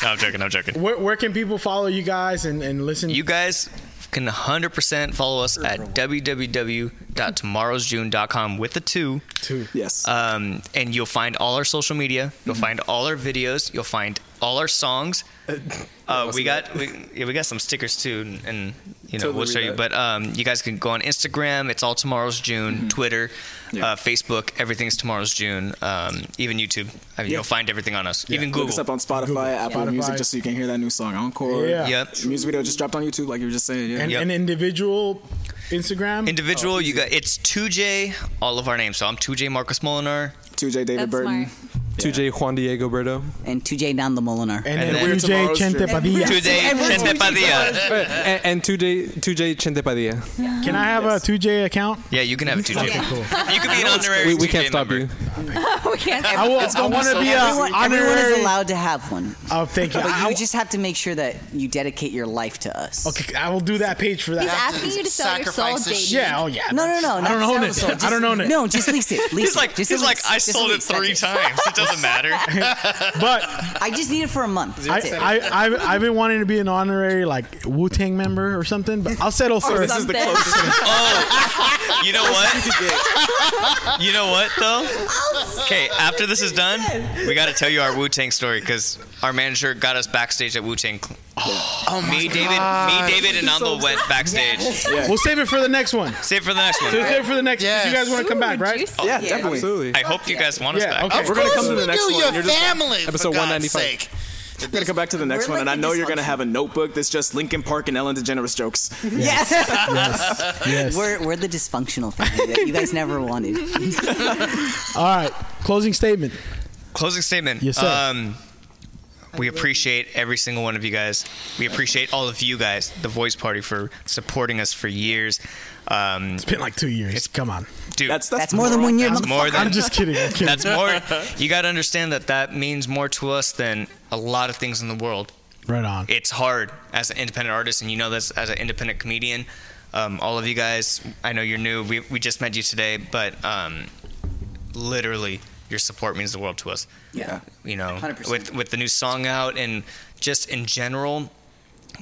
I'm joking. No, I'm joking. I'm joking. Where, where can people follow you guys and, and listen? You guys can 100% follow us at www.tomorrowsjune.com with the two. to yes. Um, and you'll find all our social media. You'll find all our videos. You'll find all our songs. Uh, we got we, yeah, we got some stickers too, and, and you know Totally we'll show read you. that. But um, you guys can go on Instagram. It's all tomorrow's June. Twitter, Mm-hmm. Yeah. uh, Facebook, everything's tomorrow's June. Um, even YouTube. I mean, You'll find everything on us. Even Look us Google. up on Spotify, Apple Spotify. Music, just so you can hear that new song Encore. Yeah. Yep. The music video just dropped on YouTube, like you were just saying. Yeah. and, Yep. an individual Instagram. Oh, Individual, you got it's 2J, all of our names. So I'm 2J Marcus Molinar. 2J David That's Burton. smart. 2J Juan Diego Berto. And 2J Nan the Molinar. and, and then then- we're Jay Tomorrow's Chente June. Padilla. 2J Chente Padilla. and, and 2J 2J Chente Padilla. Can I have a 2J account? Yeah, you can have a 2J. You can be an honorary. We, we 2J can't stop member. you. we can't. I, will, I want to be an Everyone, everyone is honorary. allowed to have one, Oh, thank you. but I, you just have to make sure that you dedicate your life to us. okay, I will do that page for He's that. asking you to sell your soul, Sacrifice the JD. shit. Yeah, oh yeah. No, no, no. I don't not own sell it. soul, I just- don't own it. No, just lease it. Lease He's like, it. Just he's a like, lease, I just a sold it lease, that's three times. It doesn't matter. But I just need it for a month. I, That's it. I, I've, I've been wanting to be an honorary like Wu Tang member or something. But I'll settle for Or it. something. You know what? you know what though? Okay, after this is done, we got to tell you our Wu Tang story because our manager got us backstage at Wu Tang. Oh, my me, God. David, me, David, and I'm so Nando went backstage. We'll save it for the next one. Save it for the next one. So save it for the next. 'cause You guys want to come back, right? I hope you guys want us Yeah, back. okay. Of We're gonna come to the next one. Your You're just- family, for episode God's 195. sake. We're gonna come back to the next We're one, and I like know a you're gonna dysfunction. have a notebook that's just Linkin Park and Ellen DeGeneres jokes. Yes. Yes. Yes. We're, we're the dysfunctional family that you guys never wanted. All right. Closing statement. Closing statement. Yes, sir. Um, we appreciate every single one of you guys. We appreciate all of you guys, the Voice Party, for supporting us for years. Um, it's been like two years. come on, dude. That's that's That's more than one year, That's more motherfucker. than. I'm just kidding, I'm kidding. That's more. You got to understand that that means more to us than a lot of things in the world. Right on. It's hard as an independent artist, and you know this as an independent comedian. Um, all of you guys, I know you're new. We, we just met you today, but um, literally, your support means the world to us. Yeah. You know, 100%. with with the new song out, and just in general,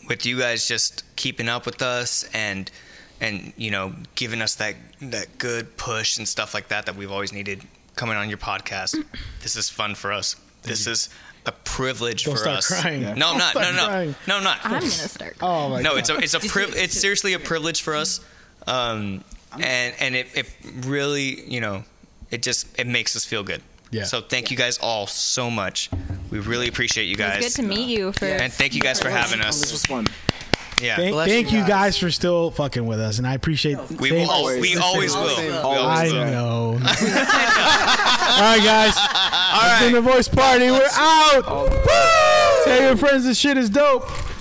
with you guys just keeping up with us and and you know giving us that that good push and stuff like that that we've always needed. Coming on your podcast, this is fun for us. This is a privilege Don't for start us. crying. No, I'm not. Don't start No, no, no. crying. No, I'm not. I'm gonna start. Oh my no, God. it's a it's a priv- it's seriously a privilege for us, um, and and it, it really you know it just it makes us feel good. Yeah. So thank you guys all so much. We really appreciate you guys. It was good to meet you. For and thank you guys for having us. This was fun. Yeah. Thank, thank you guys. for still fucking with us, and I appreciate. We thank- will al- Oh, we always will. We I always will. know. All right, guys. All right. It's been the voice party. We're out. Woo! Tell your friends this shit is dope.